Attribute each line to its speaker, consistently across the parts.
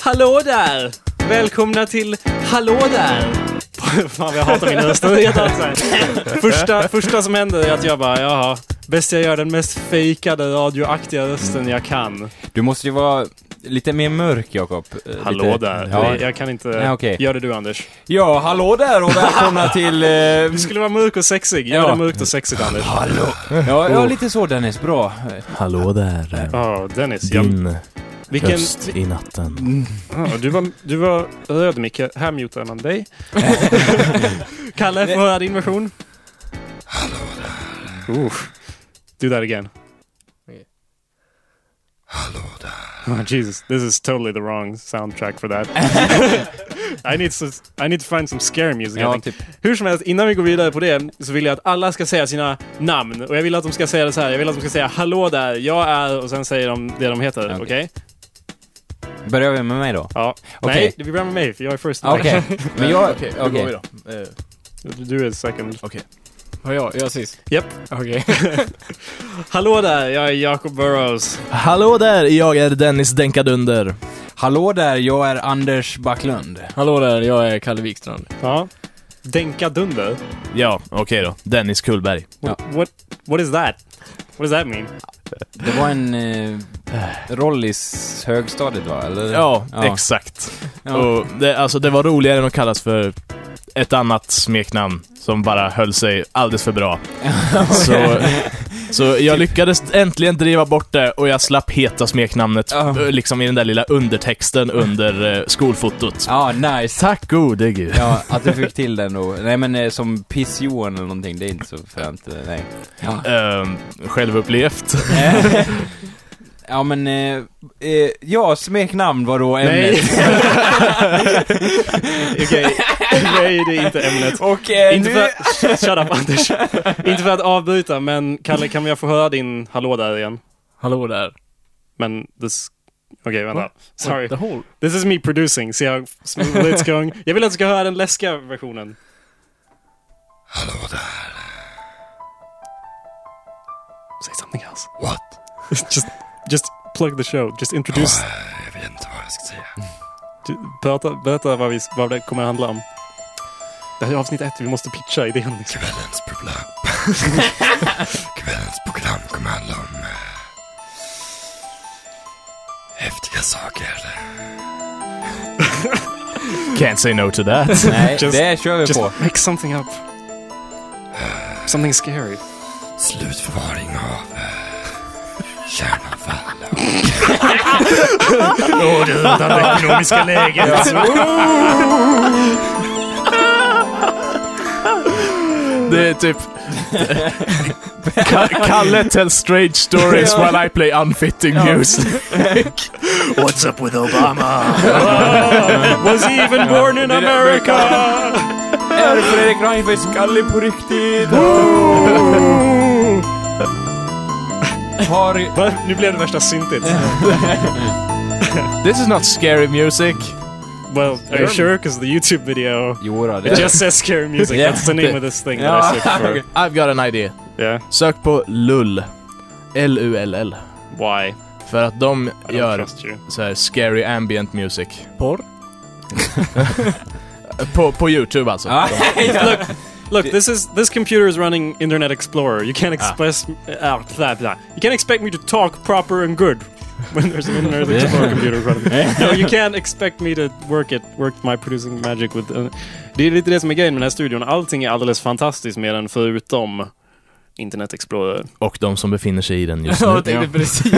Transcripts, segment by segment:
Speaker 1: Hallå där! Välkomna till Hallå där! Fan vad jag hatar min röst. Det är jätteargt så här. första, första som hände är att jag bara, jaha. Bäst jag gör den mest fejkade radioaktiga rösten jag kan.
Speaker 2: Du måste ju vara lite mer mörk, Jakob. Eh,
Speaker 1: Hallå
Speaker 2: lite.
Speaker 1: där.
Speaker 2: Ja.
Speaker 1: Det- Jag kan inte...
Speaker 2: Nej, okej.
Speaker 1: Gör det du Anders.
Speaker 2: ja, hallå där och välkomna till... Eh,
Speaker 1: Du skulle vara mörk och sexig. Gör
Speaker 2: Ja.
Speaker 1: det mörkt och sexigt Anders.
Speaker 2: ja, ja, lite så Dennis. Bra. Eh,
Speaker 3: Hallå där,
Speaker 1: Ja, Dennis. Jag,
Speaker 3: din
Speaker 1: vilken,
Speaker 3: röst i natten.
Speaker 1: Ja, du, var, du var röd Micke, här mutar man dig. Kalle, får höra din version. Hallå där. Do that again. Hello there. Oh, Jesus, this is totally the wrong soundtrack for that. I, need to, I need to find some scary music. I
Speaker 2: Ja,
Speaker 1: think.
Speaker 2: typ.
Speaker 1: Hur som helst, innan vi går vidare på det så vill jag att alla ska säga sina namn. Och jag vill att de ska säga det så här. Jag vill att de ska säga hallå där, jag är och sen säger de det de heter. Okej?
Speaker 2: Okej. Börjar vi med mig då?
Speaker 1: Ja.
Speaker 2: Okej. Ah,
Speaker 1: Nej, vi börjar med mig för jag är first.
Speaker 2: Okej. Men jag...
Speaker 4: Okej,
Speaker 2: Okej.
Speaker 4: då går vi då. Eh,
Speaker 1: Du är second.
Speaker 4: Har jag, jag sist?
Speaker 1: Japp.
Speaker 4: Okej.
Speaker 1: Hallå där, jag är Jacob Burrows.
Speaker 3: Hallå där, jag är Dennis Denkadunder.
Speaker 2: Hallå där, jag är Anders Backlund.
Speaker 4: Hallå där, jag är Kalle Wikstrand.
Speaker 1: Ja. Denka Dunder.
Speaker 3: Ja, okej då. Dennis Kullberg.
Speaker 1: What, what, what is that? What does that mean?
Speaker 2: Det var en eh, roll i s- högstadiet va? Eller?
Speaker 3: Ja,
Speaker 2: Ja.
Speaker 3: exakt.
Speaker 2: Ja.
Speaker 3: Och det, alltså, det var roligare än att kallas för ett annat smeknamn som bara höll sig alldeles för bra. så, så jag lyckades äntligen driva bort det och jag slapp heta smeknamnet
Speaker 2: Ja.
Speaker 3: eh, liksom i den där lilla undertexten under eh, skolfotot.
Speaker 2: Ja, nice.
Speaker 3: Tack gode gud.
Speaker 2: Ja, att du fick till den då. Nej men eh, som piss-Johan eller någonting, det är inte så fränt. eh, Nej. Ja.
Speaker 3: Ehm, självupplevt.
Speaker 2: Eh, Ja men, eh, eh, ja smeknamn var då ämnet.
Speaker 1: Okej, nej det är inte ämnet.
Speaker 2: Och eh,
Speaker 1: Inte
Speaker 2: nu...
Speaker 1: för att, shut up Anders. inte för att avbryta, men Kalle kan jag få höra din hallå där igen?
Speaker 4: Hallå där.
Speaker 1: Men this... Okej, vänta.
Speaker 4: What?
Speaker 1: Sorry.
Speaker 4: What the whole?
Speaker 1: This is me producing, see how smoothly it's going. Jag vill att du ska höra den läskiga versionen. Hallå där. Say something else. What? just, just plug the show, just introduce. jag vet inte vad jag ska säga. Berätta, berätta vad, vi, vad det kommer att handla om. Det här är avsnitt ett, vi måste pitcha idén liksom.
Speaker 5: Kvällens program. Kvällens program kommer handla om eh, häftiga saker.
Speaker 3: Can't say no to that.
Speaker 2: Nej,
Speaker 1: Just-
Speaker 2: det kör vi
Speaker 1: Just
Speaker 2: på.
Speaker 1: make something up. Something scary.
Speaker 5: Slutförvaring av eh, kärnavfall. och
Speaker 1: Åh, det rådande ekonomiska läget.
Speaker 3: Det är typ... Ka- Kalle tells strange stories while I play unfitting music.
Speaker 5: What's up with Obama?
Speaker 1: Was he even born in America?
Speaker 2: Är Fredrik Reinfeldt skallig på riktigt? Har...
Speaker 1: Va? Nu blev det värsta syntigt.
Speaker 3: This is not scary music.
Speaker 1: Well, are you sure? Because the YouTube video
Speaker 2: Jodå, det...
Speaker 1: it just says scary music.
Speaker 2: Yeah.
Speaker 1: That's the name of this thing
Speaker 2: Ja.
Speaker 1: that I searched for.
Speaker 3: I've got an idea.
Speaker 1: Yeah.
Speaker 3: Sök på LULL. L-U-L-L.
Speaker 1: Why?
Speaker 3: För att de
Speaker 1: I don't
Speaker 3: gör
Speaker 1: trust you.
Speaker 3: så här scary ambient music.
Speaker 4: Porr?
Speaker 3: På, på YouTube alltså.
Speaker 2: Ja,
Speaker 1: Look, look. This is this computer is running Internet Explorer. You can't express uh, blah, blah. You can't expect me to talk proper and good when there's an Internet Explorer computer running. No, you can't expect me to work it work my producing magic with. Uh, det är lite det som är grejen med den här studion. Allting är alldeles fantastiskt med den förutom Internet Explorer.
Speaker 3: Och de som befinner sig i den just
Speaker 4: Ja,
Speaker 3: nu.
Speaker 4: jag tänkte precis.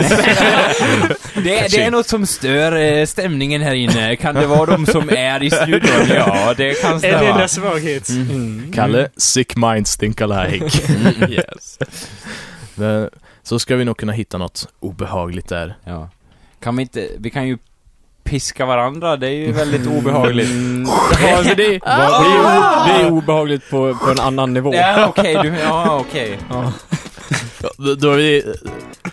Speaker 2: det, det är något som stör eh, stämningen här inne. Kan det vara de som är i studion? Ja, det kan
Speaker 1: Är det en
Speaker 2: stämma.
Speaker 1: svaghet?
Speaker 3: Kalle, sick minds think alike.
Speaker 2: Mm,
Speaker 4: yes.
Speaker 3: Det- Så ska vi nog kunna hitta något obehagligt där.
Speaker 2: Ja. Kan vi inte... Vi kan ju piska varandra, det är ju väldigt obehagligt.
Speaker 1: Mm.
Speaker 4: Ja, men det, det, är, o- det är obehagligt på, på en annan nivå.
Speaker 2: Ja, okej, du... Ja, okej.
Speaker 3: Ja, Då, då är vi...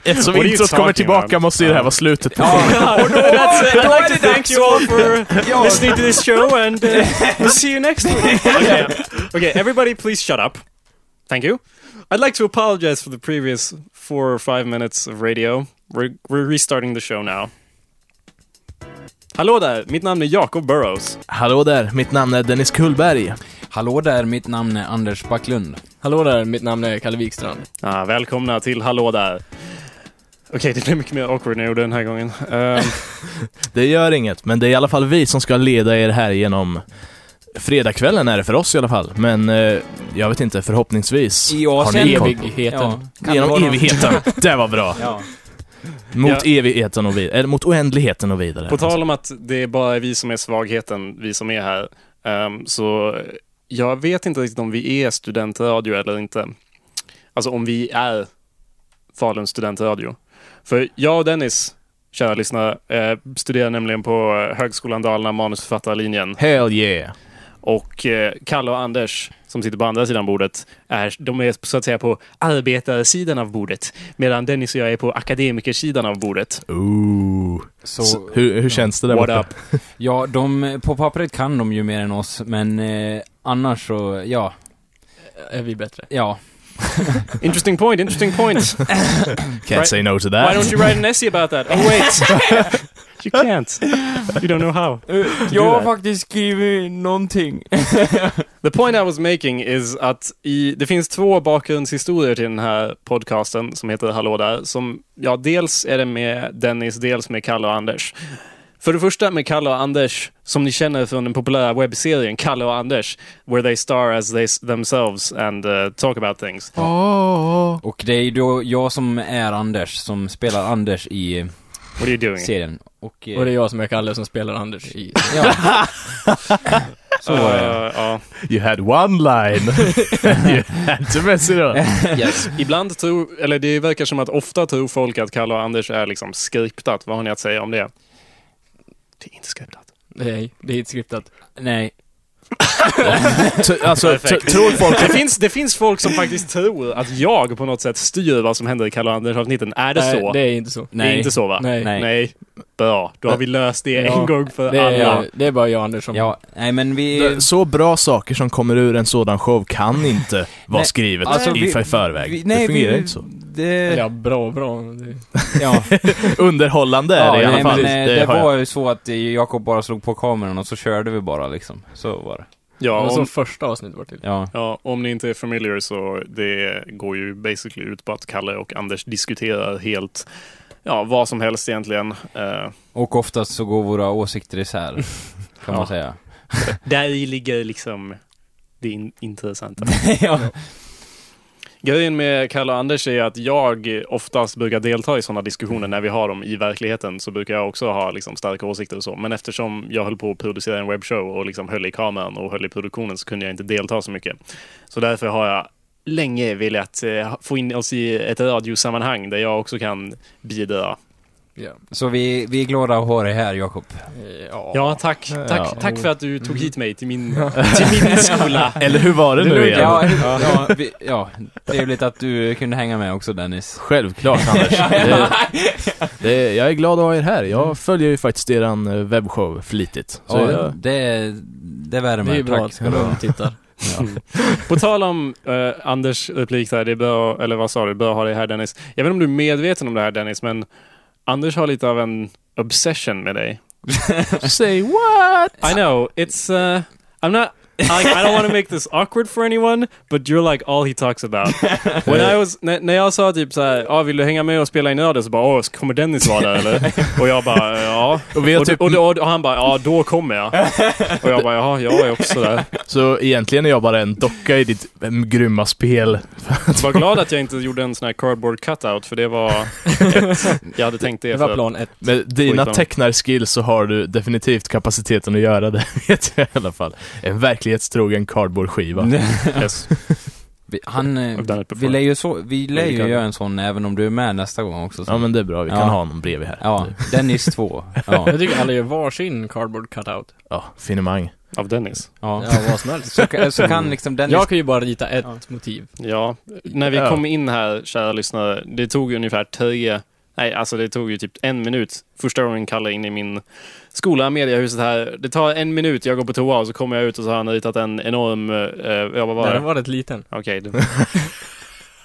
Speaker 3: Eftersom
Speaker 1: What are you
Speaker 3: introt kommer
Speaker 1: talking
Speaker 3: tillbaka
Speaker 1: about?
Speaker 3: måste ju det här vara slutet på
Speaker 2: Ja, och då...
Speaker 1: That's it. I'd like to
Speaker 2: Dåligt
Speaker 1: thank you all for
Speaker 2: Ja.
Speaker 1: listening to this show, and uh, we'll see you next week. Okay. okay, everybody, please shut up. Thank you. I'd like to apologize for the previous four or five minutes of radio. We're, we're restarting the show now. Hallå där, mitt namn är Jacob Burrows.
Speaker 3: Hallå där, mitt namn är Dennis Kullberg.
Speaker 2: Hallå där, mitt namn är Anders Backlund.
Speaker 4: Hallå där, mitt namn är Kalle Wikstrand.
Speaker 1: Ah, välkomna till Hallå där. Okej, det blev mycket mer awkward när jag gjorde den här gången. Ehm,
Speaker 3: Det gör inget, men det är i alla fall vi som ska leda er här genom Fredagskvällen är det för oss i alla fall, men eh, jag vet inte, förhoppningsvis
Speaker 2: I år
Speaker 3: har
Speaker 2: sen-
Speaker 3: ni koll.
Speaker 4: Evigheten.
Speaker 2: kan det vara
Speaker 3: Genom
Speaker 2: någon-
Speaker 3: evigheten, det var bra!
Speaker 2: Ja.
Speaker 3: Mot evigheten och vidare, eller mot oändligheten och vidare.
Speaker 1: På tal om att det bara är vi som är svagheten, vi som är här, ehm, så jag vet inte riktigt om vi är studentradio eller inte. Alltså om vi är Faluns studentradio. För jag och Dennis, kära lyssnare, eh, studerar nämligen på eh, Högskolan Dalarna, manusförfattarlinjen.
Speaker 3: Hell yeah!
Speaker 1: Och eh, Kalle och Anders, som sitter på andra sidan bordet, är, de är så att säga på arbetarsidan av bordet. Medan Dennis och jag är på akademikersidan av bordet.
Speaker 3: Ooh.
Speaker 2: Så,
Speaker 3: hur, hur känns det där
Speaker 1: What
Speaker 3: borta?
Speaker 1: up?
Speaker 2: ja, de, på pappret kan de ju mer än oss, men eh, annars så, ja,
Speaker 4: Är vi bättre?
Speaker 2: ja.
Speaker 1: Interesting point, interesting point.
Speaker 3: Can't say no to
Speaker 1: Why
Speaker 3: that.
Speaker 1: don't you write an essay about that? Oh wait! Äh? you can't. You don't know how.
Speaker 4: Eh, Jag har
Speaker 1: that.
Speaker 4: faktiskt skrivit någonting.
Speaker 1: The point I was making is att i, det finns två bakgrundshistorier till den här podcasten som heter Hallå där, som, ja, dels är det med Dennis, dels med Kalle och Anders. För det första med Kalle och Anders, som ni känner från den populära webbserien Kalle och Anders, where they star as they, s- themselves and uh, talk about things.
Speaker 2: Och det är ju då jag som är Anders, som spelar Anders i eh,
Speaker 1: What are you doing?
Speaker 2: serien. Och, eh,
Speaker 4: Och det är jag som är Kalle som spelar Anders i...
Speaker 2: ja. så var
Speaker 4: Eh,
Speaker 2: det.
Speaker 1: Uh, ja.
Speaker 3: You had one line. you had to mess it up.
Speaker 1: Ibland tror, eller det verkar som att ofta tror folk att Kalle och Anders är liksom skriptat. Vad har ni att säga om det? Det är inte skriptat.
Speaker 4: Nej, det är inte skriptat.
Speaker 2: Nej.
Speaker 3: T- alltså, t-
Speaker 1: Perfekt.
Speaker 3: tror folk...
Speaker 1: Det finns, det finns folk som faktiskt tror att jag på något sätt styr vad som händer i Kalle och Anders-avsnitten. Är det
Speaker 4: Nej,
Speaker 1: så?
Speaker 4: det är inte så.
Speaker 1: Det är
Speaker 2: Nej.
Speaker 1: inte så va?
Speaker 4: Nej.
Speaker 2: Nej.
Speaker 1: Bra, då har vi löst det
Speaker 4: Ja,
Speaker 1: en gång för
Speaker 4: Det är,
Speaker 1: alla.
Speaker 4: det är bara jag och Anders som...
Speaker 2: Ja, nej men vi...
Speaker 3: Det- Så bra saker som kommer ur en sådan show kan inte vara
Speaker 2: Nej,
Speaker 3: skrivet
Speaker 2: alltså,
Speaker 3: i
Speaker 2: vi-
Speaker 3: för förväg.
Speaker 2: vi-
Speaker 3: det
Speaker 2: nej,
Speaker 3: fungerar
Speaker 2: vi-
Speaker 3: inte så.
Speaker 2: Det,
Speaker 4: Ja, bra, bra. Det-
Speaker 2: ja.
Speaker 3: Underhållande är det i alla
Speaker 2: nej,
Speaker 3: fall.
Speaker 2: Men, eh,
Speaker 3: det
Speaker 2: det
Speaker 3: har jag.
Speaker 2: var ju så att eh, Jakob bara slog på kameran och så körde vi bara liksom. Så var det.
Speaker 4: Det var
Speaker 1: Ja,
Speaker 4: som
Speaker 1: om,
Speaker 4: första avsnittet var till.
Speaker 2: Ja.
Speaker 1: ja, om ni inte är familiar så det går ju basically ut på att Kalle och Anders diskuterar helt, ja, vad som helst egentligen. Eh,
Speaker 2: Och oftast så går våra åsikter isär. Kan
Speaker 1: Ja.
Speaker 2: man säga.
Speaker 1: Där i ligger liksom det in- intressanta.
Speaker 2: ja.
Speaker 1: Grejen med Kalle och Anders är att jag oftast brukar delta i sådana diskussioner när vi har dem i verkligheten så brukar jag också ha liksom starka åsikter och så. Men eftersom jag höll på att producera en webbshow och liksom höll i kameran och höll i produktionen så kunde jag inte delta så mycket. Så därför har jag länge velat eh, få in oss i ett radiosammanhang där jag också kan bidra.
Speaker 4: Ja.
Speaker 2: Så vi, vi är glada att ha dig här Jakob.
Speaker 4: Ja.
Speaker 1: Ja, tack.
Speaker 3: Ja.
Speaker 1: Tack, tack för att du tog hit mig till min, till min skola.
Speaker 3: Eller hur var det,
Speaker 1: Det
Speaker 3: nu
Speaker 1: lugnar
Speaker 3: igen?
Speaker 2: Ja, ja, vi, ja, trevligt att du kunde hänga med också Dennis.
Speaker 3: Självklart Anders. det, det, jag är glad att ha er här. Jag följer ju faktiskt eran eh, webbshow flitigt. Så
Speaker 2: Ja,
Speaker 3: jag,
Speaker 2: det, det
Speaker 4: Det är
Speaker 2: värmer.
Speaker 4: ju bra
Speaker 2: Tack
Speaker 4: att
Speaker 2: ska du ha.
Speaker 4: de tittar.
Speaker 1: På tal om eh, Anders replik där, det är bra, eller vad sa du, bra att ha dig här Dennis. Jag vet inte om du är medveten om det här Dennis, men Anders har lite av en obsession med dig.
Speaker 3: say what?
Speaker 1: I know, it's, uh, I'm not, I, I don't want to make this awkward for anyone, but you're like all he talks about. When I was, när, när jag sa typ såhär, ah, vill du hänga med och spela i Nörden? Så bara, åh, kommer Dennis vara där eller? Och jag bara, ja.
Speaker 3: Och vi har
Speaker 1: Och,
Speaker 3: typ,
Speaker 1: och, och, och han bara, ja då kommer jag. Och jag bara, jaha, jag är också där.
Speaker 3: så egentligen är jag bara en docka i ditt eh, grymma spel.
Speaker 1: Var glad att jag inte gjorde en sån här cardboard cutout, för det var ett, Jag hade tänkt det.
Speaker 4: Det var
Speaker 1: för-
Speaker 4: plan ett.
Speaker 3: Med dina
Speaker 1: Skitsamma.
Speaker 3: tecknarskills så har du definitivt kapaciteten att göra det, vet jag i alla fall. En verklighetstrogen cardboardskiva.
Speaker 1: Yes.
Speaker 2: Vi- Han, eh,
Speaker 1: I've done it before.
Speaker 2: vi lär ju, så, vi lär ju
Speaker 1: Väldigt
Speaker 2: göra en sån även om du är med nästa gång också.
Speaker 3: Ja
Speaker 2: Så.
Speaker 3: men det är bra, vi kan
Speaker 2: Ja.
Speaker 3: ha någon bredvid här.
Speaker 2: Ja, Dennis 2. Ja,
Speaker 4: Jag tycker alla gör varsin cardboard cutout.
Speaker 3: ja finemang.
Speaker 1: Av Dennis.
Speaker 2: ja.
Speaker 4: Ja, vad som helst.
Speaker 2: Så, kan- så kan liksom Dennis...
Speaker 4: Jag kan ju bara rita ett motiv.
Speaker 1: Ja, när vi
Speaker 3: Ja.
Speaker 1: kom in här, kära lyssnare, det tog ungefär tio, nej alltså det tog ju typ en minut första gången Kalle in i min skola, mediehuset här. Det tar en minut, jag går på toa och så kommer jag ut och så har han ritat en enorm, eh, ja vad var
Speaker 4: Nej,
Speaker 1: det?
Speaker 4: den var rätt liten.
Speaker 1: Okej. det-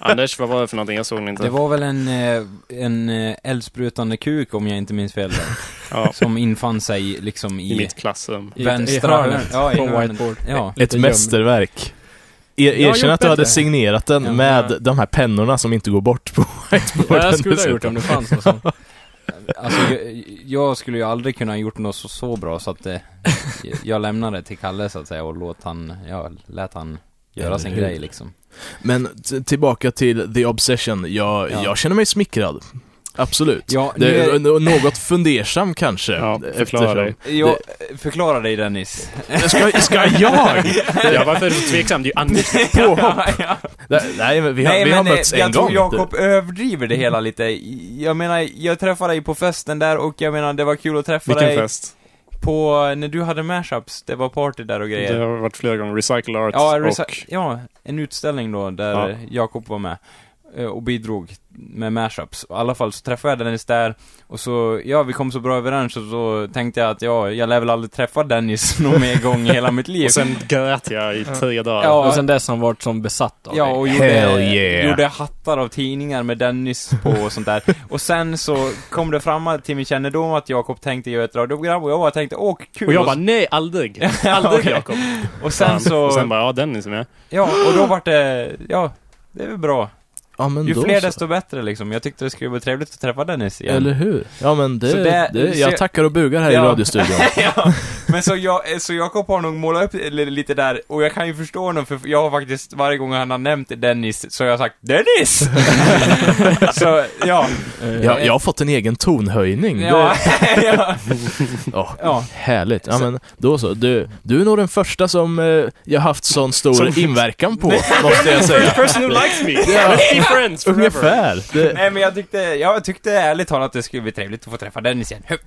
Speaker 1: Anders, vad var det för någonting? Jag såg den inte.
Speaker 2: Det var väl en, eh, en eh, eldsprutande kuk om jag inte minns fel där,
Speaker 1: ja,
Speaker 2: Som infann sig liksom i,
Speaker 1: I mitt klassrum.
Speaker 4: I- i
Speaker 2: vänstra
Speaker 4: hörnet
Speaker 2: hörnet. Ja, i
Speaker 4: på
Speaker 2: hörnet.
Speaker 4: whiteboard.
Speaker 2: Ja.
Speaker 3: Ett
Speaker 4: Lite gömd.
Speaker 3: mästerverk. Er,
Speaker 4: Jag har
Speaker 3: erkänn
Speaker 4: gjort
Speaker 3: att du hade
Speaker 4: bättre.
Speaker 3: signerat den
Speaker 4: Ja,
Speaker 3: med
Speaker 4: men-
Speaker 3: de här pennorna som inte går bort på whiteboarden.
Speaker 4: Ja, jag skulle ha gjort det om det
Speaker 3: dessutom.
Speaker 4: fanns något sånt.
Speaker 2: Alltså, jag, jag skulle ju aldrig kunna ha gjort något så, så bra så att eh, jag lämnade det till Kalle så att säga och låt han, ja, lät han göra
Speaker 3: Eller
Speaker 2: sin
Speaker 3: hur?
Speaker 2: grej liksom.
Speaker 3: Men t- tillbaka till The Obsession. Jag,
Speaker 2: Ja.
Speaker 3: jag känner mig smickrad. Absolut.
Speaker 2: Ja, nu
Speaker 3: Det är
Speaker 2: är,
Speaker 3: nå- något fundersam kanske.
Speaker 1: Ja, förklara
Speaker 3: eftersom-
Speaker 1: dig.
Speaker 2: jag, förklara dig Dennis.
Speaker 3: Ska, ska jag?
Speaker 1: Ja, varför är du så tveksam? Det är ju Anders.
Speaker 3: Påhopp? Nej, men vi har,
Speaker 2: Nej,
Speaker 3: vi har
Speaker 2: men, eh,
Speaker 3: mötts
Speaker 2: jag
Speaker 3: en
Speaker 2: tror
Speaker 3: gång. typ.
Speaker 2: Jakob överdriver det hela lite. Jag menar, jag träffade dig på festen där och jag menar det var kul att träffa
Speaker 1: Vilken
Speaker 2: dig
Speaker 1: fest?
Speaker 2: på, när du hade mashups, det var party där och
Speaker 1: Det
Speaker 2: grejer.
Speaker 1: har varit flera gånger. Recycle Arts
Speaker 2: ja, resa-
Speaker 1: och...
Speaker 2: ja, en utställning då där
Speaker 1: Ja.
Speaker 2: eh, Jakob var med eh, och bidrog med mashups. I alla fall så träffade jag Dennis där och så, ja vi kom så bra överens och så tänkte jag att ja, jag lär väl aldrig träffa Dennis någon mer gång i hela mitt liv.
Speaker 1: Och sen grät jag i tre dagar.
Speaker 2: Ja.
Speaker 4: Och sen dess har han varit som besatt av
Speaker 2: Ja,
Speaker 4: dig.
Speaker 2: och gjorde,
Speaker 3: Hell yeah.
Speaker 2: gjorde hattar av tidningar med Dennis på och sånt där. Och sen så kom det fram till min kännedom att Jakob tänkte göra ett radioprogram och jag bara tänkte åh kul!
Speaker 1: Och jag bara, nej, aldrig. Aldrig, Jakob.
Speaker 2: och sen så,
Speaker 1: Och sen bara, ja, Dennis är med.
Speaker 2: ja, och då vart det, ja, det är väl bra.
Speaker 3: Ja, men
Speaker 2: Ju
Speaker 3: då
Speaker 2: fler
Speaker 3: så.
Speaker 2: desto bättre liksom. Jag tyckte det skulle vara trevligt att träffa Dennis igen.
Speaker 3: Eller hur? Ja, men det,
Speaker 2: Så det-
Speaker 3: det,
Speaker 2: så
Speaker 3: jag
Speaker 2: jag-
Speaker 3: tackar och bugar här
Speaker 2: Ja.
Speaker 3: i radiostudion.
Speaker 2: ja, men så, jag, eh, så Jakob har nog målat upp li- lite där, och jag kan ju förstå honom för jag har faktiskt, varje gång han har nämnt Dennis, så har jag sagt DENNIS! så, ja.
Speaker 3: jag, jag har fått en egen tonhöjning.
Speaker 2: Ja, ja.
Speaker 3: Det, åh,
Speaker 2: ja.
Speaker 3: härligt. Mm, Ja, men då så. Du, du är nog den första som eh, jag haft sån stor
Speaker 1: Som-
Speaker 3: inverkan på, måste jag
Speaker 1: The
Speaker 3: säga.
Speaker 1: person who likes me! Let's be friends forever!
Speaker 3: Ungefär. Det,
Speaker 2: Nej men jag tyckte, jag tyckte ärligt talat att det skulle bli trevligt att få träffa Dennis igen. Hup.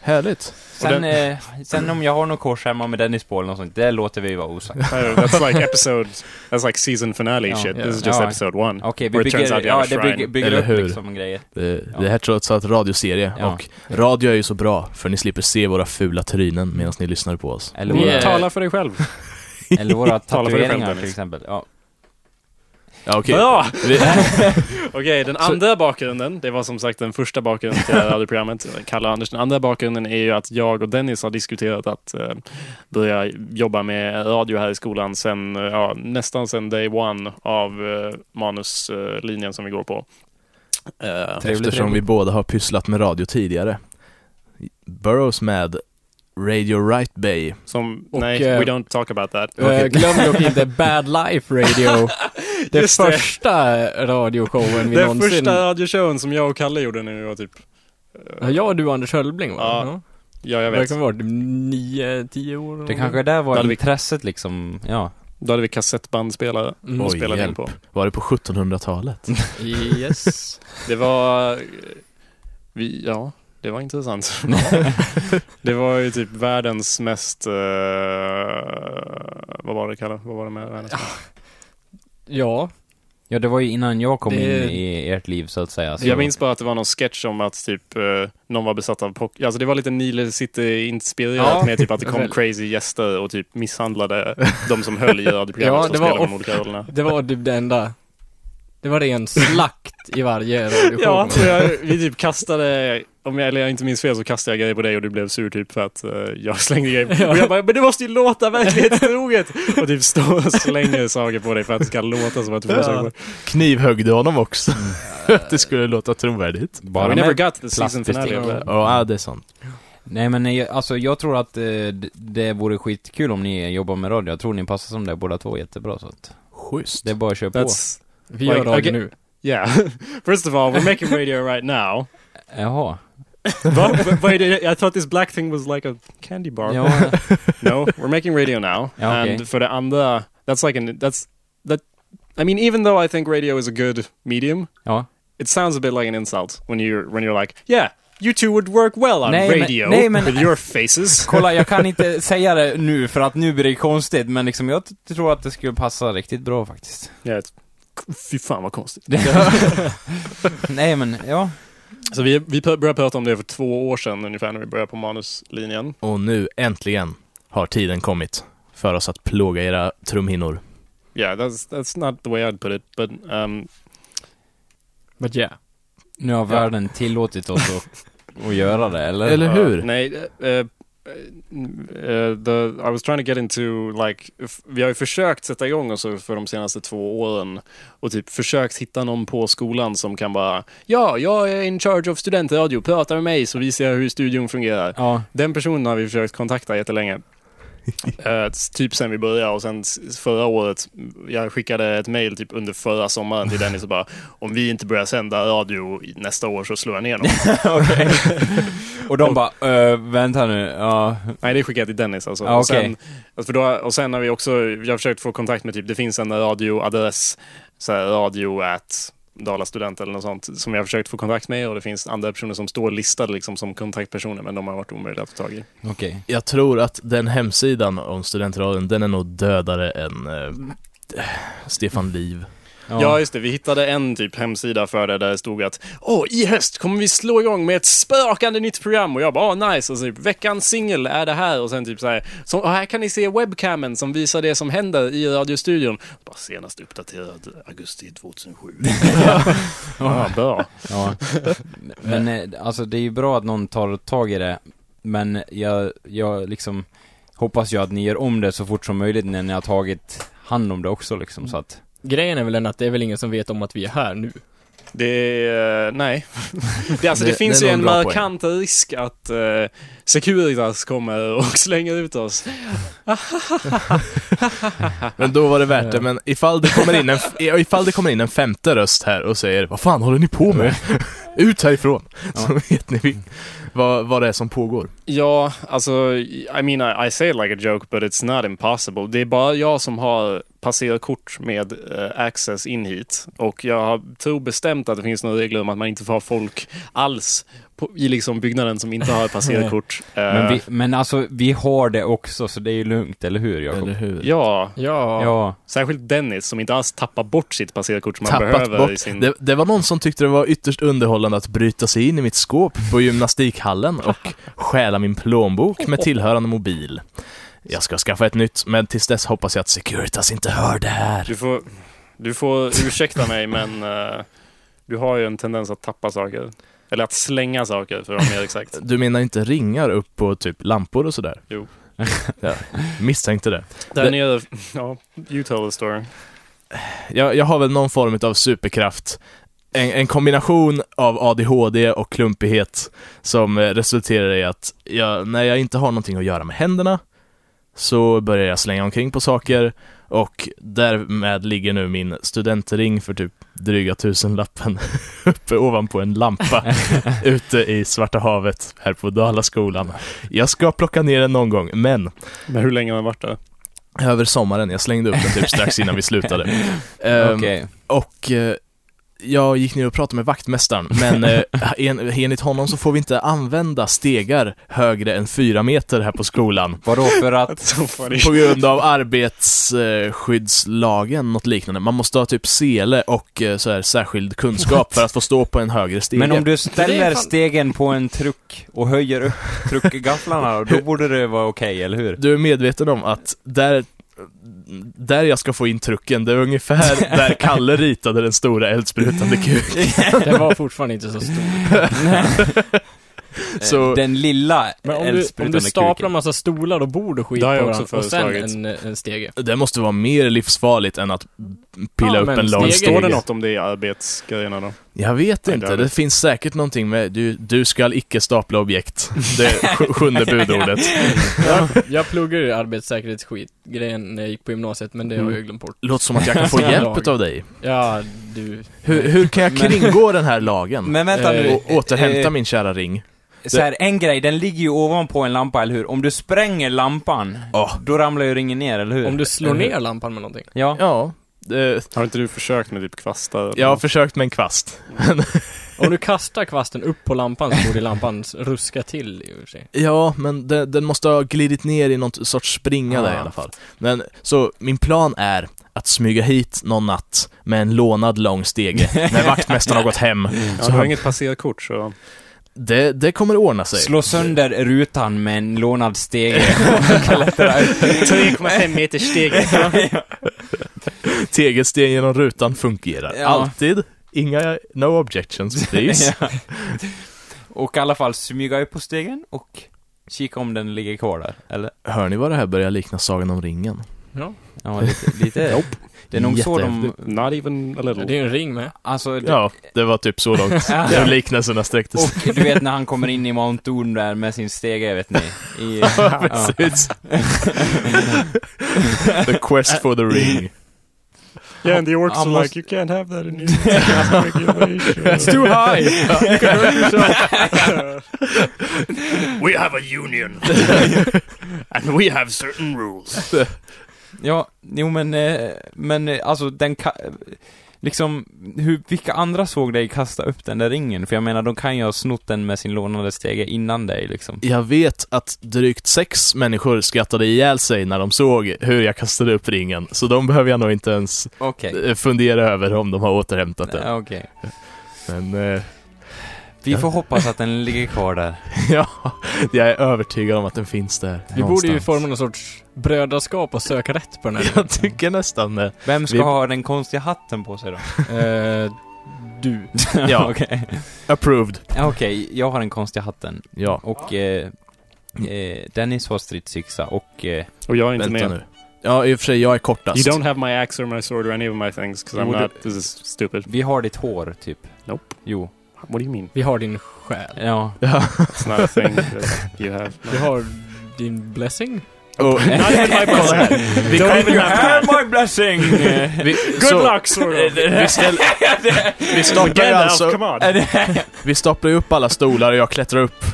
Speaker 3: härligt.
Speaker 2: Sen, eh, sen om jag har någon kors hemma med Dennis på eller något sånt, det låter vi vara osagt.
Speaker 1: Uh, that's like episode... That's like season finale
Speaker 2: Ja,
Speaker 1: shit.
Speaker 2: ja.
Speaker 1: This is just
Speaker 2: Ja.
Speaker 1: episode one.
Speaker 2: Okej,
Speaker 1: Where
Speaker 2: vi
Speaker 1: it turns out
Speaker 2: bygger,
Speaker 1: you have
Speaker 2: ja,
Speaker 1: a
Speaker 2: det bygger,
Speaker 1: shrine.
Speaker 2: bygger
Speaker 3: Eller
Speaker 2: upp
Speaker 3: hur?
Speaker 2: liksom grejer.
Speaker 3: Det,
Speaker 2: Ja.
Speaker 3: det här trots allt radioserie
Speaker 2: Ja.
Speaker 3: och radio är ju så bra för ni slipper se våra fula trynen medan ni lyssnar på oss.
Speaker 2: Eller
Speaker 1: Mm,
Speaker 2: våra,
Speaker 4: Yeah.
Speaker 1: Tala för dig själv.
Speaker 2: eller våra
Speaker 1: Tala för dig själv,
Speaker 2: tatueringar till
Speaker 1: Dennis. Mm.
Speaker 2: exempel. Ja.
Speaker 3: Ja, okej.
Speaker 1: Bra!
Speaker 3: Vi,
Speaker 1: Okej, den andra bakgrunden, det var som sagt den första bakgrunden till det här radioprogrammet, Kalle och Anders. Den andra bakgrunden är ju att jag och Dennis har diskuterat att eh, börja jobba med radio här i skolan sen, eh, ja, nästan sen day one av eh, manuslinjen som vi går på. Eh,
Speaker 3: eftersom vi båda har pysslat med radio tidigare. Burroughs med Radio Right Bay.
Speaker 1: som,
Speaker 4: Och,
Speaker 1: nej,
Speaker 4: eh,
Speaker 1: we don't talk about that.
Speaker 4: Eh, glöm dock inte Bad Life Radio. Det
Speaker 1: Just det.
Speaker 4: första radioshowen vi
Speaker 1: Den
Speaker 4: någonsin...
Speaker 1: första radioshowen som jag och Kalle gjorde nu var typ,
Speaker 4: Ja, och du Anders Hölbling va?
Speaker 1: Ja, ja jag
Speaker 4: Det
Speaker 1: vet,
Speaker 4: kan vara typ nio, tio år. eller
Speaker 2: Det
Speaker 4: något.
Speaker 2: kanske där
Speaker 1: Då
Speaker 2: var
Speaker 1: hade vi-
Speaker 2: intresset liksom, ja.
Speaker 1: då hade vi kassettbandspelare
Speaker 4: Mm.
Speaker 1: och
Speaker 3: Oj,
Speaker 1: spelade in
Speaker 3: hjälp.
Speaker 1: på.
Speaker 3: Var det på 1700-talet?
Speaker 4: Yes.
Speaker 1: Det var... eh, Vi, ja, det var intressant. det var ju typ världens mest... eh, vad var det kallat? Vad var det med världens mest?
Speaker 4: Ja.
Speaker 2: Ja, det var ju innan jag kom
Speaker 4: Det-
Speaker 2: in i ert liv så att säga. Så.
Speaker 1: Jag minns bara att det var någon sketch om att typ eh, någon var besatt av pock... Alltså det var lite Nile City-inspirerat
Speaker 4: Ja.
Speaker 1: med typ att det kom
Speaker 4: Väl.
Speaker 1: crazy gäster och typ misshandlade de som höll i radioprogrammet
Speaker 4: Ja,
Speaker 1: som
Speaker 4: det var
Speaker 1: spelade de
Speaker 4: off-
Speaker 1: olika rollerna.
Speaker 4: Det var typ det enda. Det var ren slakt i varje radioshow.
Speaker 1: Ja, tror jag, vi typ kastade, om jag, eller jag inte minns fel så kastade jag grejer på dig och du blev sur typ för att eh, jag slängde grejer. Och jag bara, men det måste ju låta verklighetstroget! och typ står och slänger saker på dig för att det ska låta som att du får
Speaker 3: Ja.
Speaker 1: saker på dig.
Speaker 3: Knivhögde honom också. det skulle låta trovärdigt.
Speaker 2: Bara
Speaker 1: We
Speaker 2: med-
Speaker 1: never got the season
Speaker 2: plastiskt
Speaker 1: finale. of
Speaker 4: ting.
Speaker 1: that.
Speaker 3: Ja, det är sant.
Speaker 2: Nej men eh, jag- alltså jag tror att eh, d- det vore skitkul om ni jobbar med radio. Jag tror ni passar som det båda två jättebra så att
Speaker 3: Schysst.
Speaker 2: det är bara att köra på.
Speaker 1: That's,
Speaker 4: Vi gör
Speaker 1: Like,
Speaker 4: radio
Speaker 1: okay.
Speaker 4: nu.
Speaker 1: yeah. First of all, we're making radio right now.
Speaker 2: Jaha.
Speaker 1: Va? But, but I thought this black thing was like a candy bar.
Speaker 2: Ja,
Speaker 1: no, we're making radio now.
Speaker 2: Ja, okej.
Speaker 1: And för det andra, that's like an, that's, that, I mean even though I think radio is a good medium,
Speaker 2: ja.
Speaker 1: it sounds a bit like an insult when you're when you're like, yeah, you two would work well on
Speaker 2: Nej, men-
Speaker 1: radio
Speaker 2: nej, men-
Speaker 1: with your faces.
Speaker 2: Kolla, jag kan inte säga det nu för att nu blir det konstigt, men liksom jag t- tror att det skulle passa riktigt bra faktiskt.
Speaker 1: yeah, fy fan vad konstigt.
Speaker 2: Nej men, ja.
Speaker 1: Så vi, vi pr- började prata om det för två år sedan ungefär när vi började på manuslinjen.
Speaker 3: Och nu äntligen har tiden kommit för oss att plåga era trumhinnor.
Speaker 1: yeah, that's that's not the way I'd put it, but um,
Speaker 4: But yeah.
Speaker 2: Nu har världen tillåtit oss att, att göra det, eller?
Speaker 3: Eller
Speaker 1: uh,
Speaker 3: hur?
Speaker 1: nej, eh, eh, eh, the, I was trying to get into like, f- vi har ju försökt sätta igång oss för de senaste två åren och typ försökt hitta någon på skolan som kan bara, ja, jag är in charge of studentradio, prata med mig så visar jag hur studion fungerar.
Speaker 2: Ja.
Speaker 1: Den personen har vi försökt kontakta jättelänge. Eh, typ sen vi började och sen s- förra året, jag skickade ett mail typ under förra sommaren till Dennis och bara om vi inte börjar sända radio i- nästa år så slår jag ner någon.
Speaker 2: Okej. Och de bara, "Ö, vänta nu, ja.
Speaker 1: Nej, det skickade jag till Dennis alltså.
Speaker 2: Ah,
Speaker 1: och, sen,
Speaker 2: okej.
Speaker 1: alltså, för då, och sen har vi också, jag har försökt få kontakt med typ, det finns en radioadress, så här, radio at Dala student eller något sånt som jag har försökt få kontakt med och det finns andra personer som står listade liksom som kontaktpersoner men de har varit omöjliga att få tag i.
Speaker 2: Okej.
Speaker 3: Jag tror att den hemsidan om studentradion, den är nog dödare än eh, Stefan Liv.
Speaker 1: Ja. just det. Vi hittade en typ hemsida för det där det stod att Åh, i höst kommer vi slå igång med ett spökande nytt program och jag bara Åh, nice och så typ veckans singel är det här och sen typ så här, så, och här kan ni se webcamen som visar det som händer i radiostudion. Bara senast uppdaterad augusti 2007. ja, bra.
Speaker 2: Ja. Men eh, alltså det är ju bra att någon tar tag i det, men jag, jag liksom hoppas ju att ni gör om det så fort som möjligt när ni har tagit hand om det också liksom så att
Speaker 4: Grejen är väl den att det är väl ingen som vet om att vi är här nu.
Speaker 1: Det är, eh, nej. Det, alltså, det,
Speaker 3: Det-
Speaker 1: finns
Speaker 3: det är
Speaker 1: ju
Speaker 3: nog
Speaker 1: en
Speaker 3: en bra
Speaker 1: markant risk att eh, Securitas kommer och slänger ut oss.
Speaker 3: Men då var det värt det, men ifall det kommer in en, ifall det kommer in en femte röst här och säger Vad fan håller ni på med? Ut härifrån! Så vet ni vi- vad, vad det är som pågår.
Speaker 1: Ja, alltså, I mean I, I say it like a joke but it's not impossible. Det är bara jag som har passerkort med eh, access in hit och jag har, tror bestämt att det finns några regler om att man inte får ha folk alls på, i liksom byggnaden som inte har passerkort. Eh,
Speaker 2: men, vi, men alltså vi har det också så det är ju lugnt, eller hur Jakob?
Speaker 3: hur?
Speaker 1: Ja,
Speaker 4: Ja.
Speaker 2: Ja.
Speaker 1: särskilt Dennis som inte alls tappar bort sitt passerkort som han
Speaker 3: Tappat
Speaker 1: behöver
Speaker 3: bort.
Speaker 1: i sin...
Speaker 3: Det, det var någon som tyckte det var ytterst underhållande att bryta sig in i mitt skåp på gymnastikhallen och stjäla min plånbok med tillhörande mobil. Jag ska skaffa ett nytt, men tills dess hoppas jag att Securitas inte hör det här.
Speaker 1: Du, får, du får ursäkta mig men eh, du har ju en tendens att tappa saker. Eller att slänga saker för att vara mer exakt.
Speaker 3: Du menar inte ringar upp på typ lampor och sådär?
Speaker 1: Jo.
Speaker 3: Ja, misstänkte det.
Speaker 1: Där
Speaker 3: Det-
Speaker 1: nere, ja, you tell the story.
Speaker 3: jag, jag har väl någon form av superkraft. En, en kombination av ADHD och klumpighet som eh, resulterar i att jag, när jag inte har någonting att göra med händerna så börjar jag slänga omkring på saker och därmed ligger nu min studentring för typ dryga tusenlappen uppe ovanpå en lampa ute i Svarta havet här på Dalaskolan. Jag ska plocka ner den någon gång, men
Speaker 1: Men hur länge har man varit där?
Speaker 3: över sommaren, jag slängde upp den typ strax innan vi slutade.
Speaker 2: Okej.
Speaker 3: Ehm, och eh, jag gick ner och pratade med vaktmästaren, men eh, en, enligt honom så får vi inte använda stegar högre än fyra meter här på skolan.
Speaker 2: Vadå för att,
Speaker 1: So funny.
Speaker 3: På grund av arbetsskyddslagen, något liknande. Man måste ha typ sele och eh, så här, särskild kunskap för att få stå på en högre stege.
Speaker 2: men om du
Speaker 4: Det är
Speaker 2: ställer
Speaker 4: fan-
Speaker 2: stegen på en truck och höjer upp truckgafflarna då borde det vara okej, eller hur?
Speaker 3: Du är medveten om att där, där jag ska få in trucken, det är ungefär där Kalle ritade den stora eldsprutande kuken.
Speaker 4: Den var fortfarande inte så stor.
Speaker 3: Så-
Speaker 2: Den lilla
Speaker 4: Men om du, om du
Speaker 2: eldsprutan
Speaker 4: staplar massa stolar och bord och skit
Speaker 1: Det
Speaker 4: på
Speaker 1: har jag också
Speaker 4: varandra och sen
Speaker 1: föreslagit.
Speaker 4: en, en stege.
Speaker 3: Det måste vara mer livsfarligt än att pilla
Speaker 4: Ja,
Speaker 3: upp
Speaker 4: men
Speaker 3: en lång
Speaker 1: Men
Speaker 4: steg-
Speaker 1: står
Speaker 3: stege.
Speaker 1: det något om det i arbetsgrejerna då?
Speaker 3: Jag vet
Speaker 1: Nej, det
Speaker 3: inte,
Speaker 1: har vi.
Speaker 3: det finns säkert någonting med du, du skall icke stapla objekt. Det är sj- sjunde budordet.
Speaker 4: Jag, jag pluggade ju arbetssäkerhetsskit, grejen när jag gick på gymnasiet, men det har jag glömt bort.
Speaker 3: Låter som att jag kan få hjälp av dig.
Speaker 4: Ja, du.
Speaker 3: Hur, hur kan jag kringgå den här lagen?
Speaker 2: Men vänta
Speaker 4: Eh,
Speaker 2: nu.
Speaker 3: Och återhämta
Speaker 2: Eh,
Speaker 3: min kära ring.
Speaker 2: Så här, en grej, den ligger ju ovanpå en lampa, eller hur? Om du spränger lampan,
Speaker 3: Ja.
Speaker 2: då ramlar ju ringen ner, eller hur? Mm.
Speaker 4: Om du slår ner lampan med någonting.
Speaker 2: Ja.
Speaker 3: Ja, eh,
Speaker 1: Har inte du försökt med typ kvastar? eller
Speaker 3: jag har
Speaker 1: något?
Speaker 3: försökt med en kvast.
Speaker 4: Om du kastar kvasten upp på lampan så borde lampan s- ruska till i och för sig.
Speaker 3: Ja, men den, den måste ha glidit ner i någon sorts springa där
Speaker 2: Ja.
Speaker 3: i alla fall. Men, så min plan är att smyga hit någon natt med en lånad lång stege när vaktmästaren har gått hem.
Speaker 1: ja, du har inget passerkort så...
Speaker 3: Det, det kommer ordna sig.
Speaker 2: Slå sönder rutan med en lånad stege.
Speaker 1: 3,5 meters steg.
Speaker 3: Tegelsten genom rutan fungerar.
Speaker 2: Ja.
Speaker 3: Alltid. Inga, no objections please.
Speaker 2: Ja. Och i alla fall smyga upp på stegen och kika om den ligger kvar där, eller?
Speaker 3: Hör ni vad det här börjar likna Sagan om ringen?
Speaker 2: Ja, lite. lite. det är nog så de...
Speaker 3: Jättehäftigt.
Speaker 1: Mm. Not even a
Speaker 4: Ja,
Speaker 1: little.
Speaker 4: Det är ju en ring med.
Speaker 2: Alltså, det,
Speaker 3: Ja, det var typ så långt
Speaker 2: Ja.
Speaker 3: den liknelserna sträckte sig.
Speaker 2: Och du vet när han kommer in i Mount Doom där med sin stege, vet ni? I,
Speaker 3: Ja, precis. the quest for the ring.
Speaker 1: Yeah, and the orcs
Speaker 2: I
Speaker 1: are
Speaker 2: must-
Speaker 1: like, you can't have that in It's too
Speaker 4: high!
Speaker 5: We have a union. and we have certain rules.
Speaker 2: Ja, jo men, eh, men eh, alltså den ka- Liksom, hur, vilka andra såg dig kasta upp den där ringen? För jag menar, de kan ju ha snott den med sin lånade stege innan dig liksom.
Speaker 3: Jag vet att drygt sex människor skrattade ihjäl sig när de såg hur jag kastade upp ringen, så de behöver jag nog inte ens
Speaker 2: Okej.
Speaker 3: eh, fundera över om de har återhämtat den.
Speaker 2: Okej.
Speaker 3: Men eh,
Speaker 2: Vi får hoppas att den ligger kvar där.
Speaker 3: ja, jag är övertygad om att den finns där.
Speaker 4: Vi borde ju
Speaker 3: någonstans.
Speaker 4: forma någon sorts brödraskap och söka rätt på den här ringen.
Speaker 3: Jag tycker nästan eh, det.
Speaker 2: Vem ska
Speaker 3: Vi-
Speaker 2: ha den konstiga hatten på sig då?
Speaker 4: Eh, du.
Speaker 3: Ja.
Speaker 2: Okej,
Speaker 3: Approved.
Speaker 2: Ja, Okej, jag har den konstiga hatten.
Speaker 3: Ja,
Speaker 2: Och eh, eh, Dennis har stridsyxa och... Eh,
Speaker 1: Och jag är inte
Speaker 3: vänta
Speaker 1: med.
Speaker 3: nu. Ja, i och för sig, jag är kortast.
Speaker 1: You don't have my axe or my sword or any of my things, because
Speaker 2: Jo,
Speaker 1: I'm
Speaker 2: du-
Speaker 1: not... This is stupid.
Speaker 2: vi har ditt hår, typ.
Speaker 1: Nope.
Speaker 2: Jo.
Speaker 1: What do you mean?
Speaker 4: Vi har din själ.
Speaker 2: Ja.
Speaker 3: Ja.
Speaker 1: It's not a thing that you have.
Speaker 4: Vi har din blessing.
Speaker 3: Och,
Speaker 1: Not even my brother.
Speaker 3: Vi
Speaker 1: Don't
Speaker 3: kommer-
Speaker 1: even have that.
Speaker 2: my blessing!
Speaker 3: vi,
Speaker 1: Good
Speaker 3: så-
Speaker 1: luck, sort of.
Speaker 3: Vi, ställ, vi stoppar ju
Speaker 1: Gandalf,
Speaker 3: alltså...
Speaker 1: come on.
Speaker 3: Vi staplar ju upp alla stolar och jag klättrar upp.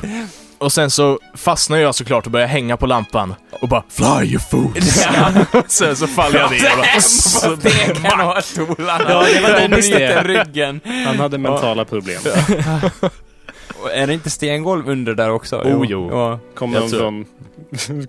Speaker 3: Och sen så fastnar jag såklart och börjar hänga på lampan. Och bara “Fly you fools!” Sen så faller jag ner och bara,
Speaker 2: Så kan ha stolarna. Ja,
Speaker 1: det var
Speaker 2: den
Speaker 1: typiskt
Speaker 2: bryter
Speaker 1: det.
Speaker 2: ryggen.
Speaker 1: Han hade mentala problem.
Speaker 2: Och är det inte stengolv under där också?
Speaker 3: Oh, jo.
Speaker 2: Ja.
Speaker 1: Kommer
Speaker 3: Jag
Speaker 1: de
Speaker 3: tror-
Speaker 1: från...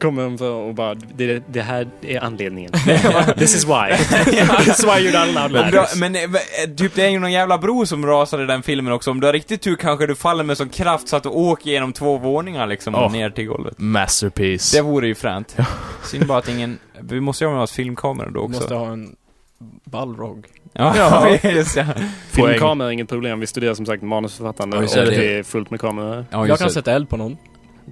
Speaker 1: Kommer de från och bara, det, det här är anledningen. This is why. This is why you're not allowed
Speaker 2: Men, bra,
Speaker 1: ladders.
Speaker 2: men eh, eh, typ det är ju någon jävla bro som rasade i den filmen också. Om du har riktigt tur kanske du faller med sån kraft så att du åker genom två våningar liksom och
Speaker 3: Ja.
Speaker 2: ner till golvet. Det
Speaker 3: “Masterpiece”.
Speaker 2: vore ju fränt. Synd bara att ingen... Vi måste ju ha med oss filmkameror då
Speaker 4: Du
Speaker 2: också.
Speaker 4: måste ha en balrog.
Speaker 2: Ja, just ja.
Speaker 3: Poäng.
Speaker 1: Filmkamera är inget problem. Vi studerar som sagt manusförfattande
Speaker 3: Ja,
Speaker 1: och
Speaker 3: just
Speaker 1: det
Speaker 3: det.
Speaker 1: är fullt med kameror.
Speaker 2: ja
Speaker 4: jag
Speaker 2: just
Speaker 4: kan
Speaker 2: det.
Speaker 4: sätta eld på någon.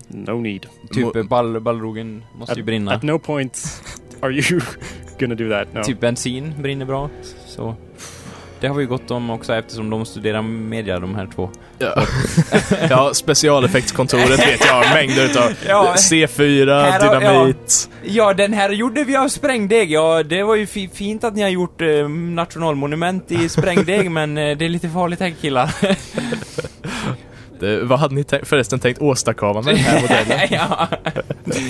Speaker 1: No need.
Speaker 2: Typ eh, ball, ballrogen måste ju brinna.
Speaker 1: At no point are you gonna do that. No.
Speaker 2: Typ bensin brinner bra. Så. Det har vi ju gått om också eftersom de studerar media de här två.
Speaker 3: Ja. ja, specialeffektskontoret vet jag har mängder utav.
Speaker 2: Ja.
Speaker 3: C4,
Speaker 2: Här har-
Speaker 3: dynamit.
Speaker 2: Ja, den här gjorde vi av sprängdeg. Ja, det var ju fi- fint att ni har gjort eh, nationalmonument i sprängdeg, men eh, det är lite farligt här killar.
Speaker 3: Det, Eh, vad hade ni tänkt, förresten tänkt åstadkomma med den här modellen?
Speaker 2: ja.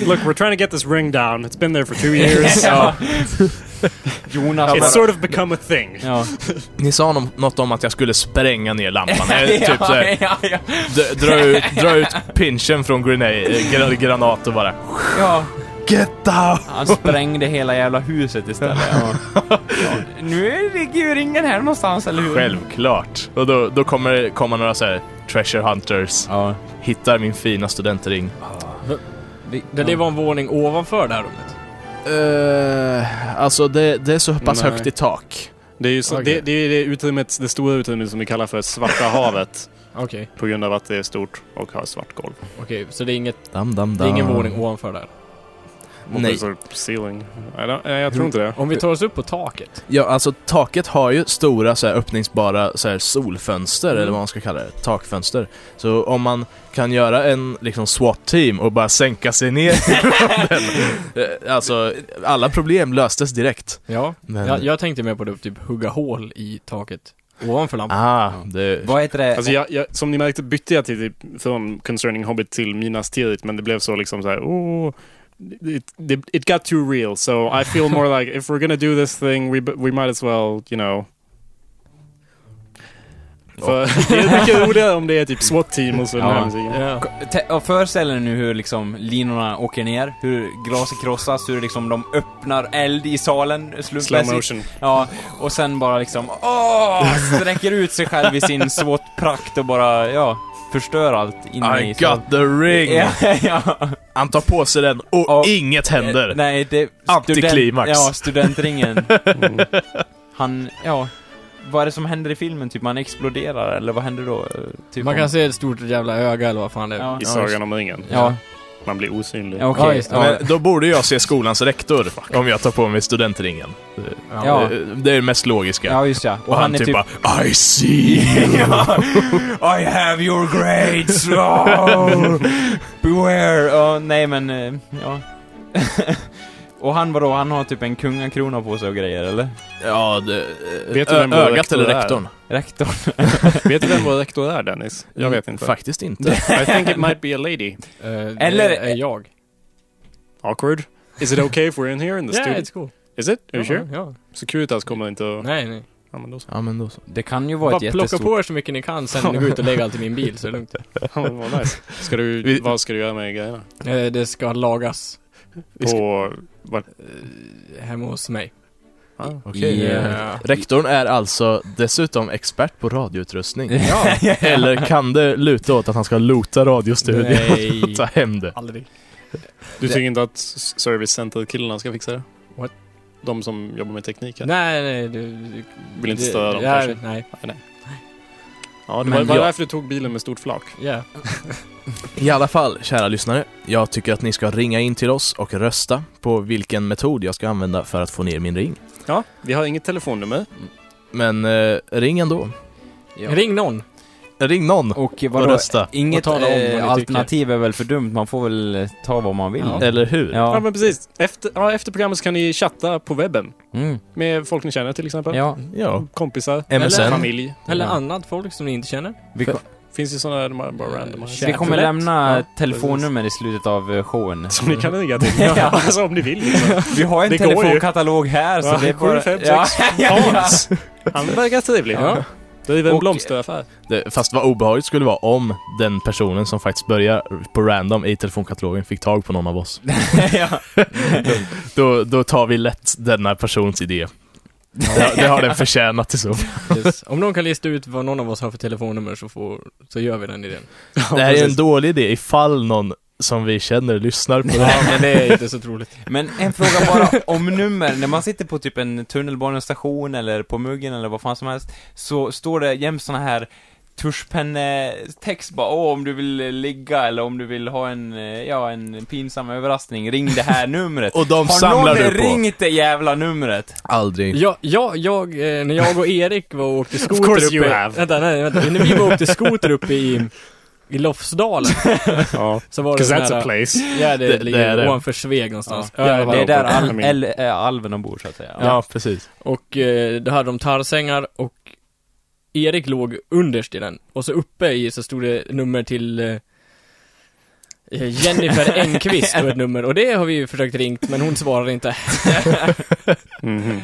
Speaker 1: Look, we're trying to get this ring down. It's been there for two years.
Speaker 2: ja. Jonas
Speaker 1: It's sort of become a thing.
Speaker 2: Ja.
Speaker 3: Ni sa nom- något om att jag skulle spränga ner lampan. Jag är typ såhär,
Speaker 2: ja, ja, ja.
Speaker 3: d- dra ut, dra ut pinchen från grenade, eh, gran- granat och bara
Speaker 2: ja.
Speaker 3: “Get down!”
Speaker 2: Han sprängde hela jävla huset istället. Ja. Ja. Nu ligger ju ringen här någonstans, eller hur?
Speaker 3: Självklart. Och då, då kommer det komma några så här treasure hunters.
Speaker 2: Ja.
Speaker 3: Hittar min fina studentring.
Speaker 2: Vi,
Speaker 4: Det, det var en våning ovanför det här rummet.
Speaker 3: Uh, alltså det, det är så pass
Speaker 1: Nej.
Speaker 3: högt i tak.
Speaker 1: Det är ju så,
Speaker 4: Okej.
Speaker 1: det, det, är det, utrymmet, det stora utrymmet som vi kallar för Svarta havet.
Speaker 4: Okej,
Speaker 1: På grund av att det är stort och har svart golv.
Speaker 4: okej. Så det är, inget,
Speaker 3: Dam, dam,
Speaker 4: det är ingen våning ovanför där.
Speaker 1: Och
Speaker 3: Nej.
Speaker 1: det är så ceiling. I don't- Nej, jag tror inte det.
Speaker 4: Om vi tar oss upp på taket.
Speaker 3: Ja, alltså taket har ju stora så här, öppningsbara så här, solfönster,
Speaker 4: Mm.
Speaker 3: eller vad man ska kalla det. Takfönster. Så om man kan göra en liksom SWAT-team och bara sänka sig ner från den. eh, Alltså, alla problem löstes direkt.
Speaker 4: Ja.
Speaker 3: Men...
Speaker 4: Jag, jag tänkte mer på det, typ hugga hål i taket. Ovanför lampan.
Speaker 3: Ah, det...
Speaker 2: Vad heter det?
Speaker 1: Alltså jag, jag, som ni märkte bytte jag till, typ från Concerning Hobbit till Minas Tirith, men det blev så liksom så här, oh, it, it, it got too real, so I feel more like if we're gonna do this thing, we, b- we might as well, you know. För det är mycket roligare om det är typ SWAT-team och så den
Speaker 2: Ja.
Speaker 1: här musiken.
Speaker 4: Ja.
Speaker 2: Te- och Föreställ er nu hur liksom linorna åker ner, hur glaset krossas, hur liksom de öppnar eld i salen
Speaker 1: Slow
Speaker 2: slumpmässigt.
Speaker 1: motion.
Speaker 2: Ja, och sen bara liksom åh, sträcker ut sig själv i sin SWAT-prakt och bara ja, förstör allt inne
Speaker 3: I
Speaker 2: i. så-
Speaker 3: got the ring!
Speaker 2: Ja, ja.
Speaker 3: Han tar på sig den och
Speaker 2: Och-
Speaker 3: inget händer.
Speaker 2: Eh, Nej, det...
Speaker 3: Antiklimax.
Speaker 2: Student, ja, studentringen. Han, ja... Vad är det som händer i filmen? Typ man exploderar, eller vad händer då? Eh, Typ
Speaker 4: Man
Speaker 2: om-
Speaker 4: kan se ett stort jävla öga eller vad fan det är.
Speaker 2: Ja,
Speaker 1: I
Speaker 2: ja,
Speaker 1: Sagan om ringen.
Speaker 2: ja,
Speaker 1: Man blir osynlig.
Speaker 2: ja,
Speaker 4: Ja,
Speaker 2: okej.
Speaker 4: just det.
Speaker 2: Ja,
Speaker 3: Men då borde jag se skolans rektor om jag tar på mig studentringen.
Speaker 2: Ja.
Speaker 3: Det- Det är det mest logiska.
Speaker 2: ja, just ja.
Speaker 3: och, han, typ bara, I see!
Speaker 2: Ja. I have your grades! Oh, beware! Ja, nej men, eh, ja. och han vadå, han har typ en kungakrona på sig och grejer, eller?
Speaker 3: Ja, det, eh,
Speaker 1: Vet du
Speaker 3: ö-
Speaker 1: vem vår
Speaker 3: ögat
Speaker 1: rektor
Speaker 3: eller
Speaker 1: är?
Speaker 3: rektorn?
Speaker 2: Rektorn?
Speaker 1: Vet du vem vår rektor är, Dennis? Jag vet inte.
Speaker 3: Faktiskt inte.
Speaker 1: I think it might be a lady.
Speaker 4: Eh, det
Speaker 2: Eller-
Speaker 4: är jag.
Speaker 1: Awkward. Is it okay if we're in here in the
Speaker 4: Ja,
Speaker 1: studio?
Speaker 4: it's cool.
Speaker 1: Is it? Are
Speaker 4: Ja,
Speaker 1: you sure?
Speaker 4: ja.
Speaker 1: Securitas kommer inte att...
Speaker 4: Nej, nej.
Speaker 1: Ja, men då så.
Speaker 3: ja, men då så.
Speaker 2: Det kan ju vara
Speaker 4: Bara
Speaker 2: ett
Speaker 4: plocka
Speaker 2: jättestort...
Speaker 4: på er så mycket ni kan sen ni går ut och lägger allt i min bil så är det lugnt.
Speaker 1: Ja, men vad nice. Ska du,
Speaker 3: Vi-
Speaker 1: vad ska du göra med grejerna?
Speaker 4: Eh, det ska lagas
Speaker 1: På... Vad?
Speaker 4: eh, hemma hos mig.
Speaker 1: Ah,
Speaker 3: Okej. Eh,
Speaker 2: eh,
Speaker 4: Ja.
Speaker 3: Rektorn är alltså dessutom expert på radioutrustning.
Speaker 4: Ja.
Speaker 3: Eller kan det luta åt att han ska loota radiostudion
Speaker 4: Nej.
Speaker 3: och ta hem det?
Speaker 4: Aldrig.
Speaker 1: Du tycker inte att s- servicecenter-killarna ska fixa det?
Speaker 4: What?
Speaker 1: De som jobbar med teknik? här.
Speaker 4: Nej, nej. Du, du,
Speaker 1: Vill inte
Speaker 4: det-
Speaker 1: störa dem
Speaker 4: ja,
Speaker 1: kanske?
Speaker 4: Nej,
Speaker 1: Ja, det
Speaker 2: Men
Speaker 1: var, var
Speaker 2: jag-
Speaker 1: därför du tog bilen med stort flak.
Speaker 4: ja.
Speaker 3: I alla fall, kära lyssnare. Jag tycker att ni ska ringa in till oss och rösta på vilken metod jag ska använda för att få ner min ring.
Speaker 1: Ja, vi har inget telefonnummer.
Speaker 3: Men eh, ring ändå.
Speaker 2: Ja.
Speaker 4: Ring någon.
Speaker 3: Ring någon
Speaker 2: Och
Speaker 3: och
Speaker 2: vadå,
Speaker 3: rösta.
Speaker 2: inget
Speaker 4: Och tala om vad ni
Speaker 2: eh, alternativ är väl för dumt, man får väl eh, ta vad man vill.
Speaker 4: Ja.
Speaker 3: Eller hur?
Speaker 1: Ja,
Speaker 2: Ja.
Speaker 1: men precis. Efter, ja, efter programmet så kan ni chatta på webben.
Speaker 2: Mm.
Speaker 1: Med folk ni känner till exempel.
Speaker 2: ja.
Speaker 3: Ja.
Speaker 1: Kompisar.
Speaker 3: MSN.
Speaker 1: Familj.
Speaker 4: Eller
Speaker 2: Ja.
Speaker 4: annat folk som ni inte känner.
Speaker 2: Vi, ko-
Speaker 1: Finns ju sådana där de är bara random.
Speaker 2: vi kommer
Speaker 1: Lätt.
Speaker 2: lämna
Speaker 1: Ja,
Speaker 2: telefonnummer i slutet av eh, showen.
Speaker 1: Som ni kan ringa till.
Speaker 2: Ja.
Speaker 1: alltså om ni vill liksom.
Speaker 2: Vi har en
Speaker 1: Det går ju.
Speaker 2: telefonkatalog här, så
Speaker 1: Ja,
Speaker 2: det är
Speaker 1: sju, fem,
Speaker 2: Ja.
Speaker 1: Hans! Han verkar trevlig.
Speaker 4: Ja.
Speaker 1: Driver en
Speaker 2: Och-
Speaker 1: blomsteraffär.
Speaker 3: Det, fast vad obehagligt skulle vara om den personen som faktiskt börjar på random i telefonkatalogen fick tag på någon av oss.
Speaker 2: ja.
Speaker 3: Då, då tar vi lätt denna persons idé. Det, det har den förtjänat i så fall.
Speaker 4: Yes. Om någon kan lista ut vad någon av oss har för telefonnummer så, får, så gör vi den idén.
Speaker 3: Det här är en
Speaker 1: precis.
Speaker 3: dålig idé ifall någon som vi känner lyssnar på det här.
Speaker 4: Ja, men det är inte så troligt.
Speaker 2: Men en fråga bara om nummer. När man sitter på typ en tunnelbanestation eller på muggen eller vad fan som helst, så står det jämt såna här tuschpennetext bara åh, om du vill eh, ligga eller om du vill ha en, eh, ja, en pinsam överraskning, ring det här numret.
Speaker 3: Och de
Speaker 2: Har
Speaker 3: samlar
Speaker 2: någon
Speaker 3: du på.
Speaker 2: ringt det jävla numret?
Speaker 3: Aldrig.
Speaker 4: Ja, ja, jag, eh, när jag och Erik var och åkte skoter
Speaker 1: course
Speaker 4: uppe...
Speaker 1: you have.
Speaker 4: Vänta, nej, vänta. När vi var och åkte skoter uppe i, i Lofsdalen
Speaker 1: Ja.
Speaker 4: så var det
Speaker 1: Cause
Speaker 4: sån
Speaker 1: that's a
Speaker 4: här...
Speaker 1: place.
Speaker 4: Ja, det,
Speaker 3: Det- det
Speaker 4: ligger
Speaker 3: är det.
Speaker 4: ovanför Sveg någonstans.
Speaker 2: Ja,
Speaker 4: Öland.
Speaker 2: det är där
Speaker 1: I
Speaker 2: al
Speaker 1: mean-
Speaker 2: el äh, alven ombord så att säga.
Speaker 3: Ja, precis.
Speaker 4: Och eh, då hade de tarrsängar och Erik låg underst i den. Och så uppe i så stod det nummer till eh, Jennifer Engqvist och ett nummer. Och det har vi ju försökt ringt, men hon svarar inte.
Speaker 1: Mhm.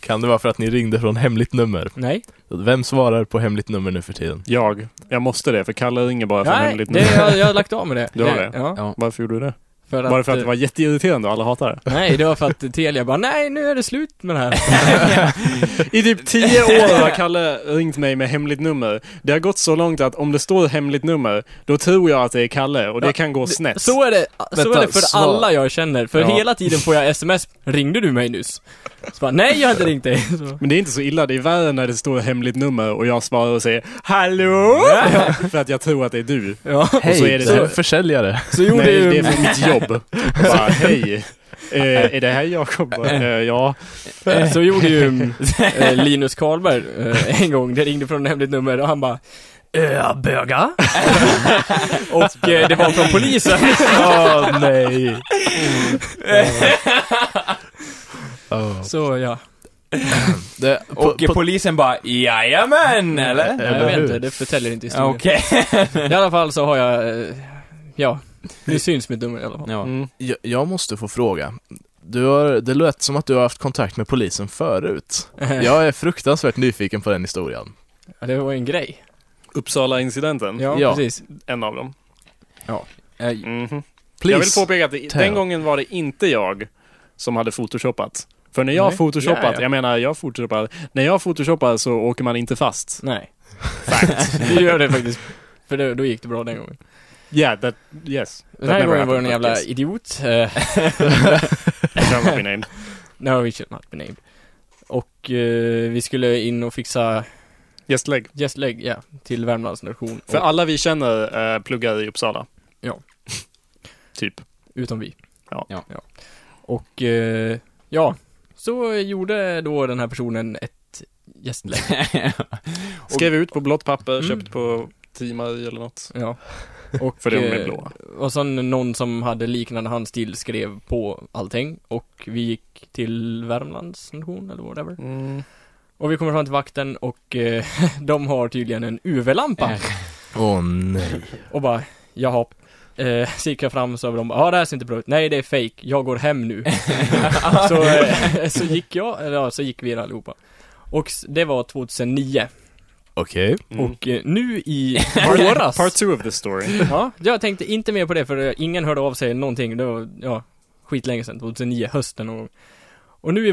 Speaker 3: Kan det vara för att ni ringde från hemligt nummer?
Speaker 4: Nej.
Speaker 3: Vem svarar på hemligt nummer nu för tiden?
Speaker 1: Jag. Jag måste det, för Kalle ringer bara för
Speaker 4: Nej,
Speaker 1: hemligt
Speaker 4: det,
Speaker 1: nummer.
Speaker 4: jag, jag har lagt av med det.
Speaker 1: Du har det?
Speaker 4: Ja.
Speaker 2: Ja.
Speaker 1: Varför gjorde du det?
Speaker 4: För att,
Speaker 1: Var det för att det var jätteirriterande och alla hatar det?
Speaker 4: Nej, det var för att Telia bara, nej nu är det slut med det här.
Speaker 1: I typ tio år har Kalle ringt mig med hemligt nummer. Det har gått så långt att om det står hemligt nummer, då tror jag att det är Kalle och det
Speaker 4: Ja,
Speaker 1: kan gå snett.
Speaker 4: Så är det, så
Speaker 3: Vänta,
Speaker 4: är det för
Speaker 3: svar.
Speaker 4: alla jag känner. För
Speaker 1: Ja.
Speaker 4: hela tiden får jag sms, ringde du mig nyss? Så bara, nej jag har inte ringt dig. Så.
Speaker 1: Men det är inte så illa, det är värre när det står hemligt nummer och jag svarar och säger Hallå! för att jag tror att det är du.
Speaker 4: Ja.
Speaker 1: Och så är det
Speaker 3: så
Speaker 1: så,
Speaker 3: försäljare.
Speaker 4: Så gjorde
Speaker 1: Nej,
Speaker 4: ju...
Speaker 1: det är från mitt jobb. Och bara, hej! Eh, är det här Jakob? Eh, ja.
Speaker 4: Eh, Så gjorde ju eh, Linus Karlberg eh, en gång, det ringde från ett hemligt nummer och han bara Öh, böga? och eh, det var från polisen.
Speaker 3: Åh
Speaker 1: Mm.
Speaker 3: nej. Åh.
Speaker 4: Så ja,
Speaker 3: Det, på,
Speaker 2: Och
Speaker 3: på,
Speaker 2: polisen bara Jajamän, eller?
Speaker 4: Nej, jag vet
Speaker 3: hur?
Speaker 4: inte, det förtäljer inte historien.
Speaker 2: Okej.
Speaker 4: I alla fall så har jag, eh, ja, nu syns mitt nummer i alla fall.
Speaker 2: Ja.
Speaker 1: Mm.
Speaker 3: jag, jag måste få fråga. Du har, det lät som att du har haft kontakt med polisen förut.
Speaker 4: Eh.
Speaker 3: Jag är fruktansvärt nyfiken på den historien.
Speaker 4: Ja, det var en grej.
Speaker 1: Uppsala-incidenten,
Speaker 4: Ja,
Speaker 3: Ja.
Speaker 4: precis.
Speaker 1: en av dem.
Speaker 2: Eh,
Speaker 1: Mhm.
Speaker 3: Please.
Speaker 1: Jag vill påpeka att det,
Speaker 3: tell.
Speaker 1: den gången var det inte jag som hade photoshoppat. För när jag
Speaker 4: Nej.
Speaker 1: photoshoppat,
Speaker 4: Ja, ja.
Speaker 1: jag menar jag photoshoppar, när jag photoshoppar så åker man inte fast.
Speaker 4: Nej. Fact. Du gör det faktiskt. För då, då gick det bra den gången.
Speaker 1: Yeah, that, yes.
Speaker 4: Den här
Speaker 1: never
Speaker 4: gången var det en
Speaker 1: happened,
Speaker 4: jävla
Speaker 1: but yes.
Speaker 4: idiot. eh,
Speaker 5: It shall not be named.
Speaker 4: no, we should not be named. Och eh, vi skulle in och fixa
Speaker 1: Gästlägg.
Speaker 4: gästlägg, ja, till Värmlands nation.
Speaker 1: För
Speaker 4: Och-
Speaker 1: alla vi känner eh, pluggar i Uppsala.
Speaker 4: Ja.
Speaker 1: Typ.
Speaker 4: Utom vi.
Speaker 1: Ja.
Speaker 2: Ja.
Speaker 4: Och eh, ja, så gjorde då den här personen ett gästlägg.
Speaker 1: Skrev ut på blått papper,
Speaker 4: Mm.
Speaker 1: köpt på T-Marie eller något.
Speaker 4: Ja. Och,
Speaker 1: För de är
Speaker 4: eh,
Speaker 1: blåa.
Speaker 4: Och sen någon som hade liknande handstil skrev på allting och vi gick till Värmlands nation eller whatever.
Speaker 1: Mm.
Speaker 4: Och vi kommer fram till vakten och eh, de har tydligen en UV-lampa.
Speaker 3: Åh nej.
Speaker 4: Och bara, jaha. Eh, så gick jag fram så var de bara, ja det här ser inte bra ut. Nej det är fake. jag går hem nu. så, eh, så gick jag, eller ja, så gick vi allihopa. Och s- det var 2009.
Speaker 3: Okej.
Speaker 1: Mm.
Speaker 4: Och eh, nu i våras.
Speaker 1: Part two of the story.
Speaker 4: Ja, jag tänkte inte mer på det för eh, ingen hörde av sig eller någonting. Det var, ja, skitlänge sedan, 2009, hösten någon gång. Och nu i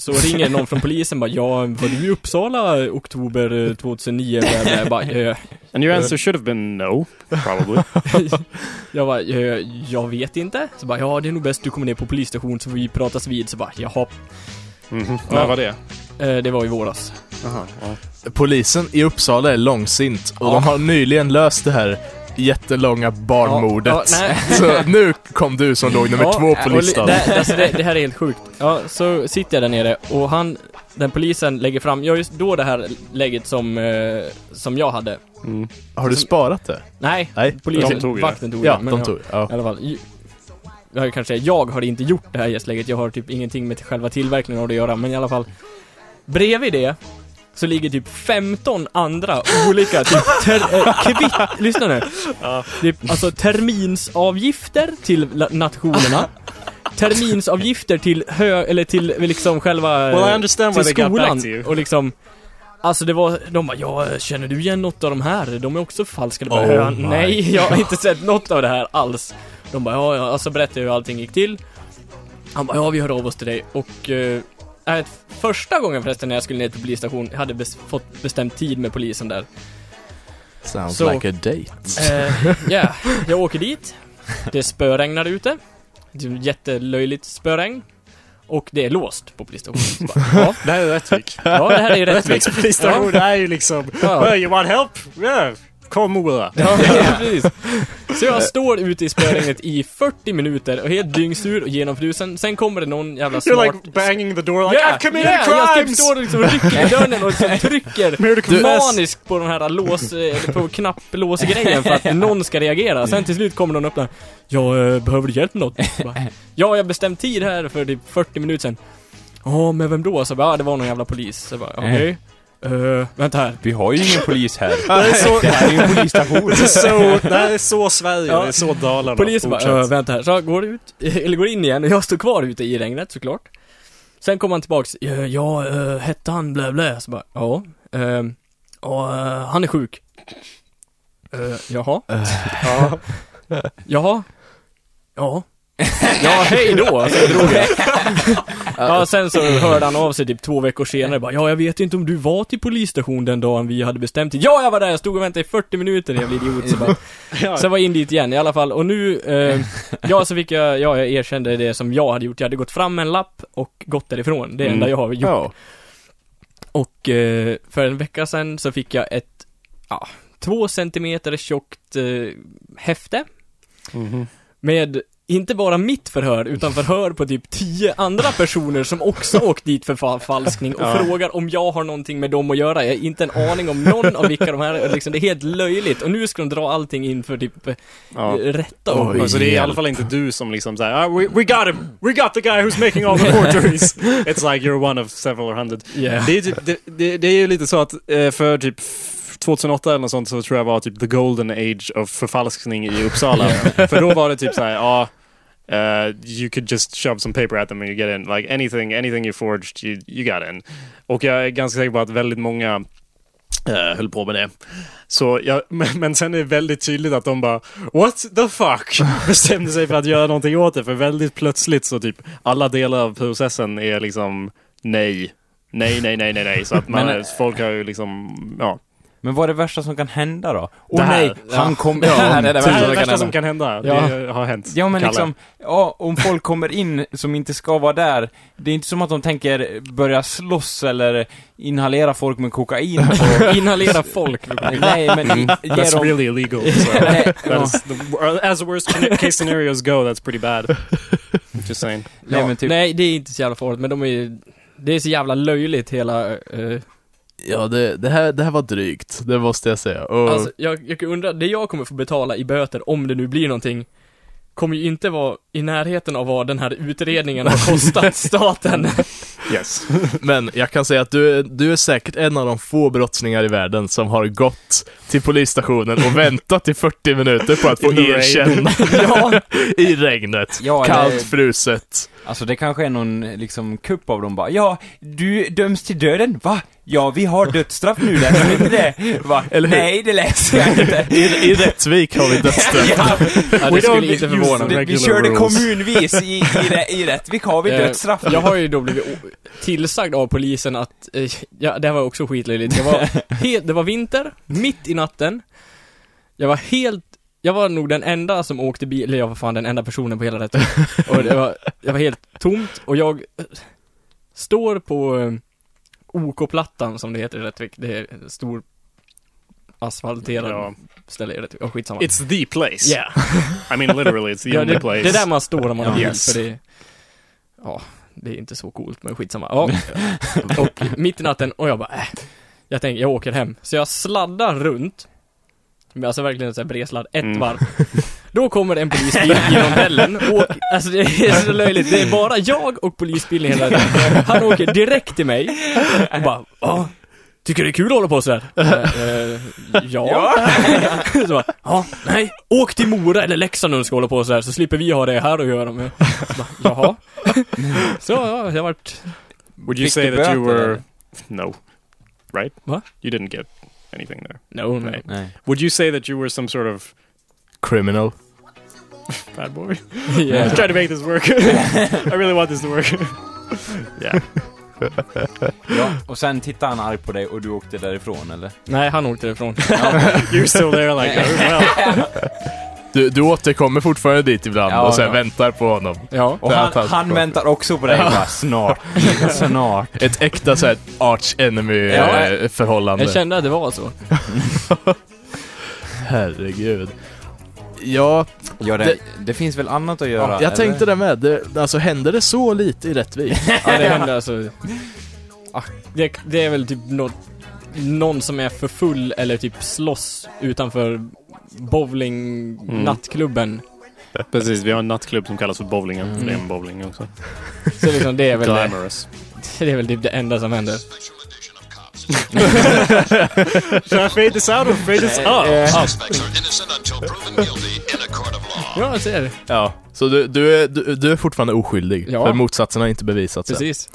Speaker 4: så ringer någon från polisen bara ja, var du i Uppsala i oktober eh, 2009? Jag bara, Jag bara, eh,
Speaker 1: And your answer should have been no, probably.
Speaker 4: jag, bara eh, jag vet inte. Så bara, ja det är nog bäst du kommer ner på polisstation så vi pratas vid. Så bara, jaha.
Speaker 1: Mhm. När var det?
Speaker 4: Eh, Det var i våras.
Speaker 1: Aha, ja.
Speaker 3: Polisen i Uppsala är långsint och
Speaker 4: Ja.
Speaker 3: de har nyligen löst det här jättelånga barnmordet.
Speaker 4: Ja, ja, nej.
Speaker 3: Så nu kom du som låg nummer
Speaker 4: Ja,
Speaker 3: två på
Speaker 4: och li-
Speaker 3: listan.
Speaker 4: Det, alltså det, det här är helt sjukt. Ja, så sitter jag där nere och han, den polisen lägger fram, ja just då det här läget som, eh, som jag hade.
Speaker 1: Mm.
Speaker 3: Har du sparat det?
Speaker 4: Nej,
Speaker 3: Nej.
Speaker 4: polisen,
Speaker 1: De tog ju det.
Speaker 4: vakten tog
Speaker 3: Ja,
Speaker 4: det. men
Speaker 3: de tog ja.
Speaker 4: I alla fall. ju- Jag kanske säger, jag har inte gjort det här gästläget, jag har typ ingenting med själva tillverkningen av det att göra, men i alla fall. Bredvid det så ligger typ 15 andra olika typ ter- eh, kvitt, lyssna nu. Typ, alltså terminsavgifter till la- nationerna. Terminsavgifter till hö, eller till liksom själva... eh,
Speaker 1: Well, I understand why they
Speaker 4: till
Speaker 1: got back
Speaker 4: skolan
Speaker 1: to you.
Speaker 4: och liksom Alltså det var, de bara ja, känner du igen något av de här? De är också förfalskade. Bara,
Speaker 3: Oh
Speaker 4: "Ja,
Speaker 3: my
Speaker 4: Nej, jag har inte sett något av det här alls. De bara ja, ja, alltså berätta hur allting gick till. Han bara ja, vi hör av oss till dig och eh, nej, Första gången förresten när jag skulle ner till polisstation, jag hade bes- fått bestämt tid med polisen där.
Speaker 3: Sounds
Speaker 4: Så-
Speaker 3: like a date.
Speaker 4: Eh, Ja, jag åker dit. Det spöregnar ute. Det är jättelöjligt spöregn. Och det är låst på polisstationen. Så bara, Ja,
Speaker 1: Det här är Rättvik.
Speaker 4: ja, det här är ju rätt
Speaker 1: Rättviks polisstation det här är ju liksom...
Speaker 4: Ja.
Speaker 1: Hey, you want help? Yeah. Kom Ola.
Speaker 4: Ja, precis. Så jag står ute i spöregnet i 40 minuter och är helt dyngsur och genomfrusen. Sen kommer det någon jävla smart...
Speaker 1: You're like banging the door like I've committed
Speaker 4: jag typ
Speaker 1: crimes!
Speaker 4: står och liksom rycker i dörren och liksom trycker
Speaker 1: Here to confess.
Speaker 4: maniskt på den här lås, eh, på knapplåsgrejen för att någon ska reagera. Sen till slut kommer någon och öppnar. Jag eh, behöver du hjälp med något? Jag bara, Ja, jag bestämt tid här för typ 40 minuter sedan. Ja, men vem då? Så jag bara, ja, det var någon jävla polis. Så jag bara, okej.
Speaker 1: Mm.
Speaker 4: Eh, vänta här.
Speaker 2: Vi har ju ingen polis här.
Speaker 1: Det här är så-
Speaker 2: Det här är ju en polisstation.
Speaker 1: Det är så, det här är så Sverige,
Speaker 4: Ja.
Speaker 1: det är så Dalarna.
Speaker 4: Polisen bara,
Speaker 1: Fortsätt.
Speaker 4: "Ö, vänta här. Så han går ut, eller går in igen och jag står kvar ute i regnet såklart. Sen kommer han tillbaks, "Eh, ja, äh, hette han blä blä? Så bara, ja. ehm, Ja, eh, han är sjuk. "Eh, jaha? Ja. Jaha? Ja. Ja, hej då! Så jag drog jag. Ja, sen så hörde han av sig typ två veckor senare bara, ja jag vet inte om du var till polisstationen den dagen vi hade bestämt tid. Ja, jag var där! Jag stod och väntade i 40 minuter, jävla idiot. Så bara,
Speaker 1: Ja.
Speaker 4: Sen var jag in dit igen i alla fall och nu, eh, ja så fick jag, ja jag erkände det som jag hade gjort. Jag hade gått fram med en lapp och gått därifrån. Det
Speaker 1: Mm.
Speaker 4: enda jag har gjort.
Speaker 3: Ja.
Speaker 4: Och eh, för en vecka sedan så fick jag ett, ja, två centimeter tjockt eh, häfte
Speaker 1: Mhm.
Speaker 4: med inte bara mitt förhör, utan förhör på typ tio andra personer som också åkt dit för förfalskning och
Speaker 1: Ja.
Speaker 4: frågar om jag har någonting med dem att göra. Jag har inte en aning om någon av vilka de här är, liksom, det är helt löjligt. Och nu ska de dra allting inför typ eh,
Speaker 1: Ja.
Speaker 4: rätta
Speaker 3: Oj.
Speaker 4: dem.
Speaker 1: Alltså det är i alla fall inte du som liksom såhär, ah, we, we got him! We got the guy who's making all the forgeries! It's like you're one of several hundred.
Speaker 4: Yeah.
Speaker 1: Det, är typ, det, det, det är ju lite så att eh, för typ 2008 eller något sånt så tror jag var typ the golden age of förfalskning i Uppsala. För då var det typ såhär, ja, eh, you could just shove some paper at them and you get in. Like anything, anything you forged, you, you got in. Och jag är ganska säker på att väldigt många eh, höll på med det. Så jag, men, men sen är det väldigt tydligt att de bara What the fuck? Bestämde sig för att göra någonting åt det för väldigt plötsligt så typ alla delar av processen är liksom nej. Nej, nej, nej, nej, nej. Så att man,
Speaker 2: Men- eh,
Speaker 1: folk har ju liksom, ja.
Speaker 2: Men vad är det värsta som kan hända då?
Speaker 3: Det
Speaker 2: Åh
Speaker 3: här.
Speaker 2: nej, han kommer...
Speaker 3: Ja,
Speaker 2: Ja, det är det
Speaker 1: Det här är
Speaker 2: värsta
Speaker 1: det
Speaker 2: som
Speaker 1: värsta som
Speaker 2: kan hända.
Speaker 1: kan hända.
Speaker 4: Ja.
Speaker 1: Det har hänt.
Speaker 2: Ja men
Speaker 1: Kalle.
Speaker 2: liksom, ja, om folk kommer in som inte ska vara där, det är inte som att de tänker börja slåss eller inhalera folk med kokain och...
Speaker 4: Inhalera folk.
Speaker 2: Nej
Speaker 3: Mm.
Speaker 2: men, ge
Speaker 1: Mm. That's
Speaker 2: dem...
Speaker 1: really illegal. So
Speaker 2: Nej, typ-
Speaker 1: that
Speaker 2: ja.
Speaker 1: is the, wor- as worst ca- case scenarios go, that's pretty bad. Just saying.
Speaker 2: Nej men typ,
Speaker 4: Nej, det är inte så jävla farligt, men de är ju... Det är så jävla löjligt hela... eh,
Speaker 3: Ja, det, det, här, det här var drygt, det måste jag säga. Och,
Speaker 4: Alltså, jag, jag undrar, det jag kommer få betala i böter, om det nu blir någonting, kommer ju inte vara i närheten av vad den här utredningen har kostat staten.
Speaker 1: Yes.
Speaker 3: men jag kan säga att du, är- du är säkert en av de få brottslingar i världen som har gått till polisstationen och väntat i 40 minuter på att få
Speaker 1: In the rain.
Speaker 3: erkännande
Speaker 4: ja,
Speaker 3: i regnet.
Speaker 2: ja,
Speaker 3: Kallt,
Speaker 2: eller,
Speaker 3: fruset.
Speaker 2: alltså det kanske är någon liksom kupp av dem bara, ja, du döms till döden, va? Ja, vi har dödsstraff nu, läser du inte det? Va?
Speaker 3: Eller hur?
Speaker 2: Nej, det läser jag inte.
Speaker 3: I, I Rättvik har vi dödsstraff.
Speaker 2: Ja,
Speaker 4: ja
Speaker 1: We
Speaker 4: Uh, det
Speaker 1: don't
Speaker 4: skulle inte
Speaker 1: use
Speaker 4: förvåna mig.
Speaker 1: the
Speaker 2: vi, vi
Speaker 1: regular
Speaker 2: körde
Speaker 1: rules.
Speaker 2: kommunvis i, i, Rä- i Rättvik har vi
Speaker 4: Eh,
Speaker 2: dödsstraff.
Speaker 4: Jag har ju då blivit o- tillsagd av polisen att, eh, ja, det här var också skitlöjligt. Jag var helt, det var vinter, mitt i natten. Jag var helt, jag var nog den enda som åkte bil, eller jag var fan den enda personen på hela rätt. Och det var, jag var helt tomt och jag eh, står på eh, OK-plattan som det heter i Rättvik. Det är en stor asfalterad
Speaker 1: Ja.
Speaker 4: ställe i Rättvik. Oh, skitsamma.
Speaker 1: It's the place.
Speaker 4: yeah.
Speaker 1: I mean, literally, it's the
Speaker 4: Ja,
Speaker 1: only
Speaker 4: det,
Speaker 1: place.
Speaker 4: det är där man står om man har
Speaker 1: Yes.
Speaker 4: yes. för det Ja, det är inte så coolt men skitsamma. Ja. och mitt i natten, och jag bara äh. Jag tänker, jag åker hem. Så jag sladdar runt. Men alltså verkligen såhär bredsladd, ett
Speaker 1: Mm.
Speaker 4: varv. Då kommer en polisbil i rondellen och, alltså det är så löjligt. Det är bara jag och polisbilen hela tiden. Han åker direkt till mig och bara, ja. Tycker det är kul att hålla på sådär? Eh, eh, ja. så bara, ja, nej, åk till Mora eller Leksand om du ska hålla på sådär så slipper vi ha det här att göra med. Så bara, Jaha. Så ja, jag vart,
Speaker 1: Would you
Speaker 2: Fick
Speaker 1: say
Speaker 2: du
Speaker 1: that you
Speaker 2: böter,
Speaker 1: were...
Speaker 2: eller?
Speaker 1: No. Right?
Speaker 4: Va?
Speaker 1: You didn't get anything there.
Speaker 4: no, nej.
Speaker 2: Nej.
Speaker 1: Would you say that you were some sort of
Speaker 3: Criminal.
Speaker 1: bad boy?
Speaker 4: Yeah.
Speaker 1: I'm trying to make this work. I really want this to work. yeah.
Speaker 2: Ja, och sen tittade han arg på dig och du åkte därifrån eller?
Speaker 4: Nej, han åkte ifrån.
Speaker 1: You're still there like that as well.
Speaker 3: Du, du återkommer fortfarande dit ibland
Speaker 2: Ja,
Speaker 3: och sen
Speaker 2: ja.
Speaker 3: väntar på honom.
Speaker 4: Ja.
Speaker 2: Och
Speaker 3: Det
Speaker 2: han,
Speaker 3: här tar
Speaker 2: han
Speaker 3: bra.
Speaker 2: väntar också på dig bara, snart, snart.
Speaker 3: Ett äkta såhär arch enemy
Speaker 2: Ja.
Speaker 3: eh, förhållande.
Speaker 4: Jag kände att det var så.
Speaker 3: Herregud. Ja,
Speaker 2: Ja, det, det,
Speaker 3: Det-
Speaker 2: finns väl annat att göra?
Speaker 3: jag tänkte det med. Det, alltså händer det så lite i Rättvik?
Speaker 4: Ja, det hände alltså. Ah, Det, det är väl typ något, någon som är för full eller typ slåss utanför bowling,
Speaker 1: Mm.
Speaker 4: nattklubben.
Speaker 1: Precis, vi har en nattklubb som kallas för bowlingen.
Speaker 2: Mm.
Speaker 1: Det är en bowling också.
Speaker 4: Så liksom det är väl det,
Speaker 1: Glamorous.
Speaker 4: det är väl typ det enda som händer.
Speaker 1: Should I fade this out or fade this up?
Speaker 6: Suspects are innocent until proven guilty in a court of law.
Speaker 4: Ja, jag ser.
Speaker 3: Ja. Så du, du, är, du, du är fortfarande oskyldig?
Speaker 4: Ja.
Speaker 3: För motsatsen har inte bevisats än.
Speaker 4: Precis.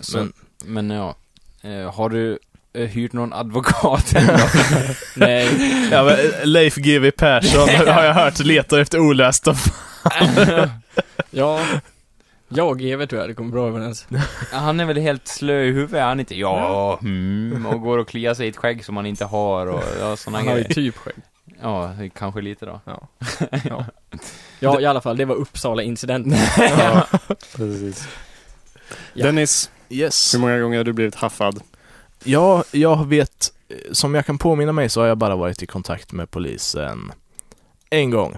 Speaker 2: Så, men ja, eh, har du eh, hyrt någon advokat än då?
Speaker 4: Nej.
Speaker 3: Ja, men eh, Leif GW Persson har jag hört letar efter olösta
Speaker 4: Ja. Jag och Evert tror jag det kommer bra överens.
Speaker 2: Han är väl helt slö i huvudet, är han inte? Ja, mm, och går och kliar sig i ett skägg som han inte har och ja, såna
Speaker 4: Han har ju
Speaker 2: grejer.
Speaker 4: typ skägg.
Speaker 2: Ja, kanske lite då.
Speaker 4: Ja, i alla fall, det var Uppsala-incidenten.
Speaker 1: Precis.
Speaker 4: Ja.
Speaker 1: Dennis,
Speaker 3: Yes.
Speaker 1: hur många gånger har du blivit haffad?
Speaker 3: Ja, jag vet, eh, som jag kan påminna mig så har jag bara varit i kontakt med polisen en gång.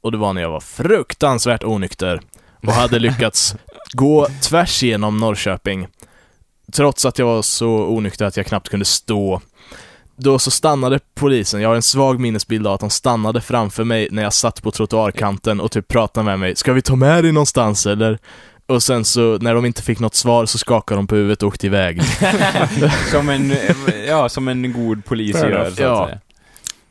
Speaker 3: Och det var när jag var fruktansvärt onykter och hade lyckats gå tvärs igenom Norrköping. Trots att jag var så onykter att jag knappt kunde stå. Då så stannade polisen, jag har en svag minnesbild av att de stannade framför mig när jag satt på trottoarkanten och typ pratade med mig. Ska vi ta med dig någonstans eller? Och sen så, när de inte fick något svar så skakade de på huvudet och åkte iväg.
Speaker 2: som en, eh, ja, som en god polis
Speaker 1: Fair
Speaker 2: gör,
Speaker 1: enough.
Speaker 2: så att
Speaker 3: Ja.
Speaker 2: säga.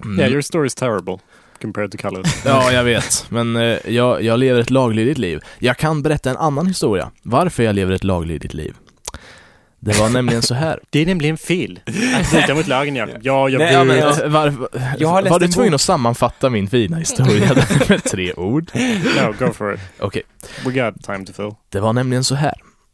Speaker 3: Mm.
Speaker 1: Yeah, your story is terrible compared to Kalles.
Speaker 3: Ja, jag vet. Men eh, jag, jag lever ett laglydigt liv. Jag kan berätta en annan historia. Varför jag lever ett laglydigt liv. Det var nämligen så här.
Speaker 1: Det är nämligen fel. Att bryta mot lagen, Jakob. Ja, jag
Speaker 2: Nej, ja, men
Speaker 1: vet.
Speaker 2: jag-
Speaker 3: Eh, Varför,
Speaker 2: Jag har läst
Speaker 3: var du
Speaker 2: en
Speaker 3: tvungen
Speaker 2: bok.
Speaker 3: att sammanfatta min fina historia med tre ord?
Speaker 1: No, go for it.
Speaker 3: Okej.
Speaker 1: We got time to fill.
Speaker 3: Det var nämligen så här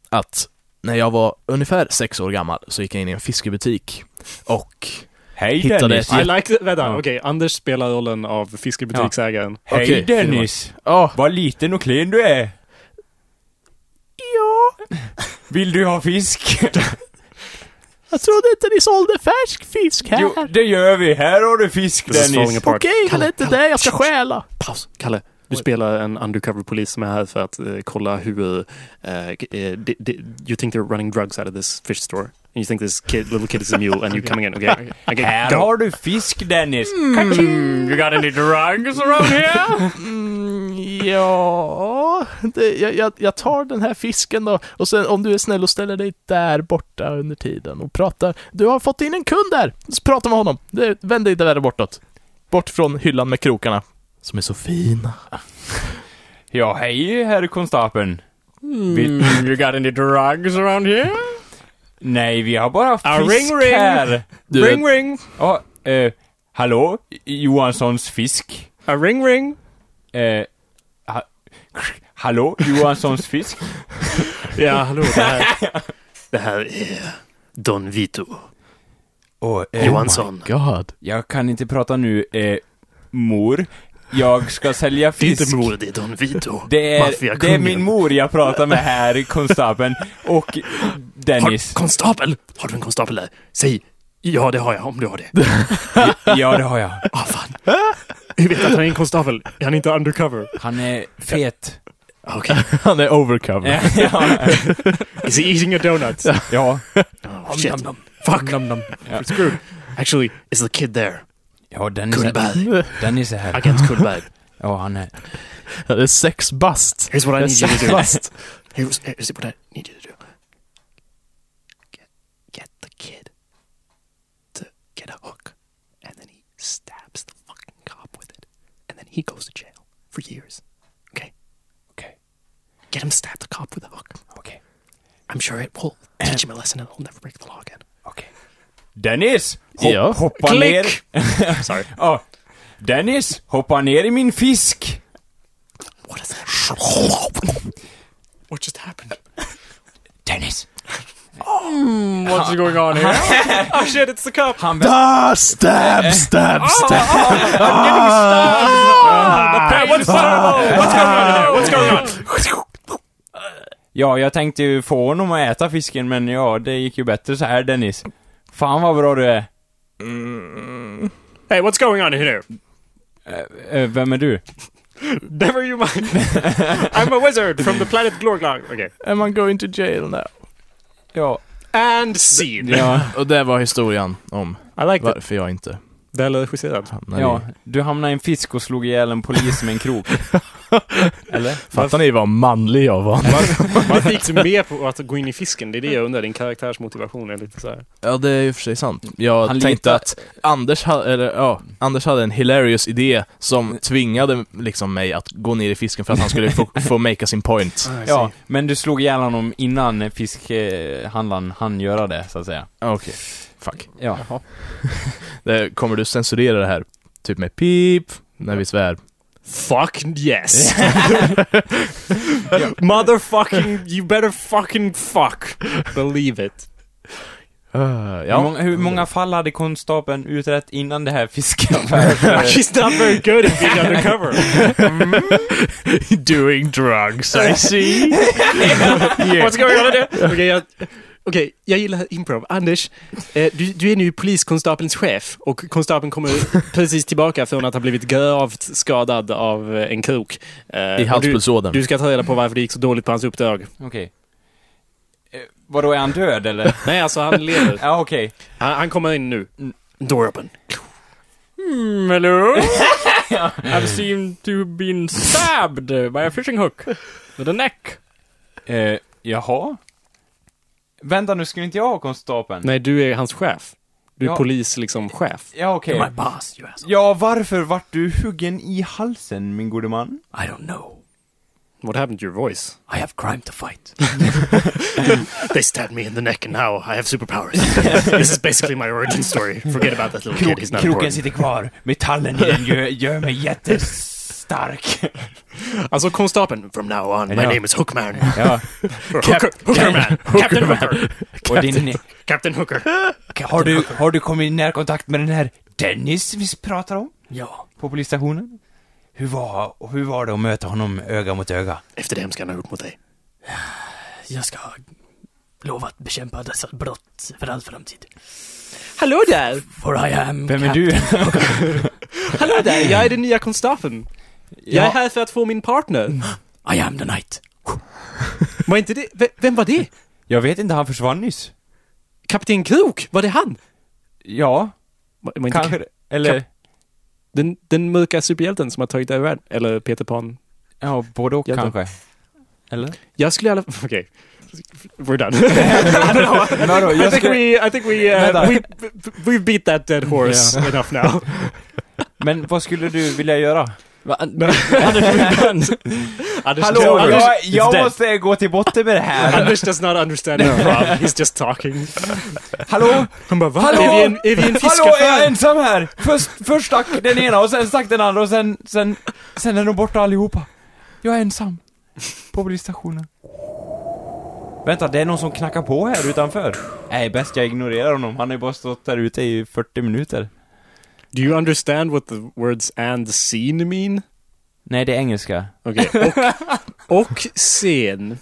Speaker 3: att när jag var ungefär sex år gammal så gick jag in i en fiskebutik och
Speaker 2: Hej
Speaker 3: Hittade
Speaker 2: Dennis!
Speaker 3: ett
Speaker 1: I
Speaker 3: Ja.
Speaker 1: like that. Vänta,
Speaker 2: Ja.
Speaker 1: okej. Anders spelar rollen av fiskebutiksägaren.
Speaker 2: Hej
Speaker 3: Okej,
Speaker 2: Dennis!
Speaker 3: Åh,
Speaker 2: Vad liten och klen du är! Ja. Vill du ha fisk?
Speaker 3: jag trodde inte ni sålde färsk fisk här.
Speaker 2: Jo, det gör vi. Här har du fisk
Speaker 1: This is falling
Speaker 2: Dennis.
Speaker 1: apart.
Speaker 3: Okej, men det är inte det jag ska stjäla.
Speaker 1: Paus! Kalle, du spelar en undercover-polis som är här för att eh, kolla hur... eh, k- eh, di- di- you think they're running drugs out of this fish store. And you think this kid, little kid is a mule and you're coming in. Okay, okay
Speaker 2: Här
Speaker 1: go.
Speaker 2: har du fisk Dennis.
Speaker 5: You got any drugs around here?
Speaker 3: Mm, ja, det, jag, jag, jag tar den här fisken då. Och sen om du är snäll och ställer dig där borta under tiden och pratar. Du har fått in en kund där! Så prata med honom. Du, vänd dig där bortåt. Bort från hyllan med krokarna. Som är så fina.
Speaker 2: Ja, hej herr konstapeln. Vill-
Speaker 5: Mm, you got any drugs around here?
Speaker 2: Nej, vi har bara
Speaker 1: Ah,
Speaker 2: fisk
Speaker 1: ring, ring.
Speaker 2: här.
Speaker 3: Du,
Speaker 1: Ring, ring!
Speaker 2: Ja, eh, hallå? Johanssons fisk?
Speaker 1: A ring, ring!
Speaker 2: Eh, ha, hallå? Johanssons fisk?
Speaker 1: Ja, hallå, det här...
Speaker 5: Det här är Don Vito
Speaker 2: Oh,
Speaker 1: eh,
Speaker 5: Johansson.
Speaker 3: God.
Speaker 2: Jag kan inte prata nu, eh, mor. Jag ska sälja
Speaker 5: Det är
Speaker 2: fisk.
Speaker 5: inte mor, det är Don Vito.
Speaker 2: Det är, det är
Speaker 5: Maffiakungen.
Speaker 2: min mor jag pratar med här, konstapeln. Och Dennis.
Speaker 5: Har, konstapel! Har du en konstapel där? Säg ja, det har jag, om du har det.
Speaker 2: Ja, det har jag.
Speaker 5: Ah, fan.
Speaker 1: Vi vet att han är en konstapel. Han är inte undercover.
Speaker 2: Han är fet.
Speaker 5: Ah, Okej.
Speaker 3: Han är overcover.
Speaker 2: Ja, ja.
Speaker 1: Is he eating a donut?
Speaker 2: ja.
Speaker 5: Oh, shit.
Speaker 4: Fuck! Nom, nom.
Speaker 1: Screwed.
Speaker 5: Actually, is the kid there?
Speaker 2: ja Dennis, är,
Speaker 5: Kullberg.
Speaker 2: Dennis är här.
Speaker 5: Agent Kullberg.
Speaker 2: Ja, han är.
Speaker 3: Det är sex bast.
Speaker 5: Here's what I
Speaker 3: Det är
Speaker 5: need you to
Speaker 3: sex
Speaker 5: do.
Speaker 3: bast.
Speaker 5: Here's, here's what I need you to do. Get, get the kid to get a hook, and then he stabs the fucking cop with it, and then he goes to jail for years. Okay.
Speaker 2: Okay.
Speaker 5: Get him stabbed the cop with a hook.
Speaker 2: Okej.
Speaker 5: I'm sure it will teach him a lesson, and he'll never break the law again.
Speaker 2: Okej. Dennis! Hop,
Speaker 3: Ja.
Speaker 2: Hoppa ner.
Speaker 5: Sorry.
Speaker 2: Ja. Dennis, hoppa ner i min fisk.
Speaker 5: What is that? what just happened?
Speaker 2: Dennis.
Speaker 4: What's going on here?
Speaker 1: Oh shit, it's the cop!
Speaker 2: Han
Speaker 3: Ah, stab, stab, stab.
Speaker 1: what's, what's going on in there? What's going on?
Speaker 2: Ja, jag tänkte ju få honom att äta fisken, men ja, det gick ju bättre så här Dennis. Fan vad bra du är.
Speaker 1: Hey, what's going on here?
Speaker 2: Eh, vem är du?
Speaker 1: Never you mind. I'm a wizard from the planet Glorglog. Okay.
Speaker 3: Am I going to jail now?
Speaker 2: Ja.
Speaker 1: And scene.
Speaker 2: Ja,
Speaker 3: Och det var historien om
Speaker 1: I like that.
Speaker 3: varför jag inte
Speaker 1: Väl regisserad.
Speaker 3: hamnade
Speaker 2: ja.
Speaker 3: i...
Speaker 2: Du hamnade i en fisk och slog ihjäl en polis med en krok. Eller?
Speaker 3: Fattar ni vad manlig jag var?
Speaker 1: Varför gick du med på att gå in i fisken? Det är det jag undrar. Din karaktärsmotivation är lite så här.
Speaker 3: Ja, det är i och för sig sant. Jag
Speaker 2: Han
Speaker 3: tänkte
Speaker 2: letar-
Speaker 3: att Anders, ha, eller, ja, Anders hade en hilarious idé som tvingade liksom mig att gå ner i fisken för att han skulle få, få makea sin point.
Speaker 2: Ja, men du slog ihjäl honom innan fiskhandlaren hann göra det, så att säga.
Speaker 3: Okej. Fuck.
Speaker 2: Ja.
Speaker 3: Det, kommer du censurera det här? Typ med pip, när vi svär.
Speaker 1: Fuck yes. Motherfucking, you better fucking fuck. Believe it.
Speaker 3: Uh,
Speaker 2: Hur,
Speaker 3: ja.
Speaker 2: många, hur många fall hade konstapeln utrett innan det här fiskaffären?
Speaker 1: She's not very good at being undercover.
Speaker 3: Doing drugs, I see.
Speaker 1: What's going on in there? Okej, jag, okej, jag gillar improv. Anders, eh, du, du är nu poliskonstapelns chef och konstapeln kommer precis tillbaka från att ha blivit gravt skadad av eh, en krok. Eh, och
Speaker 3: I halspulsådern.
Speaker 1: Du, du ska ta reda på varför det gick så dåligt på hans uppdrag.
Speaker 2: Okej. Eh, Vadå, är han död eller?
Speaker 1: Nej, alltså han lever.
Speaker 2: Ja, okej.
Speaker 1: Han, han kommer in nu.
Speaker 5: Door open.
Speaker 4: Mm, hello? I've seemed to have been stabbed by a fishing hook. With a neck.
Speaker 2: Eh, jaha? Vänta nu, skulle inte jag ha konstapeln?
Speaker 1: Nej, du är hans chef. Du är
Speaker 2: Ja.
Speaker 1: polis liksom chef.
Speaker 2: Ja, okej.
Speaker 5: My boss, you asshole.
Speaker 2: Ja, varför vart du huggen i halsen, min gode man?
Speaker 5: I don't know.
Speaker 1: What happened to your voice?
Speaker 5: I have crime to fight. they stabbed me in the neck, and now I have superpowers. this is basically my origin story. Forget about that little kid. He's not important.
Speaker 2: sitter kvar, metallen i den gör, gör mig jättes... stark.
Speaker 1: Alltså konstapeln.
Speaker 5: From now on, my
Speaker 2: Ja.
Speaker 5: name is Hookman.
Speaker 2: Ja,
Speaker 1: Hooker, Hookerman. Captain Hooker.
Speaker 2: och din...
Speaker 1: Captain Hooker.
Speaker 2: Har du, har du kommit i närkontakt med den här Dennis vi pratar om?
Speaker 4: Ja.
Speaker 2: På polisstationen? Hur var, och hur var det att möta honom öga mot öga?
Speaker 5: Efter det hemska han har gjort mot dig.
Speaker 4: Jag ska lova att bekämpa dessa brott för all framtid.
Speaker 1: Hallå där!
Speaker 4: For I am
Speaker 2: Vem är du?
Speaker 1: Hallå där! Jag är den nya konstapeln. Jag är
Speaker 2: Ja,
Speaker 1: här för att få min partner.
Speaker 4: cap- I am the knight.
Speaker 1: Var inte det... ve- Vem var det?
Speaker 2: jag vet inte, han försvann nyss.
Speaker 1: Kapten Krok? Var det han?
Speaker 2: Ja,
Speaker 1: Var, var inte
Speaker 2: kanske. Eller,
Speaker 1: den, den mörka superhjälten som har tagit över världen? Eller Peter Pan?
Speaker 2: ja, både och
Speaker 1: Jag vet
Speaker 2: kanske. Eller?
Speaker 1: Jag skulle i alla Okej. We're done.
Speaker 2: Vadå,
Speaker 1: I
Speaker 2: jag
Speaker 1: think
Speaker 2: skulle,
Speaker 1: we, I think we,
Speaker 2: Vänta.
Speaker 1: uh, we, we beat that dead horse enough now.
Speaker 2: men vad skulle du vilja göra?
Speaker 1: Anders,
Speaker 2: Hallå,
Speaker 1: Anders,
Speaker 2: jag, jag
Speaker 1: dead.
Speaker 2: måste gå till botten med det här.
Speaker 1: Anders does not understand improv. He's just talking.
Speaker 2: Hallå?
Speaker 1: Han bara, va?
Speaker 2: Hallå?
Speaker 1: Är vi en, är vi en
Speaker 2: Hallå, är jag
Speaker 1: fiskaffär?
Speaker 2: ensam här? Först, först stack den ena och sen stack den andra och sen, sen, sen är de borta allihopa. Jag är ensam. På polisstationen. Vänta, det är någon som knackar på här utanför. Nej, bäst jag ignorerar honom. Han har ju bara stått där ute i 40 minuter.
Speaker 1: Do you understand what the words and scene mean?
Speaker 2: Nej, det är engelska.
Speaker 1: Okej, och, och scen.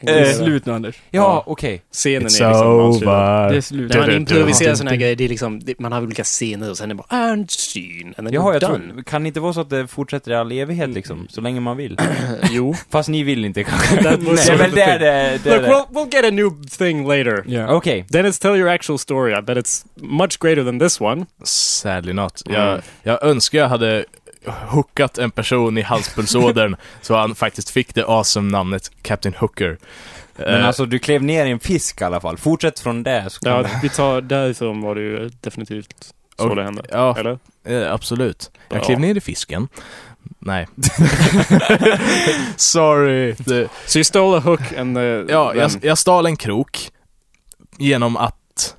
Speaker 4: Det är
Speaker 2: Eh,
Speaker 4: slut nu Anders.
Speaker 2: Ja, okej.
Speaker 1: Scenen är
Speaker 3: It's
Speaker 1: liksom avslutad.
Speaker 4: Det
Speaker 3: over.
Speaker 4: är slut.
Speaker 3: Det-
Speaker 5: När man
Speaker 3: det-
Speaker 5: improviserar
Speaker 3: det-
Speaker 5: sådana här grejer, det är liksom, det, man har olika scener och sen är det bara and scene. And then
Speaker 2: Jaha,
Speaker 5: you're
Speaker 2: jag
Speaker 5: done.
Speaker 2: tror, kan det inte vara så att det fortsätter i all evighet liksom? Så länge man vill.
Speaker 1: Jo.
Speaker 2: Fast ni vill inte kanske.
Speaker 1: That was
Speaker 2: Det är
Speaker 1: sort
Speaker 2: väl
Speaker 1: of the
Speaker 2: där
Speaker 1: thing.
Speaker 2: det... det är
Speaker 1: Look,
Speaker 2: det.
Speaker 1: we'll, we'll get a new thing later.
Speaker 4: Ja.
Speaker 2: Okej.
Speaker 1: Then it's tell your actual story. I bet it's much greater than this one.
Speaker 3: Sadly not.
Speaker 1: Mm.
Speaker 3: Jag, jag önskar jag hade hookat en person i halspulsådern så han faktiskt fick det awesome namnet Captain Hooker.
Speaker 2: Men
Speaker 3: Eh,
Speaker 2: alltså, du klev ner i en fisk i alla fall. Fortsätt från det. Så
Speaker 1: Ja, vi tar därifrån var det ju definitivt så
Speaker 3: Och-
Speaker 1: det hände.
Speaker 3: ja,
Speaker 1: Eller?
Speaker 3: Eh, absolut. Jag
Speaker 1: Ja.
Speaker 3: klev ner i fisken. Nej. Sorry. Det,
Speaker 1: So you stole a hook and the...
Speaker 3: ja, jag,
Speaker 1: then-
Speaker 3: jag stal en krok genom att...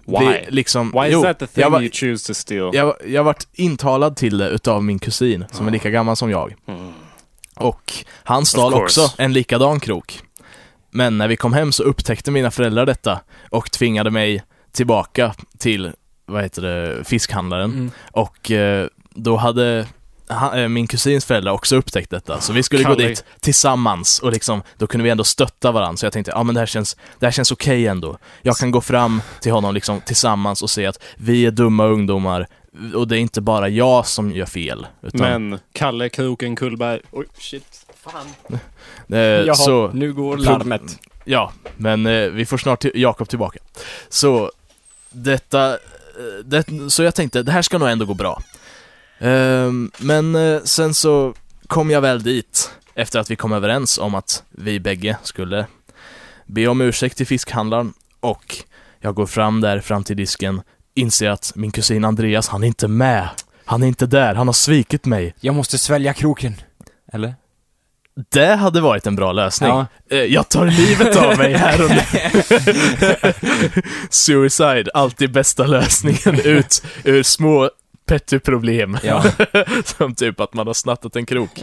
Speaker 1: Why?
Speaker 3: bli- liksom,
Speaker 1: Why is
Speaker 3: jo,
Speaker 1: that the thing
Speaker 3: jag, var,
Speaker 1: you choose to steal?
Speaker 3: jag, jag vart intalad till det utav min kusin som är lika gammal som jag.
Speaker 5: Mm.
Speaker 3: Och han stal
Speaker 1: Of course.
Speaker 3: också en likadan krok. Men när vi kom hem så upptäckte mina föräldrar detta och tvingade mig tillbaka till, vad heter det, fiskhandlaren.
Speaker 4: Mm.
Speaker 3: Och eh, då hade han, eh, min kusins föräldrar också upptäckt detta, så vi skulle gå
Speaker 1: Kalle.
Speaker 3: dit tillsammans och liksom, då kunde vi ändå stötta varandra. Så jag tänkte, ja ah, men det här känns, det här känns okej ändå. Jag kan gå fram till honom liksom tillsammans och se att vi är dumma ungdomar och det är inte bara jag som gör fel. Utan,
Speaker 1: Men Kalle Kroken Kullberg... Oj, shit.
Speaker 3: eh,
Speaker 4: Jaha,
Speaker 3: så,
Speaker 4: nu går larmet.
Speaker 3: Ja, men eh, vi får snart till Jakob tillbaka. Så detta, eh, det, så jag tänkte, det här ska nog ändå gå bra. Ehm, men eh, sen så kom jag väl dit efter att vi kom överens om att vi bägge skulle be om ursäkt till fiskhandlaren och jag går fram där fram till disken, inser att min kusin Andreas, han är inte med. Han är inte där, han har svikit mig.
Speaker 2: Jag måste svälja kroken. Eller?
Speaker 3: Det hade varit en bra lösning.
Speaker 2: Ja.
Speaker 3: Eh, Jag tar livet av mig här och nu. Suicide, alltid bästa lösningen ut ur små petty-problem.
Speaker 2: Ja.
Speaker 3: Som typ att man har snattat en krok.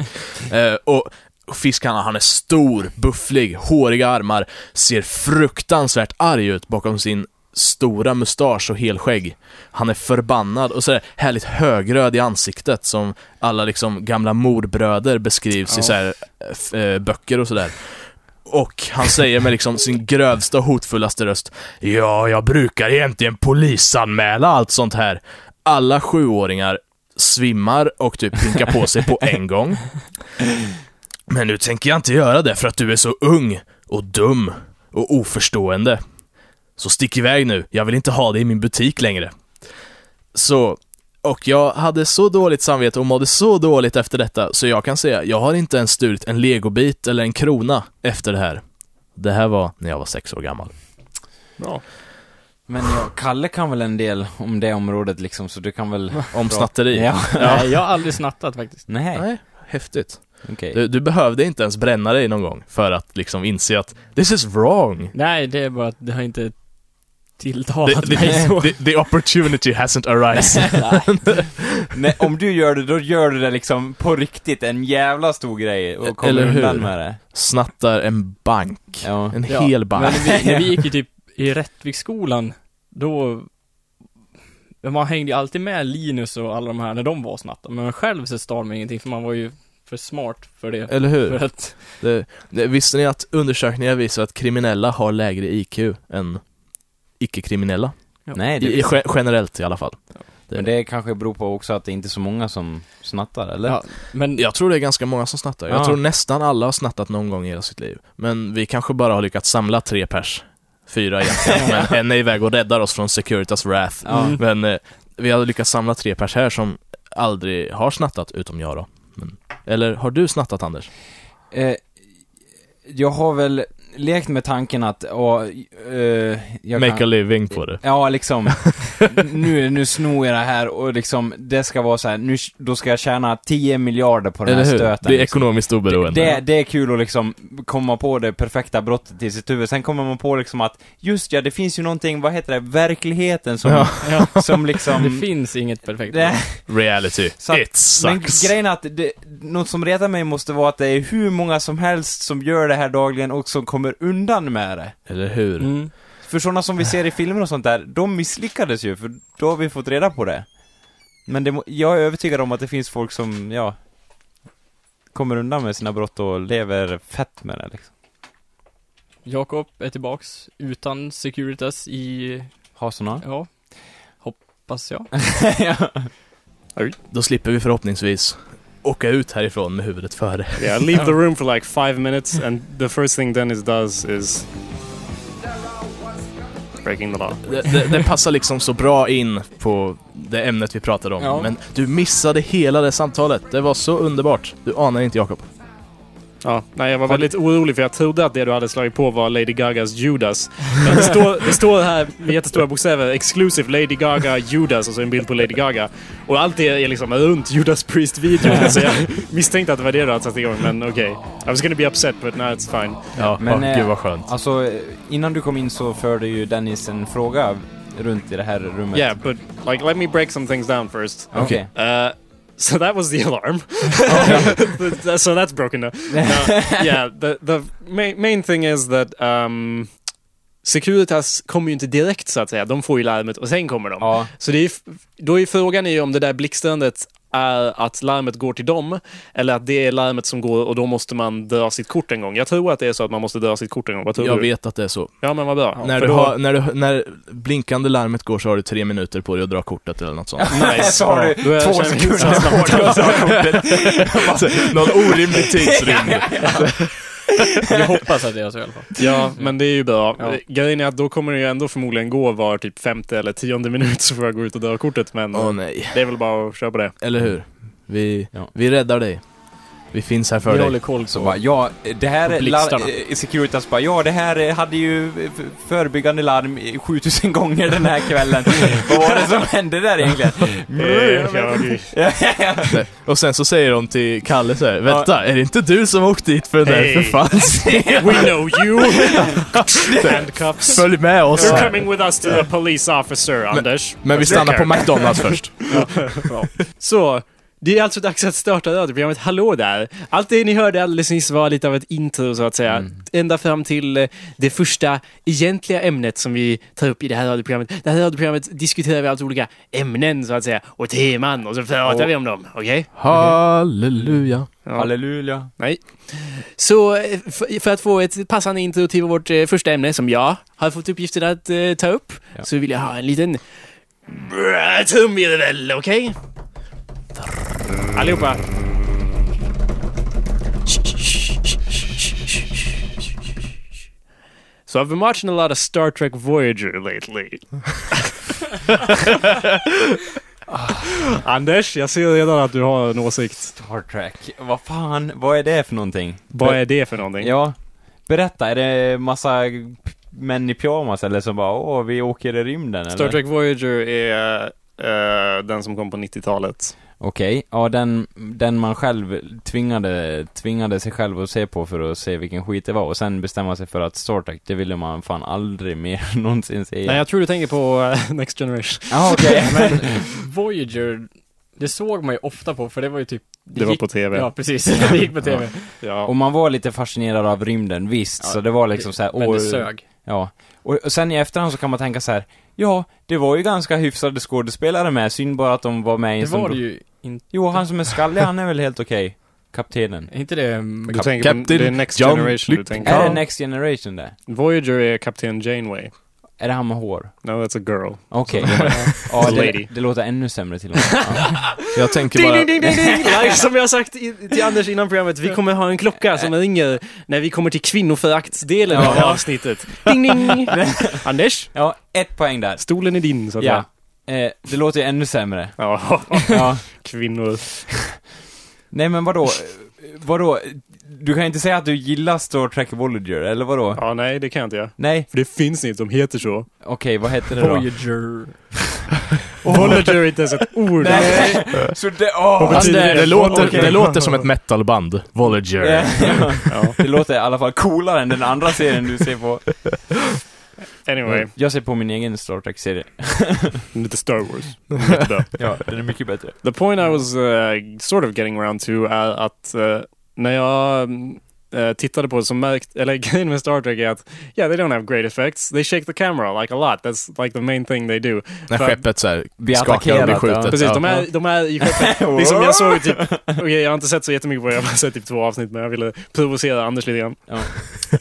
Speaker 3: Eh, och fiskhandlaren, han är stor, bufflig, håriga armar, ser fruktansvärt arg ut bakom sin stora mustasch och helskägg. Han är förbannad och så där härligt högröd i ansiktet som alla liksom gamla morbröder beskrivs i så här, eh, f- eh, böcker och sådär. Och han säger med liksom sin grövsta och hotfullaste röst Ja, jag brukar egentligen polisanmäla allt sånt här. Alla sjuåringar svimmar och typ pinkar på sig på en gång. Men nu tänker jag inte göra det för att du är så ung och dum och oförstående. Så stick iväg nu, jag vill inte ha dig i min butik längre. Så, och jag hade så dåligt samvete och mådde så dåligt efter detta så jag kan säga, jag har inte ens stulit en legobit eller en krona efter det här. Det här var när jag var sex år gammal.
Speaker 1: Ja.
Speaker 2: Men ja, Kalle kan väl en del om det området liksom, så du kan väl...
Speaker 3: Om snatteri.
Speaker 2: Ja.
Speaker 4: Nej, jag har aldrig snattat faktiskt.
Speaker 2: Nej,
Speaker 3: Nej, häftigt.
Speaker 2: okej.
Speaker 3: Du, du behövde inte ens bränna dig någon gång för att liksom inse att this is wrong.
Speaker 4: Nej, det är bara att det har inte tilltalat
Speaker 3: the,
Speaker 4: mig så.
Speaker 3: the, the opportunity hasn't arisen.
Speaker 2: Nej, om du gör det, då gör du det liksom på riktigt, en jävla stor grej och kommer
Speaker 3: Eller hur?
Speaker 2: undan med det.
Speaker 3: Snattar en bank.
Speaker 2: Ja.
Speaker 3: En
Speaker 4: Ja,
Speaker 3: hel bank.
Speaker 4: Men när vi, när vi gick i typ i Rättviksskolan, då... Man hängde ju alltid med Linus och alla de här när de var snatta, men själv så stal man ingenting för man var ju för smart för det.
Speaker 3: Eller hur?
Speaker 4: För att,
Speaker 3: Det, det, visste ni att undersökningar visar att kriminella har lägre IQ än icke-kriminella?
Speaker 4: Ja.
Speaker 2: Nej, det,
Speaker 3: I, i, ge- generellt i alla fall.
Speaker 2: men det kanske beror på också att det inte är så många som snattar, eller?
Speaker 4: ja, men
Speaker 3: Jag tror det är ganska många som snattar. Jag
Speaker 2: Ja.
Speaker 3: tror nästan alla har snattat någon gång i hela sitt liv. Men vi kanske bara har lyckats samla tre pers. Fyra egentligen, men en är iväg och räddar oss från Securitas Wrath.
Speaker 2: Ja.
Speaker 4: Mm.
Speaker 3: Men eh, vi har lyckats samla tre pers här som aldrig har snattat, utom jag då. Men, eller har du snattat Anders?
Speaker 2: Eh, jag har väl lekt med tanken att, ja, eh, jag
Speaker 3: Make
Speaker 2: kan...
Speaker 3: a living på det.
Speaker 2: Ja, liksom. nu, nu snor jag det här och liksom, det ska vara så här, nu, då ska jag tjäna 10 miljarder på den här
Speaker 3: Eller hur?
Speaker 2: stöten.
Speaker 3: det är
Speaker 2: liksom.
Speaker 3: ekonomiskt oberoende.
Speaker 2: det, det är kul att liksom komma på det perfekta brottet i sitt huvud, sen kommer man på liksom att, just ja, det finns ju någonting, vad heter det, verkligheten som,
Speaker 3: Ja.
Speaker 2: som liksom...
Speaker 4: det finns inget perfekt.
Speaker 2: det,
Speaker 3: Reality.
Speaker 2: Så att-
Speaker 3: It
Speaker 2: men
Speaker 3: sucks.
Speaker 2: grejen är att det, något som retar mig måste vara att det är hur många som helst som gör det här dagligen och som kommer undan med det.
Speaker 3: Eller hur?
Speaker 4: Mm.
Speaker 2: För sådana som vi ser i filmer och sånt där, de misslyckades ju, för då har vi fått reda på det. Men det, må- jag är övertygad om att det finns folk som, ja, kommer undan med sina brott och lever fett med det liksom.
Speaker 4: Jakob är tillbaks utan Securitas i,
Speaker 2: Har såna?
Speaker 4: ja, hoppas jag.
Speaker 2: ja.
Speaker 3: Då slipper vi förhoppningsvis åka ut härifrån med huvudet före.
Speaker 1: Yeah, leave the room for like five minutes, and the first thing Dennis does is breaking the law.
Speaker 3: Det, det, det passar liksom så bra in på det ämnet vi pratade om.
Speaker 4: Ja.
Speaker 3: Men du missade hela det samtalet. Det var så underbart. Du anar inte Jakob.
Speaker 1: Ja, nej, jag var väldigt orolig för jag trodde att det du hade slagit på var Lady Gagas Judas. Men det står, det står här med jättestora bokstäver, exclusive Lady Gaga Judas och så en bild på Lady Gaga. Och allt det är liksom runt Judas Priest-videon. Så jag misstänkte att det var det du hade satt igång, men okej. I was gonna be upset, but now it's fine.
Speaker 3: Ja,
Speaker 2: men,
Speaker 3: åh,
Speaker 2: eh,
Speaker 3: gud vad skönt.
Speaker 2: Alltså, eh, innan du kom in så förde ju Dennis en fråga runt i det här rummet.
Speaker 1: Yeah, but like let me break some things down first.
Speaker 2: Okej.
Speaker 1: Uh, so that was the alarm. so that's broken now. No, yeah, the, the ma- main thing is that um, Securitas kommer ju inte direkt så att säga. De får ju larmet och sen kommer de.
Speaker 2: Ja.
Speaker 1: Så det är, ju f- då är frågan är ju om det där blixtrandet är att larmet går till dem eller att det är larmet som går och då måste man dra sitt kort en gång. Jag tror att det är så att man måste dra sitt kort en gång. Vad tror
Speaker 3: Jag
Speaker 1: du?
Speaker 3: vet att det är så.
Speaker 1: Ja, men vad bra.
Speaker 3: när,
Speaker 1: För
Speaker 3: du
Speaker 1: då-
Speaker 3: har, när, du, när blinkande larmet går så har du tre minuter på dig att dra kortet eller något sånt.
Speaker 1: Nice.
Speaker 2: Så har du
Speaker 1: Ja, då är-
Speaker 2: två
Speaker 1: känner jag
Speaker 2: sekunder
Speaker 1: känslan.
Speaker 2: Alltså,
Speaker 3: Någon orimlig tidsrymd.
Speaker 4: Jag hoppas att det är så i alla fall.
Speaker 1: Ja, men det är ju bra.
Speaker 4: Ja.
Speaker 1: Grejen är att då kommer det ju ändå förmodligen gå var typ femte eller tionde minut så får jag gå ut och dra kortet, men
Speaker 3: Åh nej.
Speaker 1: det är väl bara att köra på det.
Speaker 3: Eller hur? Vi,
Speaker 2: Ja.
Speaker 3: vi räddar dig. Vi finns här för
Speaker 4: Vi
Speaker 3: dig.
Speaker 4: håller koll
Speaker 2: Så
Speaker 4: på
Speaker 2: bara, ja, det här
Speaker 4: Och
Speaker 2: är...
Speaker 4: blixtarna.
Speaker 2: lar- eh, Securitas bara, ja, det här eh, hade ju eh, f- förebyggande larm i 7000 gånger den här kvällen. Vad var det som hände där egentligen?
Speaker 1: Eh, ja, det-
Speaker 3: Nej. Och sen så säger de till Kalle så här, vänta, är det inte du som åkte dit för den där
Speaker 1: Hey.
Speaker 3: förfalskningen?
Speaker 1: We know you! Handcuffs.
Speaker 3: Följ med oss!
Speaker 1: You're coming with us to the police officer, Anders.
Speaker 3: Men vi stannar på McDonalds först.
Speaker 1: Så, det är alltså dags att starta radioprogrammet Hallå där. Allt det ni hörde alldeles nyss var lite av ett intro så att säga. Ända fram till eh, det första egentliga ämnet som vi tar upp i det här radioprogrammet. Det här radioprogrammet diskuterar vi alltså olika ämnen så att säga och teman och så pratar vi om dem. Okej?
Speaker 3: Halleluja.
Speaker 2: Halleluja.
Speaker 1: Nej. Så eh, f- för att få ett passande intro till vårt eh, första ämne som jag har fått uppgiften att eh, ta upp
Speaker 2: Ja.
Speaker 1: så vill jag ha en liten trumvirvel, okej? Allihopa. So I've been watching a lot of Star Trek Voyager lately. Anders, jag ser redan att du har en åsikt.
Speaker 2: Star Trek. Vad fan, vad är det för någonting?
Speaker 1: Vad är det för någonting?
Speaker 2: Ja, berätta, är det massa p- män i pyjamas eller som bara, åh, vi åker i rymden eller?
Speaker 1: Star Trek Voyager är eh, den som kom på 90-talet.
Speaker 2: Okej, ja den, den man själv tvingade, tvingade sig själv att se på för att se vilken skit det var och sen bestämma sig för att Star Trek, det ville man fan aldrig mer någonsin se
Speaker 1: Nej, jag tror du tänker på eh, Next Generation.
Speaker 2: ah, okej,
Speaker 4: Men Voyager, det såg man ju ofta på för det var ju typ
Speaker 1: Det var på TV.
Speaker 4: Ja precis, det gick på tv.
Speaker 1: Ja.
Speaker 2: Och man var lite fascinerad av rymden, visst, så det var liksom såhär,
Speaker 4: Men
Speaker 2: åh,
Speaker 1: eh,
Speaker 4: det sög.
Speaker 2: Ja. Och, och sen i efterhand så kan man tänka så här. ja, det var ju ganska hyfsade skådespelare med, synd bara att de var med i en
Speaker 4: Det
Speaker 2: sån...
Speaker 4: var det ju inte.
Speaker 2: Jo, han som är skallig, han är väl helt okej? Kaptenen.
Speaker 4: Är inte det... mm,
Speaker 1: Du
Speaker 4: kap-
Speaker 1: tänker på,
Speaker 3: Captain
Speaker 1: det är Next
Speaker 3: John
Speaker 1: Generation du
Speaker 3: Luke
Speaker 1: tänker
Speaker 2: Är
Speaker 1: på.
Speaker 2: det Next Generation det?
Speaker 1: Voyager är Kapten Janeway.
Speaker 2: Är det han med hår?
Speaker 1: No, that's a girl.
Speaker 2: Okej.
Speaker 1: It's
Speaker 2: Ja,
Speaker 1: a
Speaker 2: det,
Speaker 1: lady.
Speaker 2: det låter ännu sämre till och med. Ja.
Speaker 3: Jag
Speaker 1: Typ
Speaker 3: tänker bara...
Speaker 1: Som jag sagt i- till Anders innan programmet, vi kommer ha en klocka som ringer när vi kommer till kvinnoföraktsdelen av avsnittet. Ding ding! Anders,
Speaker 2: Ja, ett poäng där.
Speaker 1: stolen är din så att
Speaker 2: Ja. Eh, det låter ju ännu sämre.
Speaker 1: säga. Ja,
Speaker 2: Ja.
Speaker 1: kvinnor.
Speaker 2: Nej men vadå? Eh, Vadå? Du kan inte säga att du gillar Star Trek Voyager, eller vadå?
Speaker 1: Ja, nej, det kan jag inte göra.
Speaker 2: Nej?
Speaker 1: För det finns inget som heter så.
Speaker 2: Okej, vad heter det då?
Speaker 4: Voyager.
Speaker 1: Voyager är inte ens ett ord.
Speaker 2: Nej! Så det, åh!
Speaker 1: Vad betyder
Speaker 3: Det,
Speaker 1: det?
Speaker 3: låter,
Speaker 2: Okej.
Speaker 3: det låter som ett metalband. Voyager.
Speaker 2: Ja.
Speaker 1: Ja.
Speaker 2: Det låter i alla fall coolare än den andra serien du ser på.
Speaker 1: Anyway,
Speaker 2: Jag ser på min egen Star Trek-serie.
Speaker 1: lite Star Wars. Lite bra.
Speaker 2: Ja, den är mycket bättre.
Speaker 1: The point I was uh, sort of getting around to är att eh, när jag mm, eh, tittade på det så märkt, eller grejen med Star Trek är att yeah, they don't have great effects. They shake the camera like a lot. That's like the main thing they do.
Speaker 2: uh,
Speaker 3: När
Speaker 1: För-
Speaker 3: skeppet så här
Speaker 2: Blir
Speaker 3: skakar och blir
Speaker 2: attackerat, ja.
Speaker 3: skjutet.
Speaker 1: Precis,
Speaker 3: Ja.
Speaker 1: de
Speaker 2: uh.
Speaker 1: är, de är i skeppet. liksom jag såg typ, okej jag har inte sett så jättemycket på det, jag har bara sett typ två avsnitt men jag ville provocera Anders lite grann.
Speaker 2: Ja.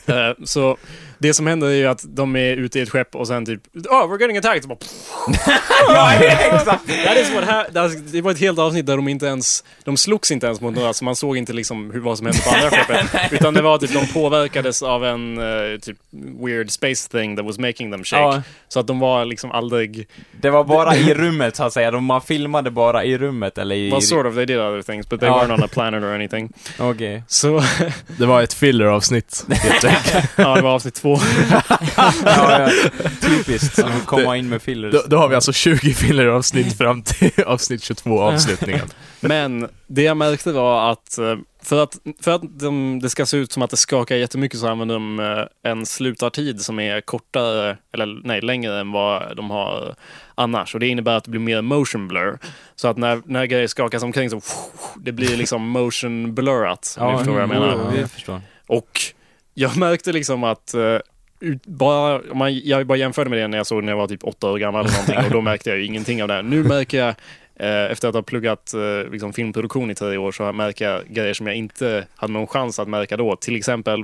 Speaker 1: Eh, så det som händer är ju att de är ute i ett skepp och sen typ, oh we're getting attacked! Och Bara,
Speaker 2: ja, exakt!
Speaker 1: That is what hap- that's, det var ett helt avsnitt där de inte ens, de slogs inte ens mot några, så man såg inte liksom hur, vad som hände på andra skeppet. Utan det var typ, de påverkades av en eh, typ weird space thing that was making them shake.
Speaker 2: Ja,
Speaker 1: Så att de var liksom aldrig,
Speaker 2: det var bara i rummet så att säga, de, man filmade bara i rummet eller i...
Speaker 1: well sort of, they did other things but they
Speaker 2: Ja.
Speaker 1: weren't on a planet or anything.
Speaker 2: Okej.
Speaker 1: Så,
Speaker 3: Det var ett filler-avsnitt, helt enkelt.
Speaker 1: ja det var avsnitt två.
Speaker 2: Ja, ja. Typiskt, att komma in med fillers.
Speaker 3: Då, då har vi alltså 20 filler-avsnitt fram till avsnitt 22, avslutningen.
Speaker 1: Men det jag märkte var att eh, för att, för att de, det ska se ut som att det skakar jättemycket så använder de eh, en slutartid som är kortare, eller nej, längre än vad de har annars. Och det innebär att det blir mer motion blur. Så att när, när grejer skakas omkring så det blir liksom motion blurrat. Om ni förstår vad jag menar.
Speaker 2: jo, vi förstår.
Speaker 1: Och jag märkte liksom att eh, ut- bara, om man, jag bara jämförde med det när jag såg när jag var typ åtta år gammal eller någonting och då märkte jag ju ingenting av det. Nu märker jag, eh, efter att ha pluggat eh, liksom filmproduktion i tio år, så märker jag grejer som jag inte hade någon chans att märka då. Till exempel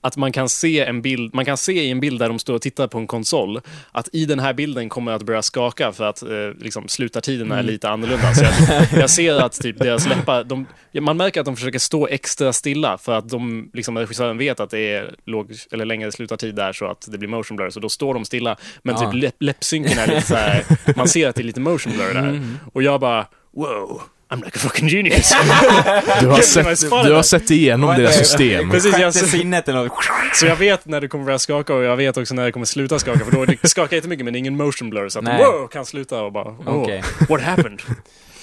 Speaker 1: att man kan se en bild, man kan se i en bild där de står och tittar på en konsol, att i den här bilden kommer att börja skaka för att eh, liksom, slutartiden
Speaker 3: Mm.
Speaker 1: är lite annorlunda. Så jag, jag ser att typ deras läppar, de, ja, man märker att de försöker stå extra stilla för att de, liksom, regissören vet att det är låg, eller längre slutartid där så att det blir motion blur, så då står de stilla. Men
Speaker 2: Ja.
Speaker 1: typ läpp, läppsynken är lite så här, man ser att det är lite motion blur där. Och jag bara, wow, I'm like a fucking genius.
Speaker 3: Mm. Du har
Speaker 1: Jävlar,
Speaker 3: sett,
Speaker 1: vad smart
Speaker 3: du
Speaker 1: det
Speaker 3: har
Speaker 1: där.
Speaker 3: sett igenom
Speaker 2: Vad är
Speaker 3: deras
Speaker 2: det?
Speaker 3: system.
Speaker 1: Precis, jag
Speaker 2: Sjätte sinnet eller något.
Speaker 1: Så jag vet när det kommer börja skaka och jag vet också när det kommer sluta skaka för då det skakar jättemycket men det är ingen motion blur så att
Speaker 2: Nej.
Speaker 1: wow, kan sluta och bara oh,
Speaker 2: Okej.
Speaker 1: what happened?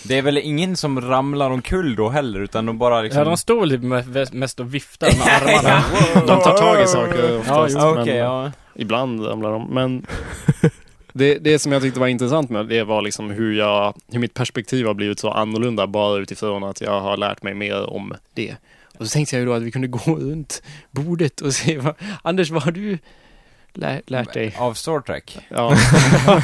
Speaker 2: Det är väl ingen som ramlar omkull då heller, utan de bara liksom...
Speaker 4: Ja, de stod väl typ me- mest och viftade med armarna.
Speaker 1: De tar tag i saker oftast
Speaker 2: Ja, okej,
Speaker 1: men
Speaker 2: ja.
Speaker 1: ibland ramlar de. Men det, det som jag tyckte var intressant med det var liksom hur, jag, hur mitt perspektiv har blivit så annorlunda bara utifrån att jag har lärt mig mer om det. Och så tänkte jag ju då att vi kunde gå runt bordet och se vad, Anders vad har du lä, lärt dig?
Speaker 2: Av Star Trek?
Speaker 1: Ja.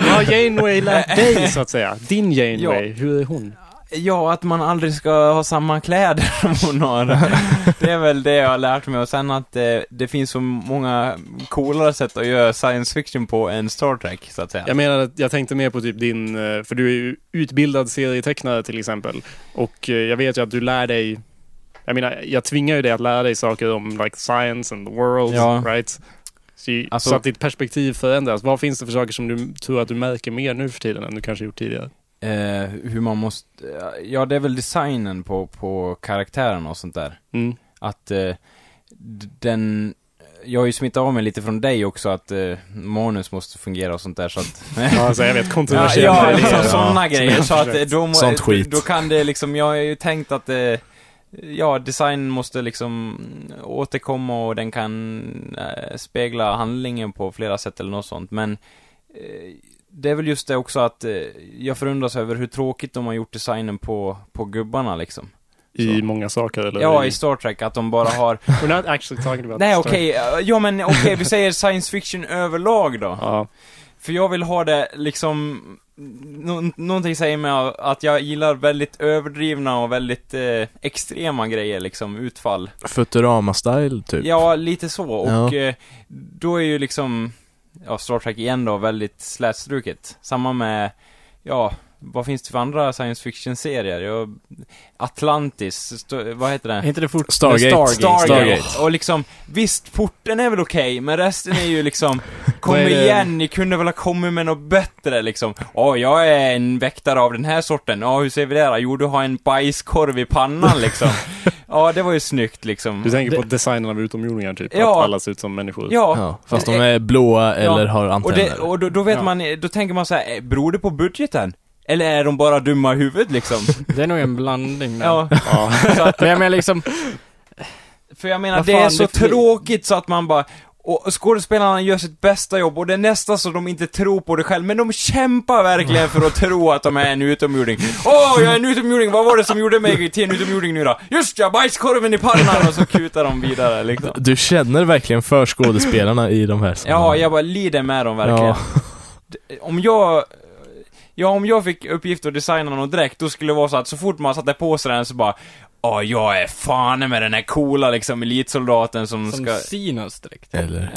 Speaker 1: ja, Janeway lärt dig så att säga. Din Janeway, hur är hon?
Speaker 2: Ja, att man aldrig ska ha samma kläder som hon har. Det är väl det jag har lärt mig. Och sen att eh, det finns så många coolare sätt att göra science fiction på än Star Trek, så att säga.
Speaker 1: Jag menar att jag tänkte mer på typ din, eh, för du är ju utbildad serietecknare till exempel. Och eh, jag vet ju att du lär dig, jag menar jag tvingar ju dig att lära dig saker om like science and the world,
Speaker 2: Ja.
Speaker 1: right? Så,
Speaker 2: Alltså-
Speaker 1: så att ditt perspektiv förändras. Vad finns det för saker som du tror att du märker mer nu för tiden än du kanske gjort tidigare?
Speaker 2: Eh, hur man måste... eh, Ja, det är väl designen på, på karaktären och sånt där.
Speaker 1: Mm.
Speaker 2: Att eh, d- den... jag har ju smittat av mig lite från dig också att eh, manus måste fungera och sånt där så att...
Speaker 1: Alltså, jag vet,
Speaker 2: Ja,
Speaker 1: kontroversiella
Speaker 2: ja
Speaker 1: idéer.
Speaker 2: liksom sådana
Speaker 3: Ja.
Speaker 2: grejer. Så att eh, då, må-
Speaker 3: Sånt skit.
Speaker 2: då kan det liksom, jag har ju tänkt att eh, Ja, design måste liksom återkomma och den kan eh, spegla handlingen på flera sätt eller något sånt, men eh, det är väl just det också att eh, jag förundras över hur tråkigt de har gjort designen på, på gubbarna liksom.
Speaker 1: I många saker, eller?
Speaker 2: Ja, i Star Trek, att de bara har...
Speaker 1: We're not actually talking about
Speaker 2: Nej,
Speaker 1: Star-
Speaker 2: okej, eh, ja men okej, vi säger science fiction överlag då.
Speaker 1: Ja.
Speaker 2: För jag vill ha det liksom, nå- någonting säger mig att jag gillar väldigt överdrivna och väldigt eh, extrema grejer liksom, utfall.
Speaker 3: Futurama-style, typ.
Speaker 2: Ja, lite så. Och
Speaker 3: Ja.
Speaker 2: eh, då är ju liksom, ja, Star Trek igen då, väldigt slätstruket. Samma med, ja, vad finns det för andra science fiction-serier? Jag, Atlantis, stå, vad heter den?
Speaker 4: Är inte det fort...
Speaker 3: Stargate.
Speaker 4: Stargate.
Speaker 2: Stargate.
Speaker 3: Stargate.
Speaker 2: Och liksom, visst, porten är väl okej, men resten är ju liksom, kom
Speaker 1: Vad är det?
Speaker 2: igen, ni kunde väl ha kommit med något bättre liksom. Åh, jag är en väktare av den här sorten. Ja, hur ser vi det då? Jo, du har en bajskorv i pannan liksom. Ja, det var ju snyggt liksom.
Speaker 1: Du tänker på designen av utomjordingar, typ?
Speaker 2: Ja.
Speaker 1: Att alla ser ut som människor?
Speaker 2: Ja.
Speaker 3: Ja, fast de är blåa eller har
Speaker 2: Och,
Speaker 3: antenner.
Speaker 2: det, och då, då vet
Speaker 1: Ja.
Speaker 2: man, då tänker man så här, eh, beror det på budgeten? Eller är de bara dumma i huvudet liksom?
Speaker 4: Det är nog en blandning där.
Speaker 2: Ja. Så att-
Speaker 4: Men jag menar liksom,
Speaker 2: För jag menar,
Speaker 4: Vad
Speaker 2: det
Speaker 4: fan,
Speaker 2: är så
Speaker 4: det fly-
Speaker 2: tråkigt så att man bara och skådespelarna gör sitt bästa jobb och det är nästan så de inte tror på det själv, men de kämpar verkligen för att tro att de är en utomjording. Åh, jag är en utomjording, vad var det som gjorde mig till en utomjording nu då? Just ja, bajskorven i pannan! Och så kutar de vidare liksom.
Speaker 3: Du känner verkligen för skådespelarna i de här
Speaker 2: Ja, jag bara lider med dem verkligen.
Speaker 3: Ja.
Speaker 2: D- Om jag... Ja, om jag fick uppgift att designa någon dräkt, då skulle det vara så att så fort man satte på sig den så bara Ja, jag är fan med den här coola liksom elitsoldaten som,
Speaker 4: som
Speaker 2: ska...
Speaker 4: Sinus direkt.
Speaker 3: Eller?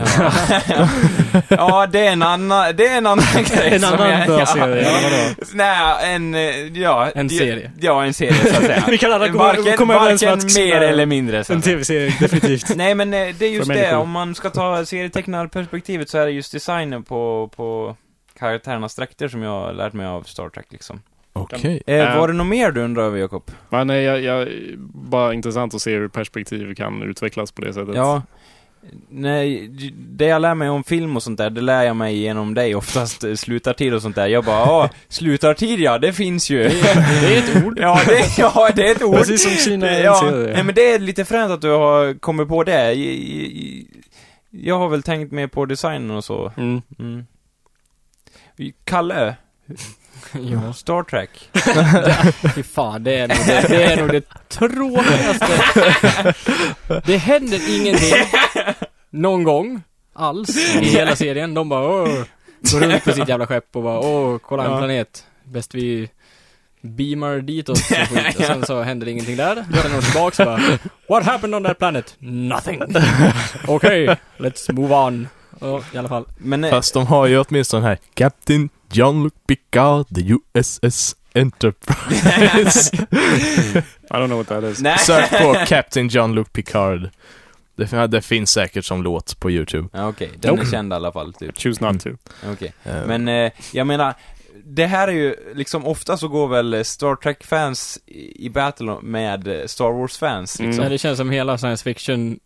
Speaker 2: Ja, det är en annan, det är en annan grej
Speaker 1: En
Speaker 2: som
Speaker 1: annan
Speaker 2: jag,
Speaker 1: bra serie, eller vadå?
Speaker 2: Nej, en, eh, ja.
Speaker 4: En
Speaker 2: det-
Speaker 4: serie.
Speaker 2: Ja, en serie så att säga.
Speaker 1: Vi kan alla komma-
Speaker 2: varken,
Speaker 1: komma överens om
Speaker 2: varken
Speaker 1: att
Speaker 2: mer
Speaker 1: skriva
Speaker 2: eller mindre så
Speaker 1: En
Speaker 2: att säga.
Speaker 1: tv-serie, definitivt.
Speaker 2: Nej men eh, det är just
Speaker 1: För
Speaker 2: det,
Speaker 1: människor.
Speaker 2: om man ska ta serietecknarperspektivet så är det just designen på, på karaktärernas dräkter som jag har lärt mig av Star Trek liksom.
Speaker 3: Okej.
Speaker 2: Eh,
Speaker 1: Ja.
Speaker 2: Var det något mer du undrar över Jakob?
Speaker 1: Ja, nej, jag, jag, bara intressant att se hur perspektiv kan utvecklas på det sättet.
Speaker 2: Ja. Nej, d- det jag lär mig om film och sånt där, det lär jag mig genom dig oftast, eh, slutartid och sånt där. Jag bara, ja, slutartid ja, det finns ju.
Speaker 4: Det är ett ord.
Speaker 2: Ja, det, ja, det är ett ord.
Speaker 1: Precis som Kina är en
Speaker 2: ja,
Speaker 1: serie.
Speaker 2: nej, men det är lite fränt att du har kommit på det. I- i- i- Jag har väl tänkt mer på designen och så.
Speaker 1: Mm.
Speaker 2: Mm. Kalle,
Speaker 4: Ja.
Speaker 2: Star Trek.
Speaker 4: Fy fan, det är nog det, det, är nog det tråkigaste. Det händer ingenting. Någon gång. Alls. I hela serien. De bara åh. Går runt på sitt jävla skepp och bara åh, kolla en
Speaker 2: Ja.
Speaker 4: planet. Bäst vi beamar ditåt. och skit. Och sen så händer ingenting där. Sen är de tillbaks och bara What happened on that planet? Nothing. Okej, let's move on. Och, I alla fall.
Speaker 2: Men eh,
Speaker 3: Fast de har ju åtminstone här Captain Jean-Luc Picard, the USS Enterprise.
Speaker 1: I don't know what that is.
Speaker 2: nej.
Speaker 3: Sök på Captain Jean-Luc Picard. Det, fin- det finns säkert som låt på YouTube.
Speaker 2: Ja, Okej, den är känd i alla fall, typ.
Speaker 1: Choose not to.
Speaker 2: Okej.
Speaker 3: Eh,
Speaker 2: Men eh, jag menar, det här är ju liksom, ofta så går väl eh, Star Trek-fans i i battle med eh, Star Wars-fans liksom.
Speaker 1: Mm.
Speaker 4: Det känns som hela science fiction.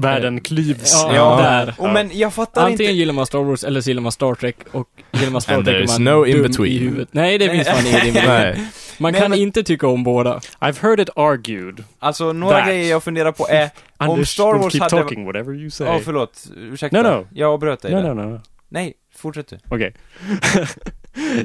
Speaker 1: Världen klyvs.
Speaker 4: Ja,
Speaker 2: Ja.
Speaker 4: där.
Speaker 2: Och men jag fattar
Speaker 4: Antingen
Speaker 2: inte...
Speaker 4: gillar man Star Wars eller så gillar man Star Trek och gillar man Star
Speaker 3: And
Speaker 4: Trek
Speaker 3: there
Speaker 4: är
Speaker 3: is
Speaker 4: man
Speaker 3: no in
Speaker 4: dum
Speaker 3: between.
Speaker 4: i huvudet. Nej, det finns fan inget in between.
Speaker 3: Nej.
Speaker 4: Man
Speaker 2: Nej,
Speaker 4: kan
Speaker 2: men-
Speaker 4: inte tycka om båda.
Speaker 1: I've heard it argued.
Speaker 2: Alltså, några
Speaker 1: That.
Speaker 2: grejer jag funderar på är... Om
Speaker 1: Anders
Speaker 2: Star
Speaker 1: will
Speaker 2: Wars
Speaker 1: keep
Speaker 2: hade-
Speaker 1: talking whatever you say.
Speaker 2: Ja, förlåt. Ursäkta.
Speaker 1: No, no.
Speaker 2: Jag avbröt dig
Speaker 1: no,
Speaker 2: där.
Speaker 1: no, no, no.
Speaker 2: Nej, fortsätt du.
Speaker 1: Okej.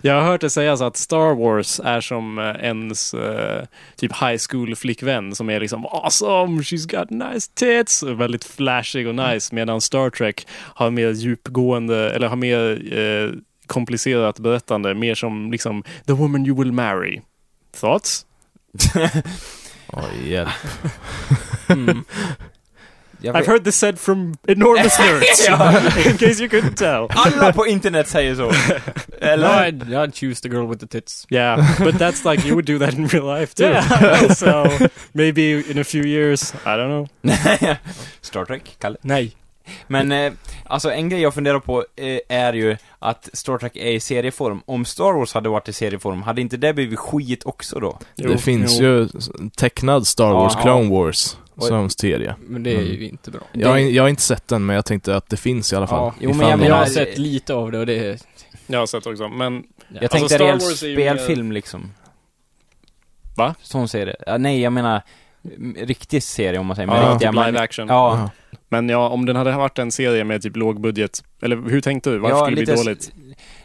Speaker 1: Jag har hört det sägas att Star Wars är som eh, ens eh, typ high school flickvän som är liksom awesome, she's got nice tits, och väldigt flashig och nice medan Star Trek har mer djupgående, eller har mer eh, komplicerat berättande, mer som liksom the woman you will marry. Thoughts?
Speaker 3: Oj, hjälp.
Speaker 4: Mm.
Speaker 2: Jag
Speaker 1: I've
Speaker 2: vet-
Speaker 1: heard this said from enormous nerds. In case you couldn't tell.
Speaker 2: Alla på internet säger så.
Speaker 4: No,
Speaker 2: Eller?
Speaker 4: I'd, I'd choose the girl with the tits.
Speaker 1: Yeah, but that's like you would do that in real life too. so maybe in a few years, I don't know.
Speaker 2: Star Trek, Kalle.
Speaker 4: Nej.
Speaker 2: Men eh, alltså en grej jag funderar på eh, är ju att Star Trek är i serieform. Om Star Wars hade varit i serieform, hade inte det blivit skit också då?
Speaker 1: Jo,
Speaker 3: det finns
Speaker 1: jo.
Speaker 3: ju s- tecknad Star Wars,
Speaker 2: Ja.
Speaker 3: Clone Wars.
Speaker 4: Oj.
Speaker 3: Sounds Teria.
Speaker 4: Men det är
Speaker 3: Mm.
Speaker 4: ju inte bra.
Speaker 3: Jag, har in- jag har inte sett den, men jag tänkte att det finns i alla fall.
Speaker 2: Ja, jo, men
Speaker 3: Ifall
Speaker 2: jag
Speaker 3: de-
Speaker 4: Jag har
Speaker 2: menar-
Speaker 4: sett lite av det och det är...
Speaker 1: Jag har sett också, men
Speaker 2: Jag tänkte
Speaker 1: Alltså, Star
Speaker 2: ren
Speaker 1: Wars är ju-
Speaker 2: spelfilm liksom.
Speaker 1: Va?
Speaker 2: Sån serie. Ja, nej, jag menar mm, riktig serie om man säger.
Speaker 1: ja,
Speaker 2: men riktiga,
Speaker 1: typ live
Speaker 2: men,
Speaker 1: action.
Speaker 2: Ja,
Speaker 3: Jaha.
Speaker 1: Men ja, om den hade varit en serie med typ låg budget, eller hur tänkte du? Varför
Speaker 2: ja,
Speaker 1: skulle det bli
Speaker 2: lite s-
Speaker 1: dåligt?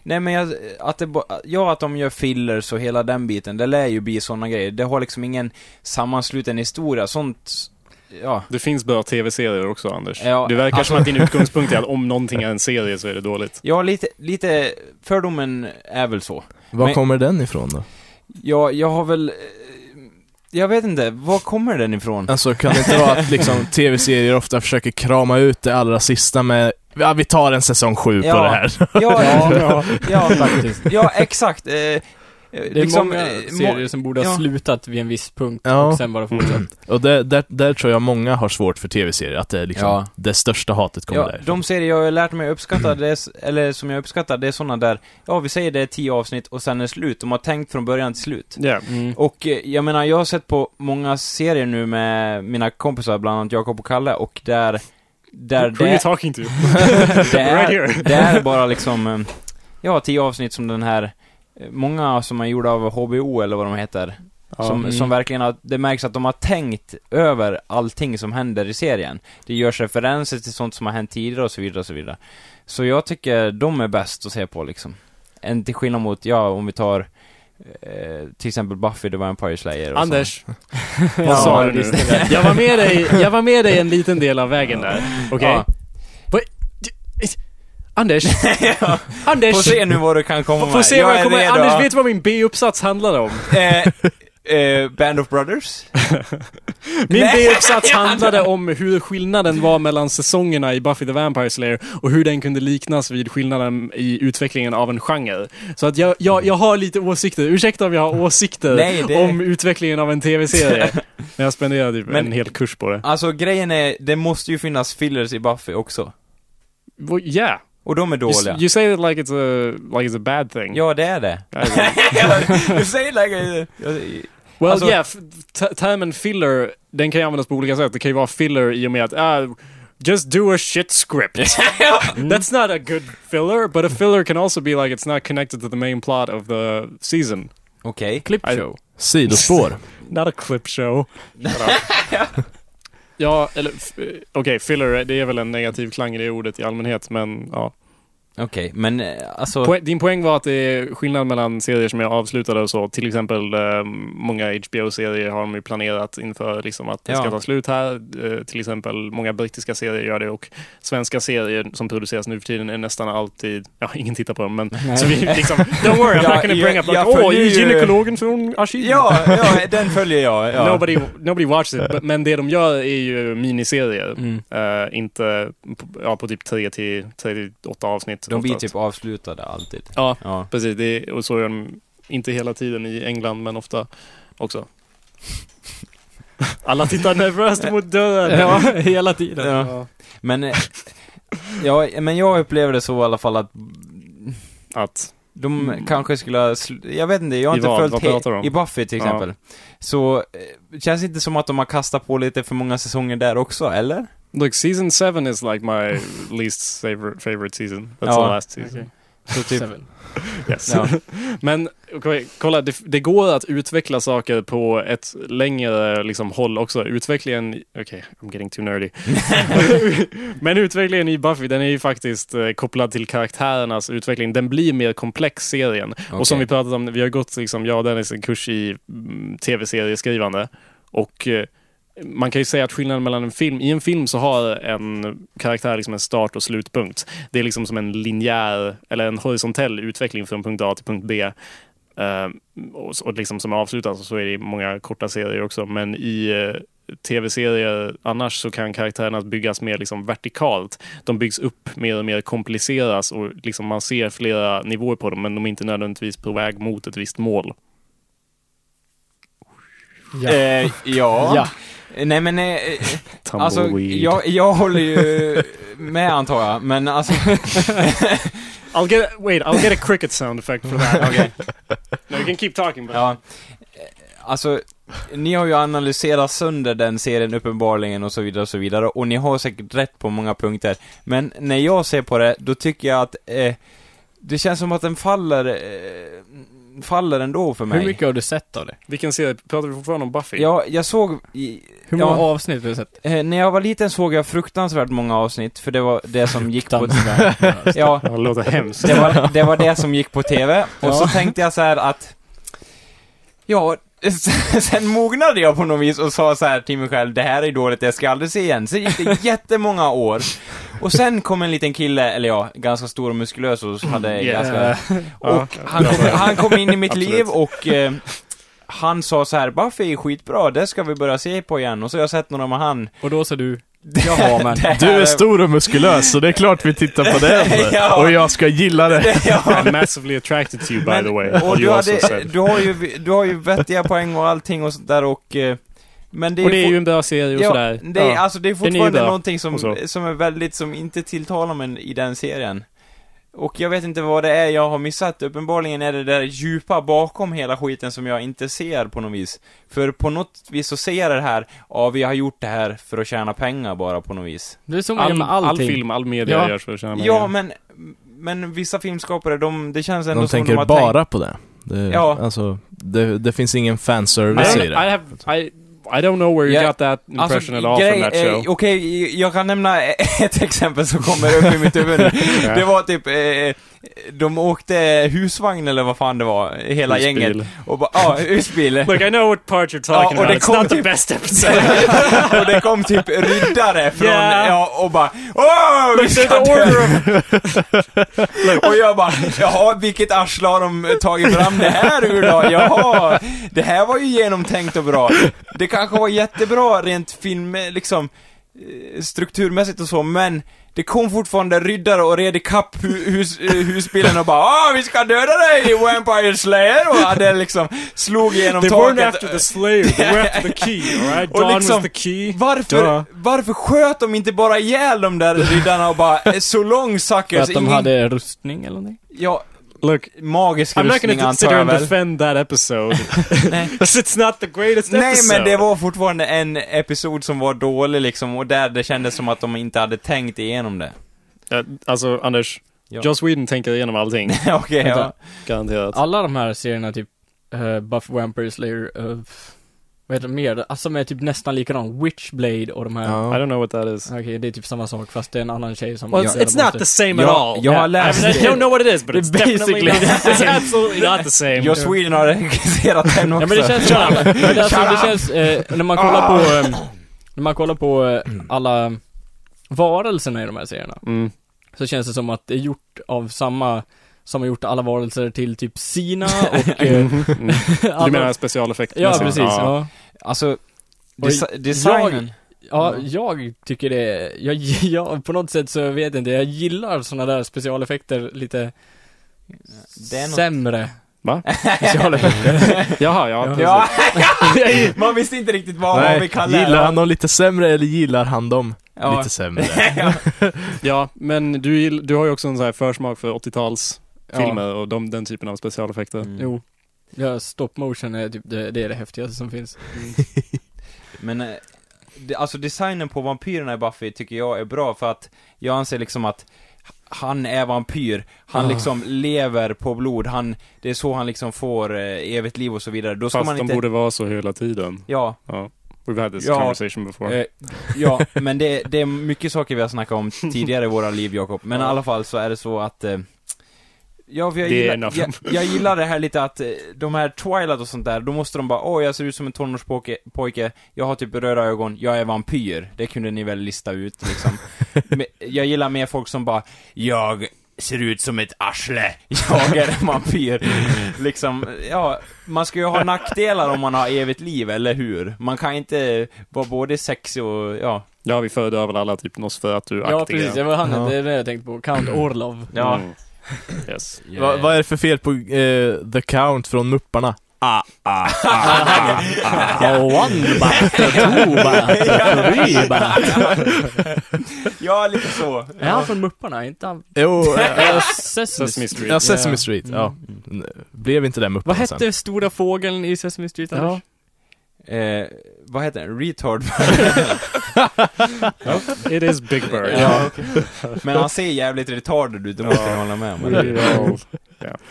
Speaker 2: Nej men jag, att det, ba- ja att de gör fillers och hela den biten, det lär ju bli sådana grejer. Det har liksom ingen sammansluten historia, sånt, ja.
Speaker 1: Det finns bra tv-serier också, Anders.
Speaker 2: Ja,
Speaker 1: det verkar
Speaker 2: alltså-
Speaker 1: som att din utgångspunkt är att om någonting är en serie så är det dåligt.
Speaker 2: Ja, lite, lite, fördomen är väl så.
Speaker 3: Var
Speaker 2: Men-
Speaker 3: kommer den ifrån då?
Speaker 2: Ja, jag har väl, eh, jag vet inte, var kommer den ifrån?
Speaker 3: Alltså kan det inte vara att liksom tv-serier ofta försöker krama ut det allra sista med Ja, vi tar en säsong sju på
Speaker 2: Ja.
Speaker 3: det här.
Speaker 2: Ja,
Speaker 4: ja,
Speaker 2: ja,
Speaker 4: faktiskt.
Speaker 2: ja exakt. Eh, liksom, det
Speaker 4: Det är
Speaker 1: liksom,
Speaker 4: många
Speaker 1: eh,
Speaker 4: serier som borde ha
Speaker 2: ja.
Speaker 4: slutat vid en viss punkt
Speaker 3: Ja.
Speaker 4: och sen bara fortsatt.
Speaker 3: Och där, där, där tror jag många har svårt för tv-serier, att det är liksom
Speaker 2: Ja.
Speaker 3: det största hatet kommer
Speaker 2: Ja,
Speaker 3: där.
Speaker 2: de serier jag har lärt mig uppskatta, det är, s- eller som jag uppskattar, det är sådana där, ja vi säger det är tio avsnitt och sen är det slut. De har tänkt från början till slut.
Speaker 1: Ja.
Speaker 3: Mm.
Speaker 4: Mm.
Speaker 2: Och eh, jag menar, jag har sett på många serier nu med mina kompisar, bland annat Jakob och Kalle, och där... Där
Speaker 1: Who are you
Speaker 2: det,
Speaker 1: talking to?
Speaker 2: det,
Speaker 1: right
Speaker 2: är,
Speaker 1: here.
Speaker 2: det är bara liksom, eh, ja, tio avsnitt som den här, eh, många som är gjorda av HBO eller vad de heter, som,
Speaker 4: Mm.
Speaker 2: som verkligen har, det märks att de har tänkt över allting som händer i serien. Det görs referenser till sånt som har hänt tidigare och så vidare och så vidare. Så jag tycker de är bäst att se på liksom. En till skillnad mot, ja, om vi tar eh, till exempel Buffy the Vampire Slayer och
Speaker 1: Anders,
Speaker 2: Ja,
Speaker 1: vad sa du nu?
Speaker 2: visst är det.
Speaker 1: Jag var, med dig, jag var med dig en liten del av vägen där. Okej?
Speaker 2: Ja.
Speaker 1: Vad- Anders!
Speaker 2: Ja.
Speaker 1: Anders!
Speaker 2: Får se nu vad du kan komma
Speaker 1: Får se
Speaker 2: med.
Speaker 1: vad
Speaker 2: är
Speaker 1: jag kommer...
Speaker 2: redo.
Speaker 1: Anders, vet du vad min B-uppsats handlade om?
Speaker 2: Eh, eh, Band of Brothers?
Speaker 1: Min
Speaker 2: Nej.
Speaker 1: B-uppsats handlade om hur skillnaden var mellan säsongerna i Buffy the Vampire Slayer och hur den kunde liknas vid skillnaden i utvecklingen av en genre. Så att jag, jag, jag har lite åsikter, ursäkta om jag har åsikter
Speaker 2: Nej, det-
Speaker 1: om utvecklingen av en tv-serie. Men jag spenderade typ
Speaker 2: Men-
Speaker 1: en hel kurs på det.
Speaker 2: Alltså grejen är, det måste ju finnas fillers i Buffy också.
Speaker 1: Well, yeah,
Speaker 2: Och de är
Speaker 1: you,
Speaker 2: dåliga.
Speaker 1: you say it like it's a, like it's a bad thing.
Speaker 2: Ja, det är det.
Speaker 1: I agree.
Speaker 2: du säger like... jag-
Speaker 1: Well
Speaker 2: Alltså-
Speaker 1: yeah, f- t- termen filler, den kan ju användas på olika sätt. Det kan ju vara filler i och med att ah, Just do a shit script. That's not a good filler, but a filler can also be like it's not connected to the main plot of the season.
Speaker 2: Okej.
Speaker 1: Clipshow.
Speaker 3: Sidospår.
Speaker 1: Not a clip show. ja, eller f- eh, okej, filler, det är väl en negativ klang i det ordet i allmänhet, men ja.
Speaker 2: Okej, men eh, alltså...
Speaker 1: Poäng, din poäng var att det är skillnad mellan serier som är avslutade och så. Till exempel eh, många HBO-serier har de ju planerat inför liksom, att det
Speaker 2: Ja.
Speaker 1: ska ta slut här. Eh, till exempel många brittiska serier gör det och svenska serier som produceras nu för tiden är nästan alltid, ja ingen tittar på dem men så vi liksom, don't worry I'm
Speaker 2: Ja,
Speaker 1: not gonna bring
Speaker 2: jag-
Speaker 1: up like,
Speaker 2: jag
Speaker 1: åh,
Speaker 2: följer ju-
Speaker 1: gynekologen från arkivet.
Speaker 2: ja, ja, den följer jag. Ja.
Speaker 1: Nobody, nobody watches it, but- men det de gör är ju miniserier.
Speaker 4: Mm.
Speaker 1: Eh, inte på- ja, på typ 3 till 3 till 8 avsnitt.
Speaker 2: De blir
Speaker 1: oftast.
Speaker 2: typ avslutade alltid.
Speaker 1: Ja.
Speaker 2: Ja.
Speaker 1: Precis, det är, och så är de inte hela tiden i England, men ofta också. Alla tittar nervöst mot dörren.
Speaker 4: Ja, hela tiden.
Speaker 2: Ja. Men, eh, ja, men jag upplever det så i alla fall att
Speaker 1: Att,
Speaker 2: de
Speaker 1: Mm.
Speaker 2: kanske skulle ha sl- jag vet inte, jag har
Speaker 1: I
Speaker 2: inte
Speaker 1: vad? Vad
Speaker 2: följt
Speaker 1: pratar du om?
Speaker 2: he- i Buffy till
Speaker 1: Ja.
Speaker 2: exempel. Så, eh, känns det inte som att de har kastat på lite för många säsonger där också, eller?
Speaker 1: look, season 7 is like my least favorite, favorite season. That's
Speaker 2: Ja.
Speaker 1: the last season.
Speaker 2: Så typ,
Speaker 4: Seven.
Speaker 1: Yes.
Speaker 2: Ja.
Speaker 1: Men okej, kolla, det, det går att utveckla saker på ett längre liksom, håll också. Utvecklingen, okej, I'm getting too nerdy. Men utvecklingen i Buffy, den är ju faktiskt eh, kopplad till karaktärernas utveckling. Den blir mer komplex, serien.
Speaker 2: Okej.
Speaker 1: Och som vi pratade om, vi har gått, liksom, jag och Dennis, en kurs i mm, tv-serieskrivande. Och eh, man kan ju säga att skillnaden mellan en film, i en film så har en karaktär liksom en start och slutpunkt. Det är liksom som en linjär, eller en horisontell utveckling från punkt A till punkt B. Eh, och, och liksom som är avslutad så är det i många korta serier också. Men i eh, tv-serier annars så kan karaktärerna byggas mer liksom vertikalt. De byggs upp mer och mer, kompliceras och liksom man ser flera nivåer på dem men de är inte nödvändigtvis på väg mot ett visst mål.
Speaker 4: Ja.
Speaker 2: Eh, ja.
Speaker 4: Ja.
Speaker 2: Nej men, eh, eh, alltså, jag, jag håller ju med antar jag, men alltså,
Speaker 1: I'll get, wait, I'll get a cricket sound effect for that.
Speaker 2: okej.
Speaker 1: No, you can keep talking but...
Speaker 2: Ja. Eh, Alltså, ni har ju analyserat sönder den serien uppenbarligen och så vidare och så vidare och ni har säkert rätt på många punkter. Men när jag ser på det, då tycker jag att eh, det känns som att den faller, eh, faller ändå för mig.
Speaker 4: Hur mycket har du sett av det?
Speaker 1: Vilken serie? Pratar vi fortfarande om Buffy?
Speaker 2: Ja, jag såg... I,
Speaker 4: Hur många
Speaker 2: ja,
Speaker 4: avsnitt har du sett?
Speaker 2: eh, när jag var liten såg jag fruktansvärt många avsnitt, för det var det som gick på... Ja,
Speaker 1: Det låter hemskt.
Speaker 2: det var, det var det som gick på TV. Och så tänkte jag så här att... Ja, sen mognade jag på något vis och sa så här till mig själv, det här är dåligt, jag ska aldrig se igen. Så gick det jättemånga år. Och sen kom en liten kille, eller ja, ganska stor och muskulös och hade ganska... Och han, kom, han kom in i mitt
Speaker 1: Absolut.
Speaker 2: liv och eh, han sa så här, Buffy är skitbra, det ska vi börja se på igen. Och så har jag sett några med han.
Speaker 4: Och då sa du, jaha men.
Speaker 2: Det
Speaker 3: Du
Speaker 2: här
Speaker 3: är stor och muskulös, så det är klart vi tittar på det.
Speaker 2: Ja.
Speaker 3: Och jag ska gilla det.
Speaker 2: Ja.
Speaker 1: I'm massively attracted to you by
Speaker 2: Men-
Speaker 1: the way.
Speaker 2: Och
Speaker 1: you
Speaker 2: du,
Speaker 1: also
Speaker 2: hade,
Speaker 1: said.
Speaker 2: du, har ju, du har ju vettiga poäng och allting och sånt där och... eh, Men det är,
Speaker 4: Och det är
Speaker 2: fort-
Speaker 4: ju en bra serie och
Speaker 2: ja,
Speaker 4: sådär.
Speaker 2: Det är, Alltså det är
Speaker 4: är ju
Speaker 2: fortfarande
Speaker 4: bra.
Speaker 2: någonting som,
Speaker 1: Och så.
Speaker 2: som är väldigt, som inte tilltalar mig i den serien. Och jag vet inte vad det är jag har missat. Uppenbarligen är det det där djupa bakom hela skiten som jag inte ser på något vis. För på något vis så ser jag det här, ja vi har gjort det här för att tjäna pengar bara på något vis.
Speaker 4: Det är som man gör
Speaker 1: All,
Speaker 4: med
Speaker 1: all
Speaker 4: allting.
Speaker 1: film, all media
Speaker 4: Ja.
Speaker 1: görs för att tjäna
Speaker 2: Ja,
Speaker 1: pengar.
Speaker 2: men, men vissa filmskapare, de, det känns ändå
Speaker 3: De
Speaker 2: som
Speaker 3: tänker
Speaker 2: de har
Speaker 3: bara på det. det
Speaker 2: Ja.
Speaker 3: Alltså, det, det finns ingen
Speaker 1: I,
Speaker 3: fanservice i
Speaker 1: don't, I,
Speaker 3: det.
Speaker 1: have, I, I don't know where you
Speaker 2: Ja.
Speaker 1: got that impression at all from
Speaker 2: Alltså, grej-
Speaker 1: that
Speaker 2: eh,
Speaker 1: show.
Speaker 2: Okej, jag kan nämna ett exempel som kommer upp i mitt huvud nu.
Speaker 1: Ja.
Speaker 2: Det var typ, eh, de åkte husvagn eller vad fan det var, hela
Speaker 1: Husbil.
Speaker 2: gänget. Och bara, ja, husbil.
Speaker 1: Look, I know what part you're
Speaker 2: Ja,
Speaker 1: talking
Speaker 2: och det
Speaker 1: about. It's
Speaker 2: kom
Speaker 1: not the
Speaker 2: typ-
Speaker 1: best episode.
Speaker 2: och det kom typ riddare från,
Speaker 1: Ja.
Speaker 2: ja, och bara Åh! vi
Speaker 1: Look, there's
Speaker 2: ska
Speaker 1: an
Speaker 2: dö."
Speaker 1: order of...
Speaker 2: Och jag bara, jaha, vilket arsle har de tagit fram det här ur då? Jaha, det här var ju genomtänkt och bra. Det kanske var jättebra rent film, liksom, eh, strukturmässigt och så, men det kom fortfarande riddare och red ikapp hu- hus, eh, husbilen och bara ah vi ska döda dig i Vampire Slayer! Och hade liksom, slog igenom
Speaker 1: They weren't
Speaker 2: taket.
Speaker 1: after the slayer, they were after the key, alright?
Speaker 2: Och
Speaker 1: Dawn
Speaker 2: liksom-
Speaker 1: was the key.
Speaker 2: Varför,
Speaker 1: Ja.
Speaker 2: varför sköt de inte bara ihjäl de där riddarna och bara eh, so long
Speaker 4: För
Speaker 2: suckers?
Speaker 4: att de
Speaker 2: Ingen-
Speaker 4: hade rustning eller någonting.
Speaker 2: Ja,
Speaker 1: Look,
Speaker 2: magisk
Speaker 1: I'm not
Speaker 2: rustning
Speaker 1: gonna
Speaker 2: antar
Speaker 1: sit here
Speaker 2: jag
Speaker 1: and
Speaker 2: väl.
Speaker 1: defend that episode.
Speaker 2: Nej.
Speaker 1: Because it's not the greatest
Speaker 2: Nej
Speaker 1: episode.
Speaker 2: men det var fortfarande en episod som var dålig liksom och där det kändes som att de inte hade tänkt igenom det.
Speaker 1: Ja, alltså, Uh, Anders.
Speaker 2: Ja.
Speaker 1: Joss Whedon tänker igenom allting.
Speaker 2: Okej, ja.
Speaker 4: Vänta.
Speaker 1: Garanterat.
Speaker 4: Alla de här serierna typ, uh, Buff Vampire Slayer, eh, vad heter de mer? Alltså som är typ nästan likadan, Witchblade och de här.
Speaker 1: I don't know what that is.
Speaker 4: Okej, det är typ samma sak fast det är en annan tjej som
Speaker 1: Well,
Speaker 4: Ja.
Speaker 1: it's, it's not the same at
Speaker 2: Ja,
Speaker 1: all.
Speaker 2: jag har
Speaker 1: Yeah.
Speaker 2: läst
Speaker 1: I, mean, I
Speaker 2: det.
Speaker 1: don't know what it is, but it's definitely
Speaker 4: Basically.
Speaker 1: not, it's absolutely not the same.
Speaker 2: Joss Sweden har regisserat den också.
Speaker 4: Ja men det känns som alla, men alltså, det känns, eh, när man kollar på, eh, när man kollar på eh, alla varelserna i de här serierna
Speaker 1: Mm.
Speaker 4: Så känns det som att det är gjort av samma, som har gjort alla varelser till typ sina och
Speaker 2: Mm.
Speaker 4: eh,
Speaker 1: Du
Speaker 4: alla,
Speaker 1: menar specialeffekter?
Speaker 4: Ja precis, ja.
Speaker 2: Alltså,
Speaker 4: Oj,
Speaker 2: desi- designen.
Speaker 4: Ja, jag tycker det, jag, jag, på något sätt så vet jag inte, jag gillar såna där specialeffekter lite
Speaker 2: Det är något-
Speaker 4: sämre
Speaker 1: Va?
Speaker 4: Specialeffekter?
Speaker 1: Jaha, ja. precis.
Speaker 2: Ja, man visste inte riktigt vad, vad vi
Speaker 3: Nej,
Speaker 2: kallade
Speaker 3: gillar han dem lite sämre eller gillar han dem
Speaker 2: ja.
Speaker 3: lite sämre?
Speaker 1: Ja, men du, gill- du har ju också en sån här försmak för 80-talsfilmer
Speaker 4: ja,
Speaker 1: och de, den typen av specialeffekter.
Speaker 2: Mm.
Speaker 4: Jo. Ja, stop motion är typ det, det är det häftigaste som finns
Speaker 2: Men, eh, det, alltså designen på vampyrerna i Buffy tycker jag är bra för att jag anser liksom att han är vampyr, han
Speaker 4: Ah.
Speaker 2: liksom lever på blod, han, det är så han liksom får eh, evigt liv och så vidare. Då ska
Speaker 1: Fast
Speaker 2: man
Speaker 1: de
Speaker 2: inte...
Speaker 1: borde vara så hela tiden.
Speaker 2: Ja,
Speaker 1: We've had this
Speaker 2: Ja,
Speaker 1: conversation before.
Speaker 2: eh, ja, men det, det är mycket saker vi har snackat om tidigare i våra liv Jakob, men i alla fall så är det så att eh, Ja, för jag,
Speaker 1: Det är
Speaker 2: gillar,
Speaker 1: enough.
Speaker 2: jag, jag gillar det här lite att eh, de här Twilight och sånt där, då måste de bara åh jag ser ut som en tonårspojke, pojke, jag har typ röda ögon, jag är vampyr. Det kunde ni väl lista ut liksom. Men jag gillar mer folk som bara jag ser ut som ett arsle, jag är en vampyr. liksom, ja, man ska ju ha nackdelar om man har evigt liv, eller hur? Man kan inte vara både sexig och, ja.
Speaker 1: Ja, vi föredrar väl alla typ Nosferatu-aktiga.
Speaker 4: Ja precis, det var han,
Speaker 3: Ja.
Speaker 4: det är det jag tänkte på, Count Orlov
Speaker 2: ja.
Speaker 1: Mm. Yes.
Speaker 3: Va, vad är det för fel på eh, The Count från Mupparna? Ah, ah, ah, ah, ah.
Speaker 4: One bat, two bat, three bat
Speaker 2: Ja, lite så.
Speaker 4: Är han från Mupparna? Är inte han?
Speaker 3: Jo, eh,
Speaker 4: Äh,
Speaker 1: Sesame
Speaker 4: Sesame
Speaker 1: Street.
Speaker 3: ja, Sesame Street,
Speaker 4: Mm.
Speaker 3: ja. Blev inte det Mupparna
Speaker 4: Vad
Speaker 3: sen?
Speaker 4: hette stora fågeln i Sesame Street
Speaker 1: Ja.
Speaker 4: Anders?
Speaker 2: Eh, vad heter den? Retard
Speaker 1: It is Big Bird.
Speaker 2: Ja, Men han ser jävligt retarded ut, det måste jag hålla med om. eller?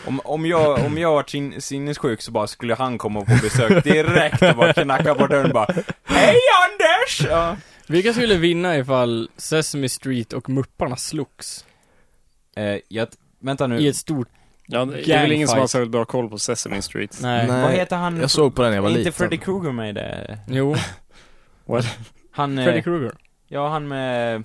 Speaker 2: Om, om jag, om jag varit sin, sinnessjuk så bara skulle han komma på besök direkt och bara knacka på dörren och bara Hej Anders! Ja.
Speaker 4: Vilka skulle vinna ifall Sesame Street och Mupparna slogs?
Speaker 2: Eh, jag, vänta nu.
Speaker 4: I ett stort...
Speaker 1: Ja, det är väl ingen som har
Speaker 4: Gangfight.
Speaker 1: särskilt bra koll på Sesame Street.
Speaker 4: Nej.
Speaker 2: Vad heter han?
Speaker 3: Jag såg på den när jag var
Speaker 2: Är inte
Speaker 3: liten.
Speaker 2: Freddy Krueger med i det?
Speaker 4: Jo,
Speaker 2: Han, eh,
Speaker 4: Freddy Krueger.
Speaker 2: ja han med,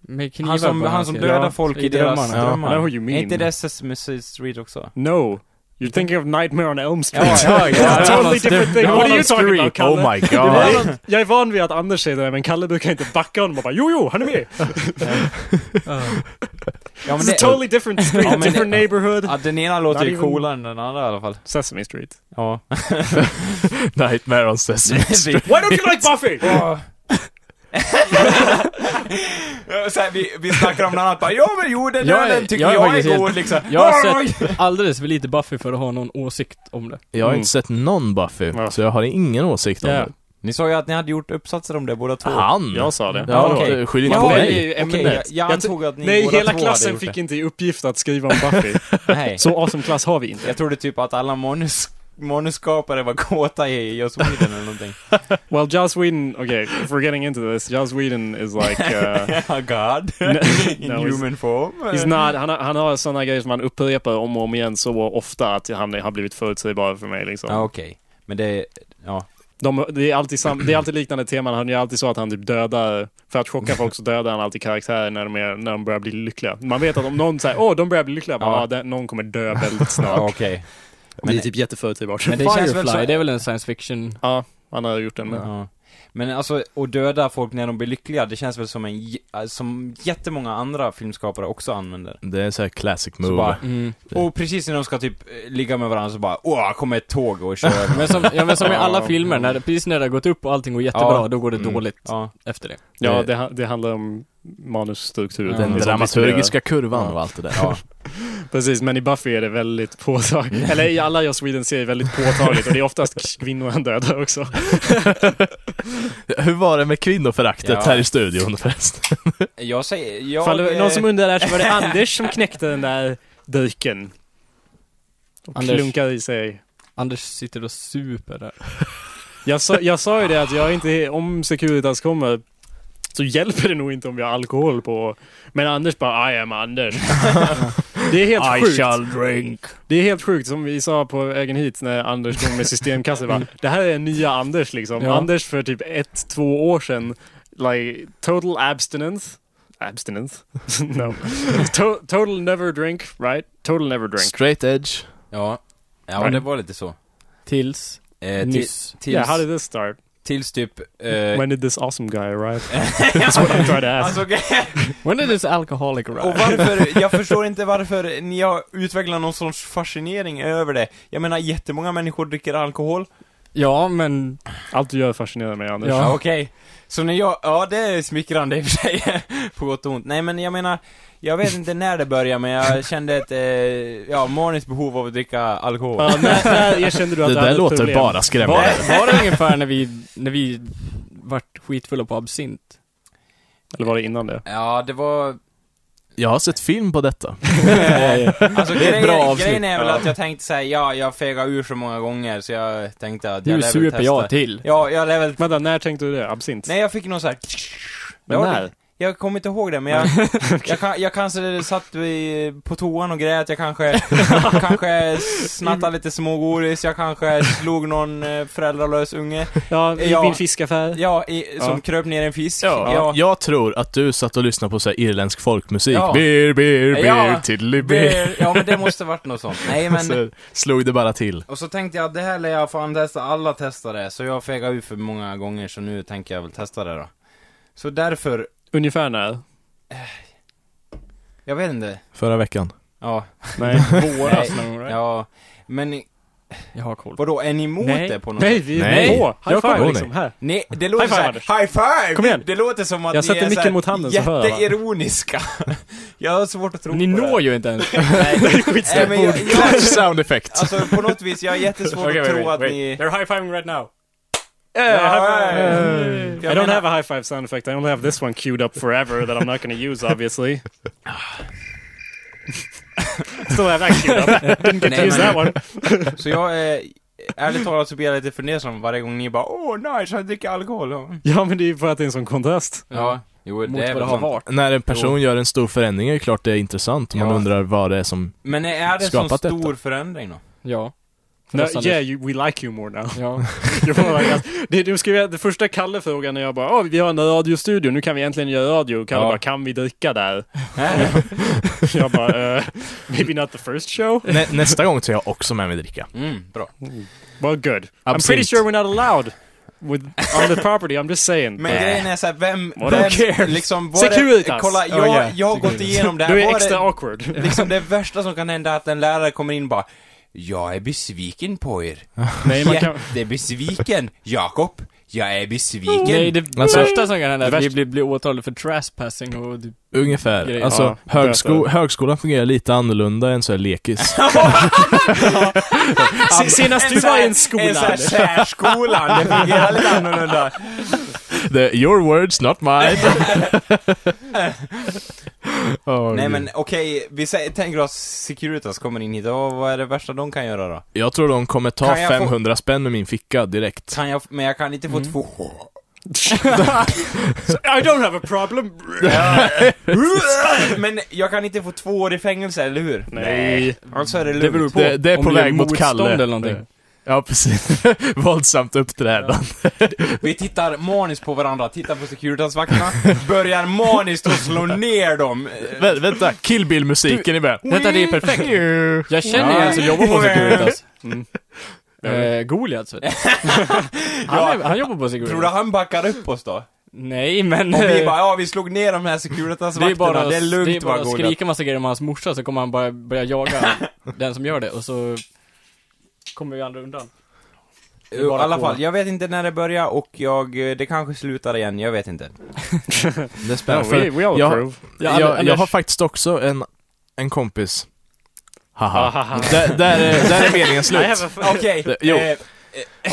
Speaker 4: Med knivar
Speaker 2: han som,
Speaker 4: på
Speaker 2: han
Speaker 4: hans
Speaker 2: som
Speaker 4: sida.
Speaker 2: dödar
Speaker 4: Ja,
Speaker 2: folk i deras
Speaker 4: drömmarna.
Speaker 1: I know
Speaker 2: drömmar.
Speaker 1: who you
Speaker 2: Är
Speaker 1: mean.
Speaker 2: inte det Sesame Street också?
Speaker 1: No. You're thinking of Nightmare on Elm Street.
Speaker 2: Ja, ja, ja.
Speaker 1: totally different thing. What are you talking about, Kalle?
Speaker 3: Oh my
Speaker 1: Det var
Speaker 3: god.
Speaker 1: något- Jag är van vid att Anders säger det där, men Kalle brukar inte backa honom och bara jo, jo, han är med.
Speaker 2: Ja men
Speaker 1: It's a
Speaker 2: det,
Speaker 1: totally different street,
Speaker 2: Ja, men det-
Speaker 1: different neighborhood.
Speaker 2: ja, den ena låter ju
Speaker 1: Not even-
Speaker 2: coolare än den andra i alla fall.
Speaker 1: Sesame Street.
Speaker 2: Ja.
Speaker 3: Nightmare on Sesame Street.
Speaker 1: Why don't you like Buffy?
Speaker 2: Mm. så här, vi, vi snackar om något annat bara, ja men jo den
Speaker 4: Jag är-
Speaker 2: ölen tycker
Speaker 4: jag är
Speaker 2: jag,
Speaker 4: faktiskt
Speaker 2: är god
Speaker 4: helt-
Speaker 2: liksom.
Speaker 4: Jag har
Speaker 2: Oj!
Speaker 4: sett alldeles för lite Buffy för att ha någon åsikt om det.
Speaker 3: Jag har
Speaker 1: Mm.
Speaker 3: inte sett någon Buffy,
Speaker 1: Ja.
Speaker 3: så jag har ingen åsikt om
Speaker 4: Ja.
Speaker 3: det.
Speaker 2: Ni sa ju att ni hade gjort uppsatser om det båda två.
Speaker 3: Han!
Speaker 1: Jag sa det.
Speaker 3: Ja,
Speaker 2: Okej.
Speaker 3: okay. skyll inte
Speaker 2: Ja,
Speaker 3: på
Speaker 2: det är
Speaker 3: mig.
Speaker 2: ju Okej, jag, jag antog att ni
Speaker 1: Nej,
Speaker 2: båda
Speaker 1: hela
Speaker 2: två hade
Speaker 1: klassen
Speaker 2: gjort
Speaker 1: fick inte i uppgift att skriva om Buffy.
Speaker 2: det. Nej.
Speaker 1: Så awesome klass har vi inte.
Speaker 2: Jag trodde typ att alla manus, manusskapare var kåta i Joss Whedon eller någonting.
Speaker 1: Well, Joss Whedon, okay, if we're getting into this, Joss Whedon is like, uh,
Speaker 2: Oh God. In
Speaker 1: no, he's-
Speaker 2: human form.
Speaker 1: he's not, han, har- han har sådana grejer som han upprepar om och om igen så ofta att han har blivit förutsägbar för mig liksom.
Speaker 2: Ja, okej. Men det, ja.
Speaker 1: De, det, är alltid sam, det är alltid liknande teman, han är alltid så att han typ dödar, för att chocka folk så dödar han alltid karaktärer när de, är, när de börjar bli lyckliga. Man vet att om någon säger åh, de börjar bli lyckliga, bara,
Speaker 2: Ja.
Speaker 1: "Ah, den, någon kommer dö väldigt
Speaker 2: Ja,
Speaker 1: snart.
Speaker 2: Okej.
Speaker 1: Men det är typ jätteförutsägbart.
Speaker 4: Men det
Speaker 2: Firefly,
Speaker 4: känns väl så...
Speaker 2: det
Speaker 4: det är väl en science fiction...
Speaker 1: Ja, han har gjort den med.
Speaker 2: Ja. Men alltså, att döda folk när de blir lyckliga, det känns väl som en, j- äh, som jättemånga andra filmskapare också använder.
Speaker 3: Det är en sån här classic
Speaker 2: Så
Speaker 3: move.
Speaker 2: bara,
Speaker 4: Mm.
Speaker 2: och precis när de ska typ eh, ligga med varandra så bara, åh, kommer ett tåg och kör över.
Speaker 4: Men som, ja, men som i alla
Speaker 1: Ja.
Speaker 4: filmer, när, det- precis när det har gått upp och allting går jättebra,
Speaker 2: Ja.
Speaker 4: då går det
Speaker 3: Mm.
Speaker 4: dåligt
Speaker 2: Ja.
Speaker 4: efter det.
Speaker 1: Ja, det, det handlar om manusstrukturen.
Speaker 3: Den
Speaker 1: Det är som
Speaker 3: dramaturgiska kurvan
Speaker 1: Ja.
Speaker 3: och allt det där.
Speaker 2: Ja.
Speaker 1: Precis, men i Buffy är det väldigt påtagligt. Eller i alla Joss Whedon-serier väldigt påtagligt och det är oftast kvinnor han dödar också.
Speaker 3: Hur var det med kvinnoföraktet
Speaker 2: Ja.
Speaker 3: här i studion förresten?
Speaker 2: Jag säger, jag...
Speaker 1: Ifall det var någon som
Speaker 2: eh,
Speaker 1: undrar där så var det Anders som knäckte den där dyken. Och
Speaker 4: Anders.
Speaker 1: klunkar i sig.
Speaker 4: Anders sitter och super där.
Speaker 1: Jag sa, jag sa ju det att jag inte, om Securitas kommer så hjälper det nog inte om vi har alkohol på. Men Anders bara I am Anders. det är helt sjukt.
Speaker 3: drink.
Speaker 1: Det är helt sjukt, som vi sa på vägen hit när Anders kom med systemkassan. va? Det här är nya Anders liksom.
Speaker 4: Ja.
Speaker 1: Anders för typ ett, två år sedan, like total abstinence. Abstinence? no. To total never drink, right? Total never drink.
Speaker 3: Straight edge.
Speaker 2: Ja, ja
Speaker 1: Nej.
Speaker 2: men det var lite så.
Speaker 4: Tills,
Speaker 2: Eh, till,
Speaker 4: nyss.
Speaker 2: tills,
Speaker 1: Yeah, how did this start?
Speaker 2: tills typ... Eh,
Speaker 1: When did this awesome guy arrive? That's what I'm trying to ask.
Speaker 2: alltså,
Speaker 4: When did this alcoholic
Speaker 2: och
Speaker 4: arrive?
Speaker 2: varför, jag förstår inte varför ni har utvecklat någon sorts fascinering över det. Jag menar, jättemånga människor dricker alkohol.
Speaker 4: Ja, men...
Speaker 1: Allt du gör fascinerar mig Anders.
Speaker 4: Ja.
Speaker 2: Ja, okej. Så när jag, ja det är smickrande i och för sig, på gott och ont. Nej men jag menar, jag vet inte när det började men jag kände ett, eh, ja, maniskt behov av att dricka alkohol.
Speaker 1: Ja, när, när erkände du att
Speaker 3: Det
Speaker 1: du hade
Speaker 3: där
Speaker 1: ett
Speaker 3: låter
Speaker 1: problem?
Speaker 3: bara skrämmande.
Speaker 4: Var, var det ungefär när vi, när vi vart skitfulla på absint?
Speaker 1: Eller var det innan det?
Speaker 2: Ja, det var...
Speaker 3: Jag har sett film på detta.
Speaker 2: Alltså
Speaker 4: Det är ett bra
Speaker 2: grejen,
Speaker 4: avslut.
Speaker 2: grejen är väl att jag tänkte säga ja, jag fegar ur så många gånger så jag tänkte att jag
Speaker 4: Nu
Speaker 2: lär väl
Speaker 4: super
Speaker 2: testa.
Speaker 4: jag till.
Speaker 2: Ja, jag lär väl...
Speaker 1: Vänta, när tänkte du det? Absint?
Speaker 2: Nej, jag fick någon så här...
Speaker 1: Men
Speaker 2: Jag-
Speaker 1: när?
Speaker 2: Jag kommer inte ihåg det, men jag, jag, kan, jag kanske satt i, på toan och grät, jag kanske, kanske snattade lite smågodis, jag kanske slog någon eh, föräldralös unge.
Speaker 1: Ja, i
Speaker 2: Ja.
Speaker 1: din fiskaffär?
Speaker 2: Ja, i, som
Speaker 1: Ja.
Speaker 2: kröp ner en fisk.
Speaker 3: Ja. Jag tror att du satt och lyssnade på så här irländsk folkmusik.
Speaker 2: Ja.
Speaker 3: Beer, beer, beer,
Speaker 2: Ja.
Speaker 3: tiddly beer.
Speaker 2: Det- ja, men det måste varit något sånt. Nej, men...
Speaker 3: Så slog det bara till.
Speaker 2: Och så tänkte jag, det här lär jag fan testa, alla testar det. Så jag fegade ur för många gånger, så nu tänker jag väl testa det då. Så därför,
Speaker 1: Ungefär när?
Speaker 2: jag vet inte.
Speaker 3: Förra veckan.
Speaker 2: Ja,
Speaker 1: Nej.
Speaker 2: Nej.
Speaker 4: Våras någon gång, right?
Speaker 2: ja. Men
Speaker 4: Jag har koll.
Speaker 2: vadå, är ni emot
Speaker 1: Nej.
Speaker 2: det på något
Speaker 1: Nej, vi är
Speaker 3: Nej.
Speaker 1: på. High
Speaker 3: Jag kommer
Speaker 1: five
Speaker 3: ihåg
Speaker 1: liksom,
Speaker 3: det.
Speaker 1: här.
Speaker 2: Nej, det låter
Speaker 1: High five,
Speaker 2: såhär,
Speaker 1: Anders.
Speaker 2: high five!
Speaker 1: Kom igen.
Speaker 2: Det låter som att
Speaker 1: Jag sätter
Speaker 2: ni är
Speaker 1: micken
Speaker 2: såhär
Speaker 1: mot handen så hör alla.
Speaker 2: jätteironiska. jag har svårt att tro
Speaker 4: Ni
Speaker 2: på
Speaker 4: når
Speaker 2: det.
Speaker 4: ju inte ens.
Speaker 2: Nej, Nej, men jag, jag,
Speaker 3: Sound effect.
Speaker 2: alltså på något vis, jag har jättesvårt att tro att ni...
Speaker 1: high-fiving right now. I don't have a high five sound effect. I only have this one queued up forever that I'm not going to use, obviously. Still have that queued up. Didn't get to
Speaker 2: Nej,
Speaker 1: use
Speaker 2: men-
Speaker 1: that one.
Speaker 2: Så jag är... Ärligt talat så blir jag lite fundersam varje gång ni bara Åh nice, han dricker alkohol. Ja,
Speaker 1: Ja, men det är ju för att det är en sån kontrast.
Speaker 2: ja jo,
Speaker 4: Mot
Speaker 2: Mm. det är
Speaker 4: vad det
Speaker 2: väl
Speaker 4: har
Speaker 2: sant.
Speaker 4: varit.
Speaker 3: När en person gör en stor förändring är det klart det är intressant. Man
Speaker 2: Ja.
Speaker 3: undrar vad det är som...
Speaker 2: Men är det en sån
Speaker 3: Skapat detta.
Speaker 2: stor förändring då?
Speaker 4: Ja.
Speaker 1: No,
Speaker 4: Förresten,
Speaker 1: yeah, you, we like you more now.
Speaker 4: Ja.
Speaker 1: You're more like us. det, du skrev, det första Kalle frågan när jag bara Åh, vi har en radiostudio, nu kan vi äntligen göra radio. Kalle
Speaker 2: Ja.
Speaker 1: bara, kan vi dricka där? jag bara, uh, maybe not the first show?
Speaker 3: Nä, nästa gång så är jag också med mig dricka.
Speaker 2: Mm, bra.
Speaker 1: Well, good. I'm
Speaker 3: Absent.
Speaker 1: pretty sure we're not allowed with, on the property, I'm just saying.
Speaker 2: Men
Speaker 1: But-
Speaker 2: grejen är såhär, vem...
Speaker 1: Who
Speaker 2: vem
Speaker 1: cares?
Speaker 2: Liksom, var det,
Speaker 1: Securitas.
Speaker 2: kolla, jag,
Speaker 1: Oh, yeah.
Speaker 2: jag har gått igenom det här.
Speaker 1: du är
Speaker 2: Var
Speaker 1: extra
Speaker 2: det,
Speaker 1: awkward.
Speaker 2: liksom det värsta som kan hända är att en lärare kommer in och bara Jag är besviken på er.
Speaker 1: Nej, man kan...
Speaker 2: Jättebesviken, Jakob. Jag är besviken.
Speaker 4: Nej, det
Speaker 3: Alltså-
Speaker 4: värsta som kan hända är
Speaker 1: Det
Speaker 4: att vi
Speaker 1: värsta-
Speaker 4: blir, blir åtalade för trespassing och typ...
Speaker 3: Ungefär.
Speaker 4: Grejer.
Speaker 3: Alltså,
Speaker 1: Ja,
Speaker 3: högsko
Speaker 1: därför.
Speaker 3: högskolan fungerar lite annorlunda än så här lekis.
Speaker 1: Se- Senast du var i en
Speaker 2: En sån
Speaker 1: skola.
Speaker 2: här särskolan, det fungerar lite annorlunda.
Speaker 3: The, your words, not mine. Åh,
Speaker 2: Nej
Speaker 3: Gud.
Speaker 2: men okej, vi säger, tänker oss Securitas kommer in hit, och vad är det värsta de kan göra då?
Speaker 3: Jag tror de kommer ta
Speaker 2: Kan jag få-
Speaker 3: 500 spänn med min ficka direkt.
Speaker 2: Kan jag, men jag kan inte få
Speaker 1: Mm.
Speaker 2: två...
Speaker 1: I don't have a problem.
Speaker 2: men jag kan inte få två år i fängelse, eller hur?
Speaker 1: Nej.
Speaker 2: Alltså är det lugnt.
Speaker 1: Det beror på.
Speaker 3: Det, det är
Speaker 4: Om
Speaker 3: på
Speaker 4: det är
Speaker 3: väg mot
Speaker 4: motstånd
Speaker 3: Kalle.
Speaker 4: eller någonting.
Speaker 3: Ja, precis. Våldsamt uppträdande.
Speaker 2: Vi tittar maniskt på varandra, tittar på Securitas-vakterna, börjar maniskt att slå ner dem.
Speaker 3: Vä vänta, Kill Bill-musiken i början.
Speaker 4: Vänta, det är perfekt. Jag känner ju en som jobbar på Securitas. alltså. Mm. Eh, Goliath, vet du. han, är, han jobbar på
Speaker 2: Tror du
Speaker 4: Securitas.
Speaker 2: han backar upp oss då?
Speaker 4: Nej, men...
Speaker 2: Om vi
Speaker 4: eh,
Speaker 2: bara, ja vi slog ner de här
Speaker 4: Det är bara,
Speaker 2: Securitas-vakterna,
Speaker 4: att-
Speaker 2: det är
Speaker 4: det är
Speaker 2: lugnt
Speaker 4: bara
Speaker 2: va
Speaker 4: att
Speaker 2: Goliath?
Speaker 4: skrika massa grejer om hans morsa, så kommer han bara börja jaga den som gör det, och så... Kommer vi andra undan.
Speaker 2: I
Speaker 4: bara
Speaker 2: alla
Speaker 4: på.
Speaker 2: fall, jag vet inte när det börjar och jag, eh, det kanske slutar igen, jag vet inte.
Speaker 3: Det är
Speaker 1: No,
Speaker 3: spännande.
Speaker 1: we, we all
Speaker 3: jag,
Speaker 1: approve.
Speaker 3: jag, jag,
Speaker 4: Anders-
Speaker 3: har faktiskt också en, en kompis. Haha.
Speaker 1: Haha.
Speaker 3: där, där, är, där är meningen
Speaker 1: I
Speaker 3: slut.
Speaker 1: have a f-
Speaker 2: Okej,
Speaker 3: Det- jo.
Speaker 2: eh,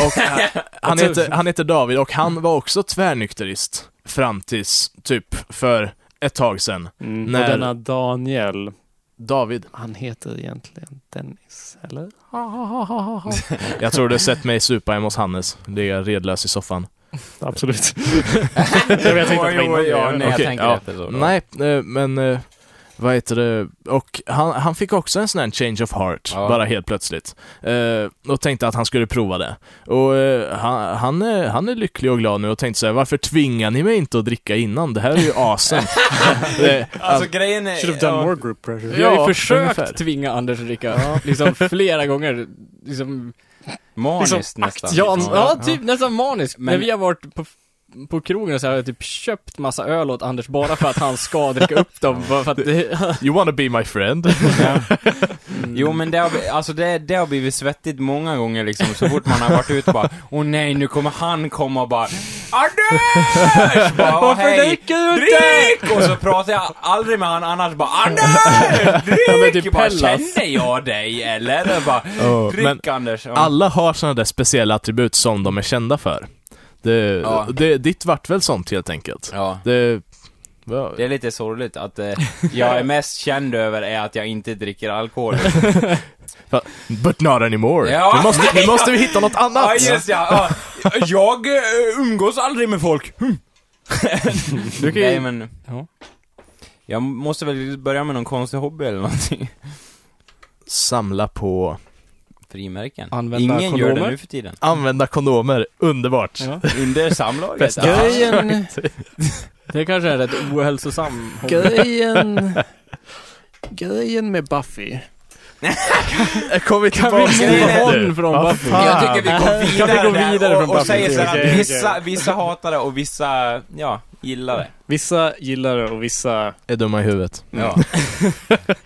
Speaker 3: Och han, han, heter, han heter David och han var också tvärnykterist fram tills typ för ett tag sedan.
Speaker 1: mm,
Speaker 3: När-
Speaker 1: Och denna Daniel,
Speaker 3: David.
Speaker 5: Han heter egentligen Dennis, eller?
Speaker 3: Jag tror du har sett mig supa hemma hos Hannes. Ligga redlös i soffan.
Speaker 1: absolut. det var jag tänkte
Speaker 2: Oj,
Speaker 1: på innan.
Speaker 2: oj, ja, nej, jag
Speaker 3: Okej,
Speaker 2: tänker
Speaker 3: ja.
Speaker 2: efter så. då.
Speaker 3: Nej, eh, men eh, vad heter det? Och han, han fick också en sån här change of heart,
Speaker 2: Ja.
Speaker 3: bara helt plötsligt. Eh, och tänkte att han skulle prova det. Och eh, han, han, är, han är lycklig och glad nu och tänkte så här, varför tvingar ni mig inte att dricka innan? Det här är ju Eh, asen. Det-
Speaker 2: Alltså grejen är...
Speaker 1: Should have done
Speaker 2: ja,
Speaker 1: more group pressure.
Speaker 3: Ja,
Speaker 4: Jag har ju försökt
Speaker 3: ungefär.
Speaker 4: tvinga Anders att dricka, liksom flera gånger. Liksom,
Speaker 2: Maniskt
Speaker 1: Liksom,
Speaker 2: nästan.
Speaker 4: ja, ja, typ nästan manisk.
Speaker 2: Men-
Speaker 4: När vi har varit på, på krogen och så har jag typ köpt massa öl åt Anders bara för att han ska dricka upp dem. Bara för att det,
Speaker 3: You wanna be my friend?
Speaker 2: Jo men det har, bli- alltså det, det har blivit svettigt många gånger liksom, så fort man har varit ute bara Åh nej, nu kommer han komma och bara Anders! Bara, "Åh,
Speaker 4: Varför
Speaker 2: hej,
Speaker 4: dricker du inte?"
Speaker 2: Drick! Och så pratar jag aldrig med han annars bara Anders!
Speaker 4: men
Speaker 2: Drick!
Speaker 4: typ
Speaker 2: Jag bara,
Speaker 4: Pellas.
Speaker 2: känner jag dig eller? Jag bara,
Speaker 3: Ja,
Speaker 2: Drick
Speaker 3: men-
Speaker 2: Anders! Ja.
Speaker 3: Alla har såna där speciella attribut som de är kända för. Det,
Speaker 2: Ja.
Speaker 3: det, ditt vart väl sånt helt enkelt?
Speaker 2: ja.
Speaker 3: Det, ja,
Speaker 2: Det är lite sorgligt att eh, jag är mest känd över är att jag inte dricker alkohol.
Speaker 3: fa- But not anymore.
Speaker 2: Ja.
Speaker 3: Nu, måste, nu måste vi hitta något annat!
Speaker 2: Ja, just ja. ja. Jag eh, umgås aldrig med folk. Hm.
Speaker 4: du kan
Speaker 2: Nej
Speaker 4: ju,
Speaker 2: men...
Speaker 4: Ja.
Speaker 2: Jag måste väl börja med någon konstig hobby eller någonting.
Speaker 3: Samla på...
Speaker 2: Frimärken.
Speaker 4: Använda
Speaker 2: Ingen gör det
Speaker 4: kondomer.
Speaker 2: nu för tiden.
Speaker 3: Använda kondomer, underbart.
Speaker 4: Ja.
Speaker 2: Under samlaget.
Speaker 3: Bästa.
Speaker 2: Ja.
Speaker 5: Grejen,
Speaker 4: det kanske är en rätt ohälsosam hobby.
Speaker 5: grejen, grejen med Buffy.
Speaker 3: Jag kommer
Speaker 4: Kan
Speaker 3: tillbaka
Speaker 4: vi
Speaker 2: grejen
Speaker 4: move
Speaker 2: är-
Speaker 4: on från Buffy?
Speaker 2: Jag tycker vi går vidare,
Speaker 4: Kan vi gå
Speaker 2: där
Speaker 4: vidare
Speaker 2: och,
Speaker 4: från
Speaker 2: och
Speaker 4: Buffy?
Speaker 2: säger så här
Speaker 1: Okej,
Speaker 2: att
Speaker 1: okej.
Speaker 2: vissa, vissa hatar det och vissa, ja, gillar det.
Speaker 1: Vissa gillar det och vissa...
Speaker 3: Är dumma i huvudet.
Speaker 2: Ja.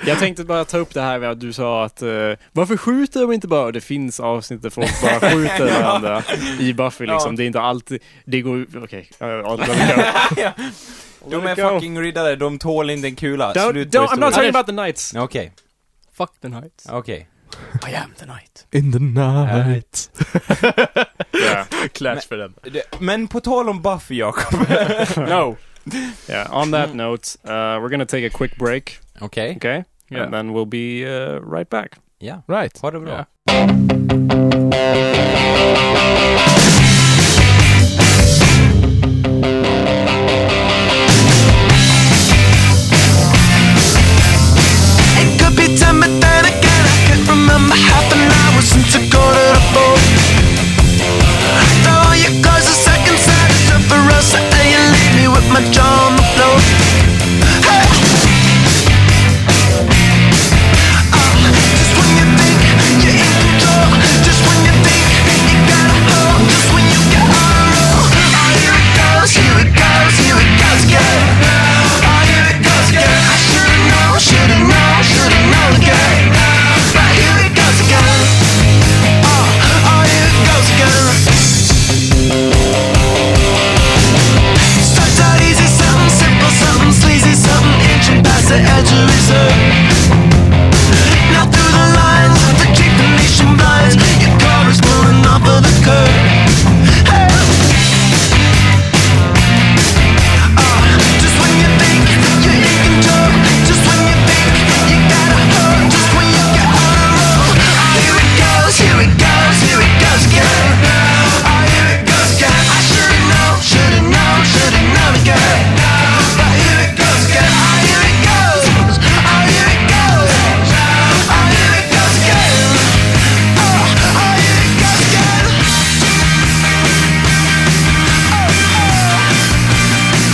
Speaker 1: Jag tänkte bara ta upp det här med att du sa att eh, varför skjuter de inte bara? Det finns avsnitt där folk bara skjuter varandra i Buffy liksom.
Speaker 2: Ja.
Speaker 1: Det är inte alltid... Det går... Okej. Okay. Uh,
Speaker 2: Ja. De är fucking riddare, de tål inte en kula.
Speaker 1: Don't,
Speaker 2: Slut
Speaker 1: don't, I'm not
Speaker 2: historien.
Speaker 1: talking about the knights.
Speaker 2: Okej,
Speaker 4: Fuck the nights.
Speaker 2: okej.
Speaker 4: I am the night.
Speaker 3: In the night.
Speaker 1: Yeah.
Speaker 3: Clash för den.
Speaker 2: Det- Men på tal om Buffy, Jakob.
Speaker 1: no. Yeah. On that note, uh, we're gonna take a quick break.
Speaker 2: Okej.
Speaker 1: Okay.
Speaker 3: Yeah.
Speaker 1: And then we'll be uh, right back.
Speaker 2: Ja.
Speaker 3: Right.
Speaker 2: Ha det bra.
Speaker 3: Ja.
Speaker 7: It could be ten, but then again, I can't remember half an hour since I quarter to four. Throw your clothes a second side to Ferrosa, and you leave me with my jaw on the floor. Hey! Ah, just when you think you're in control, just when you think you got a hold, just when you get on a roll. Oh, here it goes, here it goes, here it goes again. Oh, here it goes again. I should've known, should've known, should've known again. But here it goes again. Oh, oh, here it goes again. Starts out easy, something simple, something sleazy, something inching past the edge of reserve. Now through the lines of the cheap Venetian blinds, your car is pulling off of the curb. Hey. Just when you think you're in control, just when you think you got a hold, just when you get on a roll. Oh, here it goes, here it goes, here it goes again. Oh, here it goes again. I should've known, should've known, should've known again. But here it goes again. Oh, here it goes. Oh, here it goes. Oh, here it goes again. Oh, oh, here it goes again. Oh, oh.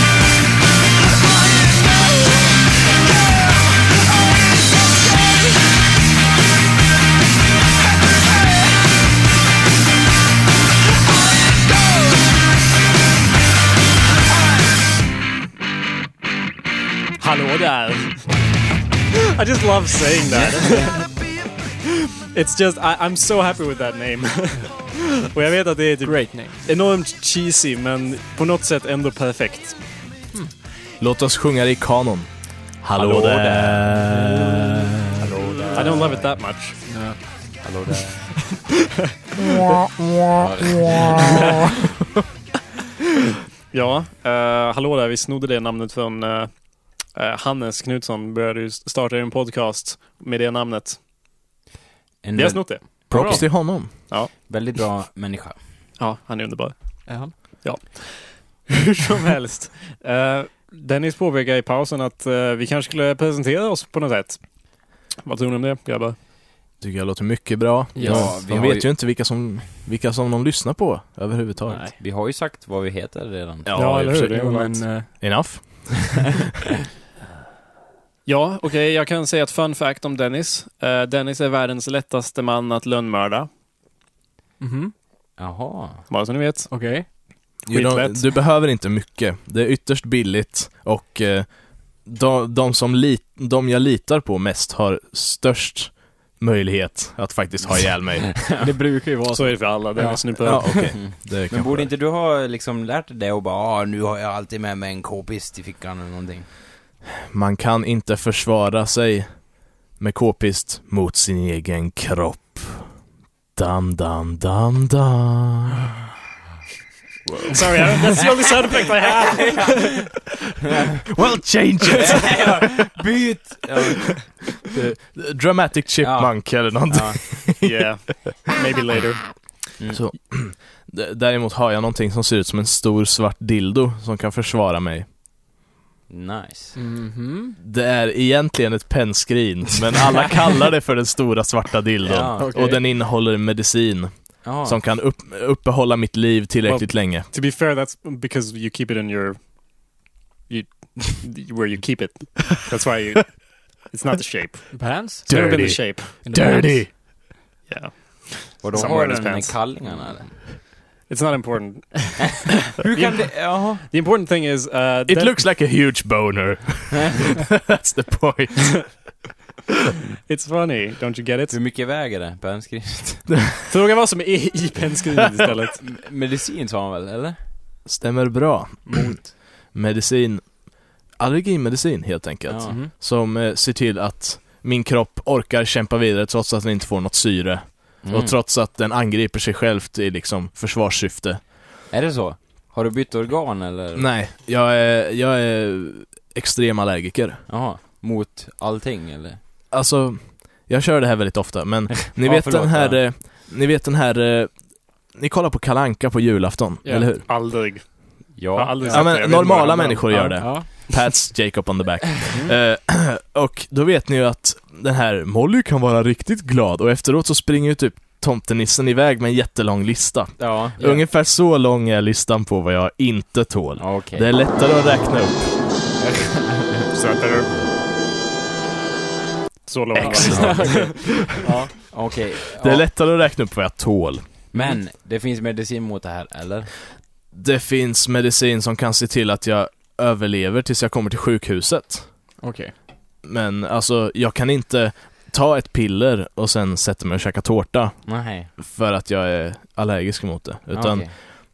Speaker 1: Hallå där. I just love saying that. It's just, I, I'm so happy with that name. Och jag vet att det är typ
Speaker 4: Great name.
Speaker 1: enormt cheesy, men på något sätt ändå perfekt.
Speaker 3: Låt oss sjunga det i kanon. Hallå,
Speaker 2: Hallå
Speaker 3: där.
Speaker 1: I don't love it that much.
Speaker 2: Hallå där.
Speaker 1: Ja, eh, hallå där. Vi snodde det namnet från eh, eh, Hannes Knutsson. Började ju starta en podcast med det namnet.
Speaker 2: En
Speaker 1: Vi har
Speaker 2: vä-
Speaker 1: snott det.
Speaker 3: Props
Speaker 1: Bra.
Speaker 3: till honom.
Speaker 2: väldigt bra människa.
Speaker 1: Ja, han är underbar.
Speaker 4: Är han?
Speaker 1: Hur som helst. Eh, Dennis påpekade i pausen att eh, vi kanske skulle presentera oss på något sätt. Vad tror ni om det, grabbar?
Speaker 3: Tycker jag låter mycket bra.
Speaker 4: Ja,
Speaker 3: Ja,
Speaker 2: vi
Speaker 3: de
Speaker 2: har
Speaker 3: vet
Speaker 2: ju-
Speaker 3: ju inte vilka som, vilka som de lyssnar på överhuvudtaget.
Speaker 4: Nej.
Speaker 2: Vi har ju sagt vad vi heter redan.
Speaker 1: Ja, eller
Speaker 3: i och
Speaker 1: hur?
Speaker 3: för sig.
Speaker 1: Det
Speaker 4: Jo,
Speaker 1: var
Speaker 4: men...
Speaker 1: något.
Speaker 4: eh,
Speaker 3: Enough.
Speaker 1: Ja, okej, jag kan säga ett fun fact om Dennis. Eh, Dennis är världens lättaste man att lönnmörda.
Speaker 4: Mhm.
Speaker 2: Jaha.
Speaker 1: Bara så ni vet.
Speaker 4: Okej.
Speaker 3: You don't-
Speaker 1: Skitlätt.
Speaker 3: du behöver inte mycket. Det är ytterst billigt och eh, de, de, som li, de jag litar på mest har störst möjlighet att faktiskt ha ihjäl mig.
Speaker 4: Det brukar ju vara
Speaker 1: Så
Speaker 4: så.
Speaker 1: är det för alla Dennis nu på
Speaker 3: ja, okej. Det
Speaker 2: Men
Speaker 3: kanske
Speaker 2: borde
Speaker 3: är.
Speaker 2: inte du ha liksom lärt dig det och bara ah, nu har jag alltid med mig en k-pist i fickan eller någonting?
Speaker 3: Man kan inte försvara sig med k-pist mot sin egen kropp. Dam, dam, dam, dam.
Speaker 1: Sorry, I- that's the only sound effect I have.
Speaker 3: Well, change it!
Speaker 2: Byt! Ja,
Speaker 3: Dramatic chipmunk eller någonting.
Speaker 2: ja.
Speaker 1: Yeah, maybe later.
Speaker 3: Så, D- däremot har jag någonting som ser ut som en stor svart dildo som kan försvara mig.
Speaker 2: Nice.
Speaker 4: Mhm.
Speaker 3: Det är egentligen ett pennskrin, men alla kallar det för den stora svarta dildon.
Speaker 2: Ja,
Speaker 4: okej.
Speaker 3: Och den innehåller medicin
Speaker 2: Ja.
Speaker 3: som kan upp, uppehålla mitt liv tillräckligt länge.
Speaker 1: To be fair, that's because you keep it in your... You, where you keep it. That's why you... It's not the shape.
Speaker 4: Pants?
Speaker 1: It's never been the
Speaker 3: Dirty.
Speaker 1: shape.
Speaker 4: In the pants.
Speaker 1: Yeah.
Speaker 2: och då
Speaker 1: somewhere
Speaker 2: har
Speaker 1: in his
Speaker 2: den i
Speaker 1: pants.
Speaker 2: kallingarna eller?
Speaker 1: It's not important.
Speaker 2: Hur kan det, jaha.
Speaker 1: The important thing is... Uh,
Speaker 3: It
Speaker 1: Den-
Speaker 3: looks like a huge boner. That's the point.
Speaker 1: It's funny, don't you get it?
Speaker 2: Hur mycket väger det på enskrivet?
Speaker 1: Fråga vad som är i pennskrinet istället.
Speaker 2: Medicin sa han väl, eller?
Speaker 3: Stämmer bra.
Speaker 4: Mot.
Speaker 3: Medicin, allergimedicin helt enkelt.
Speaker 2: Ja.
Speaker 4: Mhm.
Speaker 3: Som eh, ser till att min kropp orkar kämpa vidare trots att den inte får något syre.
Speaker 2: Mm.
Speaker 3: Och trots att den angriper sig själv i liksom försvarssyfte.
Speaker 2: Är det så? Har du bytt organ eller?
Speaker 3: Nej, jag är, jag är extrem allergiker.
Speaker 2: Jaha. Mot allting eller?
Speaker 3: Alltså, jag kör det här väldigt ofta, men ni
Speaker 2: Ja,
Speaker 3: vet
Speaker 2: förlåt,
Speaker 3: den här,
Speaker 2: ja.
Speaker 3: eh, ni vet den här, eh, ni kollar på Kalanka på julafton, eller hur?
Speaker 1: Aldrig. Jag har aldrig
Speaker 3: Ja
Speaker 1: sett det. Jag
Speaker 3: men
Speaker 1: vet bara
Speaker 3: normala
Speaker 1: om det.
Speaker 3: människor gör det.
Speaker 4: Ja.
Speaker 3: Pats Jacob on the back.
Speaker 2: Mm.
Speaker 3: Eh, och då vet ni ju att den här Molly kan vara riktigt glad och efteråt så springer ju typ tomtenissen iväg med en jättelång lista.
Speaker 2: Ja.
Speaker 3: Ungefär så lång är listan på vad jag inte tål.
Speaker 2: Ja, Okej.
Speaker 3: Det är lättare att räkna upp.
Speaker 1: Så att det är... Så långt.
Speaker 2: Ja, okej.
Speaker 3: Det är
Speaker 2: Ja.
Speaker 3: lättare att räkna upp vad jag tål.
Speaker 2: Men, det finns medicin mot det här, eller?
Speaker 3: Det finns medicin som kan se till att jag överlever tills jag kommer till sjukhuset.
Speaker 4: Okej.
Speaker 3: Men alltså, jag kan inte ta ett piller och sen sätta mig och käka tårta
Speaker 2: Nej.
Speaker 3: för att jag är allergisk mot det. Utan
Speaker 2: Ah, Okej.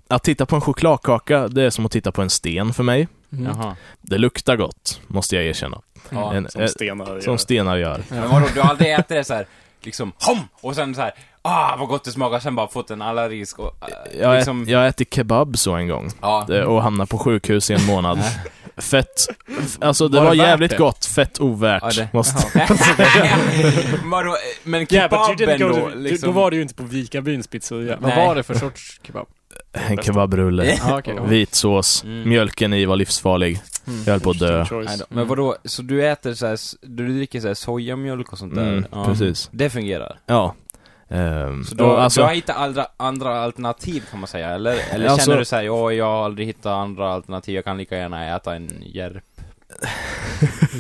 Speaker 3: att titta på en chokladkaka, det är som att titta på en sten för mig.
Speaker 4: Mm.
Speaker 2: Jaha.
Speaker 3: Det luktar gott, måste jag erkänna.
Speaker 2: Ja.
Speaker 3: en,
Speaker 1: Som
Speaker 3: eh,
Speaker 1: stenar.
Speaker 3: som stenar gör.
Speaker 2: Men vadå, du har aldrig ätit det så här, liksom HOM! Och sen så här, ah vad gott det smakar, sen bara fått en allergisk och äh,
Speaker 3: Jag,
Speaker 2: liksom,
Speaker 3: ä, jag äter kebab så en gång
Speaker 2: ja.
Speaker 3: Det- och hamnade på sjukhus i en månad. Fett, f- alltså det
Speaker 4: Var
Speaker 3: var,
Speaker 4: det värt
Speaker 3: jävligt
Speaker 4: det?
Speaker 3: gott, fett ovärt.
Speaker 2: Ja, det-
Speaker 3: måste...
Speaker 2: Vadå, eh, men
Speaker 1: Yeah, but you
Speaker 2: kebaben
Speaker 1: didn't go
Speaker 2: då,
Speaker 1: to,
Speaker 2: liksom.
Speaker 1: Då var det ju inte på Vikabyns pizzeria.
Speaker 4: Vad
Speaker 2: Nej.
Speaker 4: var det för sorts kebab?
Speaker 3: En kebabrulle,
Speaker 4: Ja, okej.
Speaker 3: vit sås,
Speaker 2: Mm.
Speaker 3: mjölken i var livsfarlig. Jag höll på att dö.
Speaker 2: Nej då. Men vadå, så du äter så här, s- du dricker så här sojamjölk och sånt där?
Speaker 3: Mm,
Speaker 2: Ja.
Speaker 3: precis.
Speaker 2: Det fungerar?
Speaker 3: Ja. Ehm,
Speaker 2: Så då,
Speaker 3: och alltså,
Speaker 2: du har hittat andra, andra alternativ kan man säga, eller? Eller
Speaker 3: Alltså-
Speaker 2: känner du såhär, ja jag har aldrig hittat andra alternativ, jag kan lika gärna äta en järp?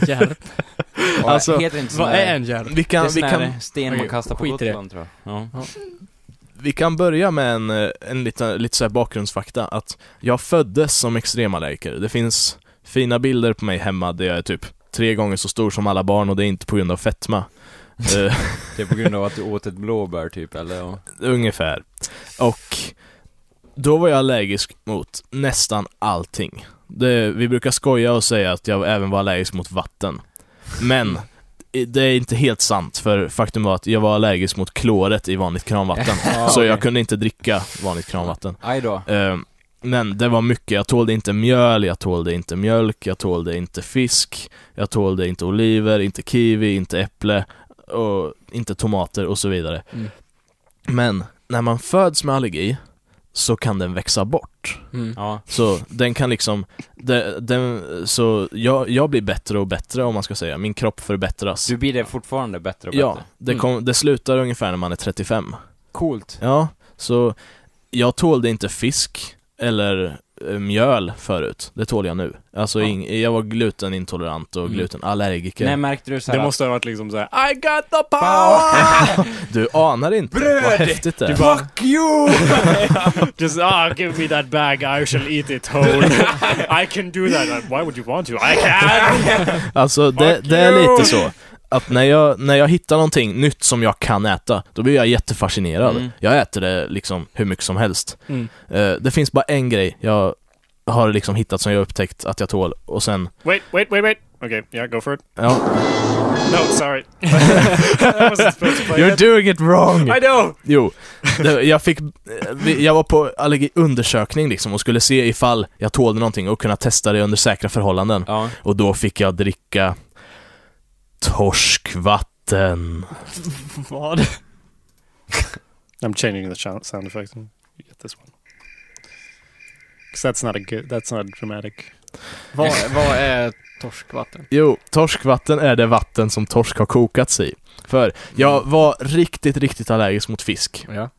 Speaker 4: Järp.
Speaker 2: Ja,
Speaker 3: Alltså,
Speaker 2: heter det inte sån
Speaker 4: Vad
Speaker 2: där-
Speaker 4: är en järp?
Speaker 3: vi, kan,
Speaker 2: det
Speaker 3: vi,
Speaker 2: är sån
Speaker 3: kan,
Speaker 2: där sten man
Speaker 4: Okej,
Speaker 2: kastar på
Speaker 4: skit i det.
Speaker 2: Gotland tror jag. Ja.
Speaker 3: vi kan börja med en, eh, en liten, lite så här bakgrundsfakta, att jag föddes som extremallergiker. Det finns fina bilder på mig hemma där jag är typ tre gånger så stor som alla barn och det är inte på grund av fetma. Eh,
Speaker 2: Det är på grund av att du åt ett blåbär typ, eller? Ja.
Speaker 3: Ungefär. Och då var jag allergisk mot nästan allting. Det, vi brukar skoja och säga att jag även var allergisk mot vatten. Men i- det är inte helt sant, för faktum var att jag var allergisk mot kloret i vanligt kranvatten.
Speaker 2: Ja,
Speaker 3: så jag
Speaker 2: okej.
Speaker 3: kunde inte dricka vanligt kranvatten.
Speaker 2: Aj då.
Speaker 3: Ehm, Men det var mycket, jag tålde inte mjöl, jag tålde inte mjölk, jag tålde inte fisk, jag tålde inte oliver, inte kiwi, inte äpple, och inte tomater och så vidare.
Speaker 4: Mm.
Speaker 3: Men när man föds med allergi så kan den växa bort.
Speaker 4: Mm.
Speaker 2: Ja.
Speaker 3: Så den kan liksom, de- den, så jag, jag blir bättre och bättre om man ska säga, min kropp förbättras.
Speaker 2: Du blir det fortfarande bättre och bättre. Mm.
Speaker 3: ja, det, kom, det slutar ungefär när man är 35.
Speaker 2: Coolt.
Speaker 3: Ja, så jag tålde inte fisk eller eh, mjöl förut, det tål jag nu. Alltså
Speaker 2: Ja.
Speaker 3: ing, jag var glutenintolerant och
Speaker 2: Mm.
Speaker 3: glutenallergiker.
Speaker 2: När märkte du såhär
Speaker 1: Det måste ha varit liksom såhär...
Speaker 3: I got the power! du anar inte vad häftigt det är.
Speaker 1: Fuck you! Just ah, give me that bag, I shall eat it whole. I can do that. Like, Why would you want to? I can!
Speaker 3: Alltså det,
Speaker 1: Fuck
Speaker 3: det är
Speaker 1: you!
Speaker 3: lite så. Att när jag, när jag hittar någonting nytt som jag kan äta, då blir jag jättefascinerad.
Speaker 2: Mm.
Speaker 3: Jag äter det liksom hur mycket som helst.
Speaker 4: Mm.
Speaker 3: Eh, det finns bara en grej jag har liksom hittat som jag upptäckt att jag tål och sen,
Speaker 1: Wait, wait, wait, wait. Okay, yeah, go for it.
Speaker 3: ja,
Speaker 1: No, sorry. I wasn't supposed to play
Speaker 3: You're
Speaker 1: it.
Speaker 3: doing it wrong!
Speaker 1: I know!
Speaker 3: Jo, det, jag fick, eh, vi- jag var på allergiundersökning liksom och skulle se ifall jag tålde någonting och kunna testa det under säkra förhållanden.
Speaker 2: Ja.
Speaker 3: Och då fick jag dricka torskvatten.
Speaker 4: Vad?
Speaker 1: I'm changing the sh- sound effects. You get this one. Because that's not a good, that's not dramatic.
Speaker 4: Vad, vad är torskvatten?
Speaker 3: Jo, torskvatten är det vatten som torsk har kokats i. För jag var riktigt, riktigt allergisk mot fisk.
Speaker 4: Mm. Ja.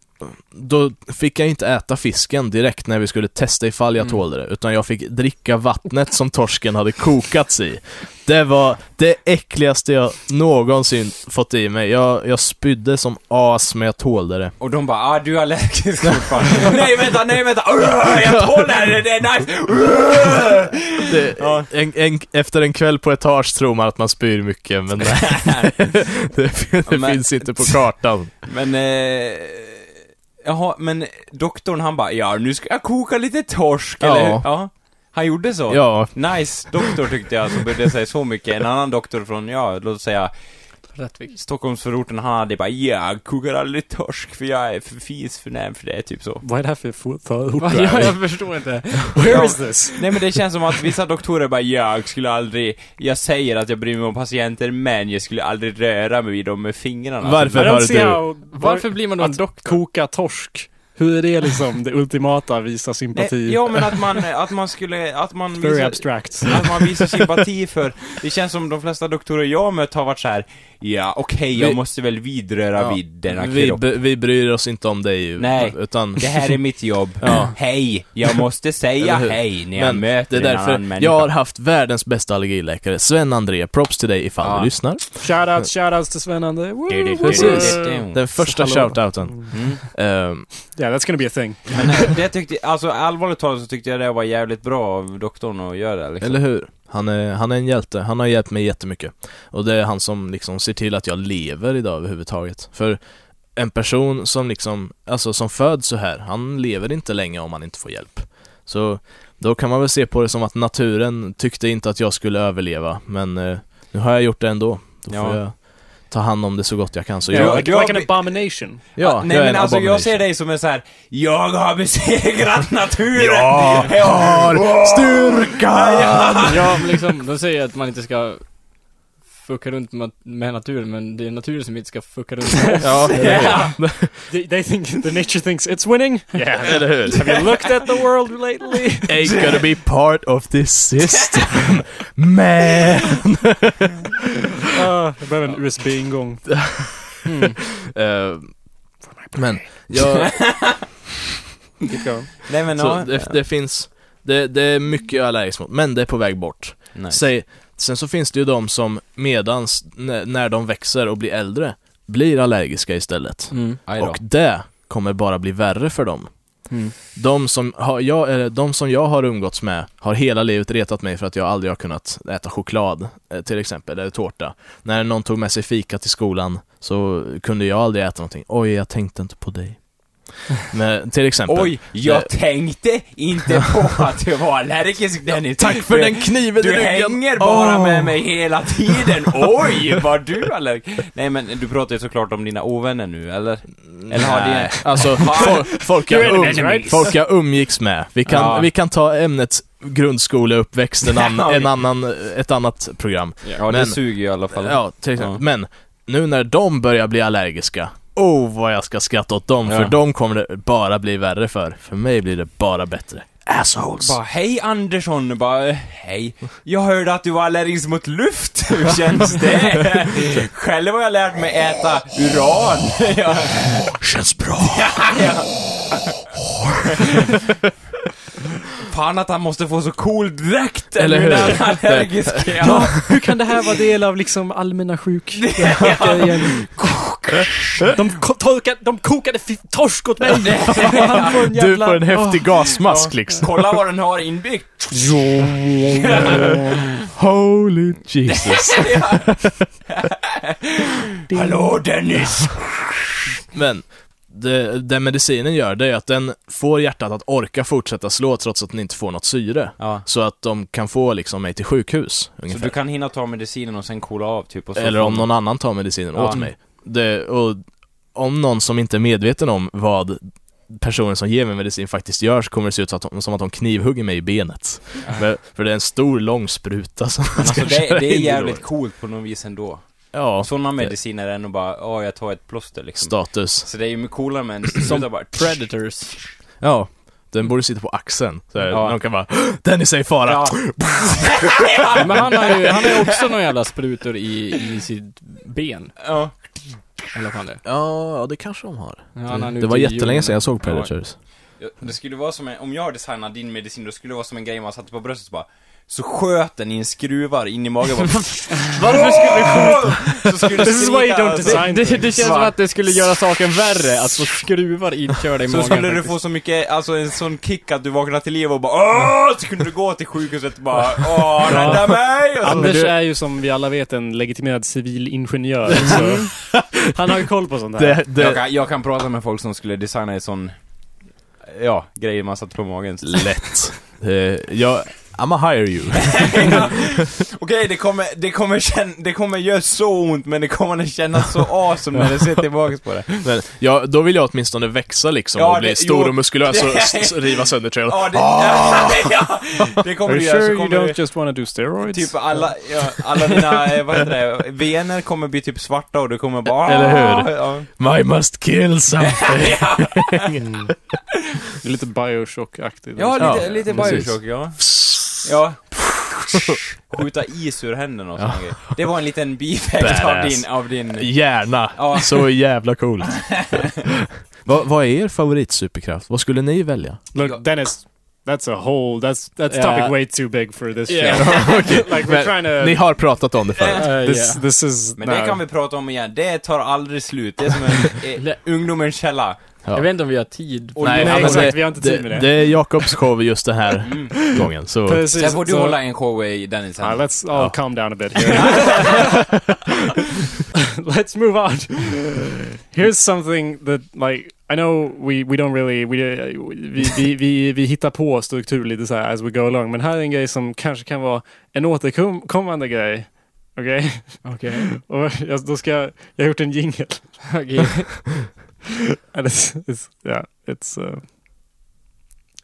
Speaker 3: Då fick jag inte äta fisken direkt när vi skulle testa ifall jag
Speaker 4: Mm.
Speaker 3: tålde det, utan jag fick dricka vattnet som torsken hade kokats i. Det var det äckligaste jag någonsin fått i mig. Jag, jag spydde som as, men jag tålde det.
Speaker 2: Och de bara, ah du är allergisk fortfarande. nej vänta, nej vänta! Urgh, jag tål det här, det är nice! Urgh.
Speaker 3: det en, en, efter en kväll på etage tror man att man spyr mycket, men nej. det, det
Speaker 2: Men-
Speaker 3: finns inte på kartan.
Speaker 2: Men, eh... Jaha, men doktorn han bara, ja nu ska jag koka lite torsk,
Speaker 3: Ja.
Speaker 2: eller hur? Ja. Han gjorde så?
Speaker 3: Ja,
Speaker 2: Nice doktor tyckte jag som brydde sig så mycket. En annan doktor från, ja, låt oss säga
Speaker 4: Rättvik.
Speaker 2: Stockholmsförorten, han hade bara 'Jag kokar aldrig torsk för jag är för fis för näm för det' typ så.
Speaker 1: Vad är det här för fo- förort?
Speaker 4: Ja, jag förstår inte.
Speaker 1: Where is this?
Speaker 2: Nej men det känns som att vissa doktorer bara 'Jag skulle aldrig, jag säger att jag bryr mig om patienter men jag skulle aldrig röra mig vid dem med fingrarna' Alltså,
Speaker 3: Varför
Speaker 1: I don't
Speaker 3: har
Speaker 1: see
Speaker 3: du...
Speaker 1: how-
Speaker 4: Varför blir man då en
Speaker 1: att
Speaker 4: doktor?
Speaker 1: koka torsk? Hur är det liksom det ultimata visa sympati?
Speaker 3: typ?
Speaker 2: Nej, ja men att man, att man skulle, att man
Speaker 1: Very
Speaker 2: visar-
Speaker 1: abstract.
Speaker 2: att man visar sympati för. Det känns som de flesta doktorer jag mött har varit så här. ja okej jag
Speaker 3: Vi-
Speaker 2: måste väl vidröra
Speaker 3: Ja,
Speaker 2: vid denna
Speaker 3: Vi,
Speaker 2: kropp.
Speaker 3: b- vi bryr oss inte om dig.
Speaker 2: Nej.
Speaker 3: Utan...
Speaker 2: Det här är mitt jobb.
Speaker 3: Ja.
Speaker 2: Hej! Jag måste säga
Speaker 3: Eller hur?
Speaker 2: hej när jag
Speaker 3: Men det
Speaker 2: möter
Speaker 3: är
Speaker 2: en annan
Speaker 3: därför
Speaker 2: människa.
Speaker 3: jag har haft världens bästa allergiläkare, Sven André. Props till dig ifall
Speaker 2: Ja. Mm.
Speaker 3: du lyssnar.
Speaker 1: Shoutouts, shoutouts till Sven Ander. Woo,
Speaker 2: Du, du, du,
Speaker 1: woo,
Speaker 3: Precis.
Speaker 1: woo.
Speaker 2: du, du, du.
Speaker 3: Den första
Speaker 1: hallå.
Speaker 3: shoutouten.
Speaker 2: Mm.
Speaker 3: Ehm,
Speaker 1: Yeah, that's gonna be a thing.
Speaker 2: Men eh, det tyckte, alltså allvarligt talat så tyckte jag det var jävligt bra av doktorn att göra det liksom.
Speaker 3: Eller hur? Han är, han är en hjälte, han har hjälpt mig jättemycket. Och det är han som liksom ser till att jag lever idag överhuvudtaget. För en person som liksom, alltså som föds så här, han lever inte länge om han inte får hjälp. Så då kan man väl se på det som att naturen tyckte inte att jag skulle överleva, men eh, nu har jag gjort det ändå. Då får
Speaker 2: Ja.
Speaker 3: jag ta hand om det så gott jag kan. Så
Speaker 2: Ja,
Speaker 3: jag,
Speaker 1: like,
Speaker 2: jag-
Speaker 1: like an abomination.
Speaker 3: ja,
Speaker 2: Nej
Speaker 3: jag är
Speaker 2: men
Speaker 3: en
Speaker 2: alltså jag
Speaker 3: abomination.
Speaker 2: ser dig som en så här. jag har besegrat naturen!
Speaker 3: Ja, jag har styrkan!
Speaker 4: Ja, men liksom, de säger att man inte ska fucka runt med, med naturen, men det är naturen som inte ska fucka runt med oss.
Speaker 3: Ja,
Speaker 1: They, they think the nature thinks it's winning. Yeah.
Speaker 3: eller hur?
Speaker 1: Have you looked at the world lately?
Speaker 3: ain't gonna be part of this system. Man!
Speaker 1: Uh, jag behöver en USB-ingång.
Speaker 3: Eh, men, jag,
Speaker 1: Keep going.
Speaker 2: Nej men
Speaker 3: så
Speaker 2: ja.
Speaker 3: det, det finns, det, det är mycket jag är allergisk mot, men det är på väg bort.
Speaker 2: Nej.
Speaker 3: Säg, sen så finns det ju de som medans, när, när de växer och blir äldre, blir allergiska istället.
Speaker 4: Mm.
Speaker 2: Aj då.
Speaker 3: Och det kommer bara bli värre för dem.
Speaker 4: Mm.
Speaker 3: De, som har, jag, eller de som jag har umgåtts med har hela livet retat mig för att jag aldrig har kunnat äta choklad, eh, till exempel, eller tårta. När någon tog med sig fika till skolan så kunde jag aldrig äta någonting. Oj, jag tänkte inte på dig. Men, till exempel. eh,
Speaker 2: Oj, jag tänkte inte på att du var allergisk Dennis.
Speaker 3: Tack för
Speaker 2: Du-
Speaker 3: den kniven i
Speaker 2: Du
Speaker 3: ryggen!
Speaker 2: hänger bara
Speaker 3: Åh.
Speaker 2: med mig hela tiden. Oj, vad du allergisk. Nej men du pratar ju såklart om dina ovänner nu, eller? Eller har det...
Speaker 3: Nej, alltså folk, folk, jag
Speaker 1: You're
Speaker 3: um,
Speaker 1: enemies, right?
Speaker 3: folk jag umgicks med. Vi kan,
Speaker 2: Ja.
Speaker 3: vi kan ta ämnet grundskoleuppväxt, en annan,
Speaker 2: Ja,
Speaker 3: en annan, ett annat program.
Speaker 2: Ja, det
Speaker 3: Men-
Speaker 2: suger ju i alla fall.
Speaker 3: Ja, till exempel.
Speaker 2: Ja.
Speaker 3: Men nu när de börjar bli allergiska, oh vad jag ska skratta åt dem,
Speaker 2: Ja.
Speaker 3: för de kommer det bara bli värre för. För mig blir det bara bättre. Assholes!
Speaker 2: Bara, hej Andersson, bara, hej. Jag hörde att du var allergisk mot luft. Hur känns det? Själv har jag lärt mig äta uran. Ja.
Speaker 3: Känns bra!
Speaker 2: Fan att han måste få så cool dräkt.
Speaker 3: Eller
Speaker 2: nu
Speaker 3: hur?
Speaker 2: när han är Allergisk. Ja.
Speaker 1: Hur kan det här vara del av liksom allmänna sjuk... de, ko- torkade, de kokade fi- torsk åt mig! Han får en
Speaker 3: Du
Speaker 1: jävla-
Speaker 3: får en häftig gasmask liksom.
Speaker 2: Kolla vad den har inbyggt.
Speaker 3: Holy Jesus.
Speaker 2: Hallå Dennis!
Speaker 3: Men det, det medicinen gör det är att den får hjärtat att orka fortsätta slå trots att den inte får något syre.
Speaker 2: Ja.
Speaker 3: Så att de kan få liksom mig till sjukhus.
Speaker 2: Så
Speaker 3: Ungefär.
Speaker 2: du kan hinna ta medicinen och sen coola av typ och så
Speaker 3: Eller om
Speaker 2: får-
Speaker 3: någon annan tar medicinen
Speaker 2: Ja.
Speaker 3: åt mig. Det, och om någon som inte är medveten om vad personen som ger mig medicin faktiskt gör så kommer det se ut som att de, som att de knivhugger mig i benet. Men, för det är en stor lång spruta som man
Speaker 2: Alltså
Speaker 3: ska
Speaker 2: det,
Speaker 3: köra
Speaker 2: det är
Speaker 3: in i
Speaker 2: jävligt
Speaker 3: då.
Speaker 2: coolt på något vis ändå.
Speaker 3: Ja,
Speaker 2: Sådana mediciner är ändå bara, ja jag tar ett plåster liksom.
Speaker 3: status.
Speaker 2: Så det är ju coolare med en spruta bara
Speaker 4: Predators.
Speaker 3: Ja, den borde sitta på axeln. Så här,
Speaker 2: Ja.
Speaker 3: Någon kan bara Dennis är i fara!
Speaker 2: Ja.
Speaker 4: Men han har ju, han har ju också några jävla sprutor i, i sitt ben.
Speaker 2: Ja.
Speaker 4: Eller vad fan det är.
Speaker 3: Ja, ja, det kanske de har.
Speaker 4: Ja, han har nu
Speaker 3: det var
Speaker 4: tio
Speaker 3: jättelänge sedan jag såg
Speaker 2: Ja.
Speaker 3: Predators.
Speaker 2: Det skulle vara som en, om jag designade din medicin, då skulle det vara som en grej man satte på bröstet och bara så sköt den i en skruvar in i magen bara,
Speaker 4: Varför skulle
Speaker 2: så skulle
Speaker 1: This is why you
Speaker 2: skrika,
Speaker 1: don't
Speaker 2: alltså.
Speaker 1: design
Speaker 4: Det, det känns
Speaker 2: Va?
Speaker 4: som att det skulle göra saken värre att få skruvar inkörda i
Speaker 2: Så
Speaker 4: magen.
Speaker 2: skulle du
Speaker 4: faktiskt.
Speaker 2: få så mycket, alltså en sån kick att du vaknade till liv och bara åh, så kunde du gå till sjukhuset och bara åh, rädda mig! Och så,
Speaker 1: Anders är ju som vi alla vet en legitimerad civilingenjör, så han har ju koll på sånt här.
Speaker 3: Det, det,
Speaker 2: Jag, kan, jag kan prata med folk som skulle designa en sån, ja, grej man satte på magen.
Speaker 3: lätt. Eh, jag I'ma hire you.
Speaker 2: Okej, det kommer, det kommer känna, det kommer göra så ont men det kommer kännas så awesome när du ser tillbaka på det.
Speaker 3: Men, ja, då vill jag åtminstone växa liksom
Speaker 2: Ja,
Speaker 3: och bli
Speaker 2: det-
Speaker 3: stor
Speaker 2: jo.
Speaker 3: och muskulös och s- s- riva sönder träd.
Speaker 2: Ja, det, ja, det kommer
Speaker 1: Are
Speaker 2: du
Speaker 1: you
Speaker 2: göra,
Speaker 1: sure
Speaker 2: så
Speaker 1: you
Speaker 2: kommer du,
Speaker 1: don't just want to do steroids?
Speaker 2: typ alla, ja, alla dina, eh, vad heter det, vener kommer bli typ svarta och du kommer bara
Speaker 3: Eller hur?
Speaker 2: Ja.
Speaker 3: I must kill something.
Speaker 1: Det är Lite Bioshock-aktigt.
Speaker 2: Ja, lite, lite
Speaker 3: precis.
Speaker 2: Bioshock, ja. Ja. Skjuta is ur händerna och såna grejer. Det var en liten bieffekt av
Speaker 3: Badass.
Speaker 2: din, av din...
Speaker 3: Gärna.
Speaker 2: Ja.
Speaker 3: Så jävla coolt. vad, vad är er favoritsuperkraft? Vad skulle ni välja?
Speaker 1: Look, Dennis, that's a whole, that's that's
Speaker 4: Yeah.
Speaker 1: topic way too big for this
Speaker 3: Yeah.
Speaker 1: show. like we're
Speaker 3: Men-
Speaker 1: trying to.
Speaker 3: Ni har pratat om det förut.
Speaker 4: Eh,
Speaker 1: this
Speaker 4: yeah.
Speaker 1: this is.
Speaker 2: Men det kan vi prata om igen, det tar aldrig slut. Det är som en, eh, ungdomens källa.
Speaker 3: Ja.
Speaker 4: Jag vet inte om vi har tid.
Speaker 2: Och
Speaker 1: Nej,
Speaker 2: Nej,
Speaker 1: men
Speaker 2: men
Speaker 1: exakt,
Speaker 3: det-
Speaker 1: vi har inte tid med
Speaker 3: Det,
Speaker 1: det.
Speaker 3: det är Jakobs show just den här gången, så...
Speaker 1: Precis,
Speaker 2: Sen får du
Speaker 1: så-
Speaker 2: hålla en show i Dennis
Speaker 1: Ah,
Speaker 2: här.
Speaker 1: let's all calm down a bit here. let's move on. Here's something that like I know we we don't really we eh, vi, vi, vi, vi hittar på struktur lite så här as we go along men här är en grej som kanske kan vara en återkommande grej. Okej?
Speaker 4: Okej.
Speaker 1: Och jag, då ska jag, jag har gjort en jingle.
Speaker 4: Okej.
Speaker 1: And it's, it's yeah, it's uh,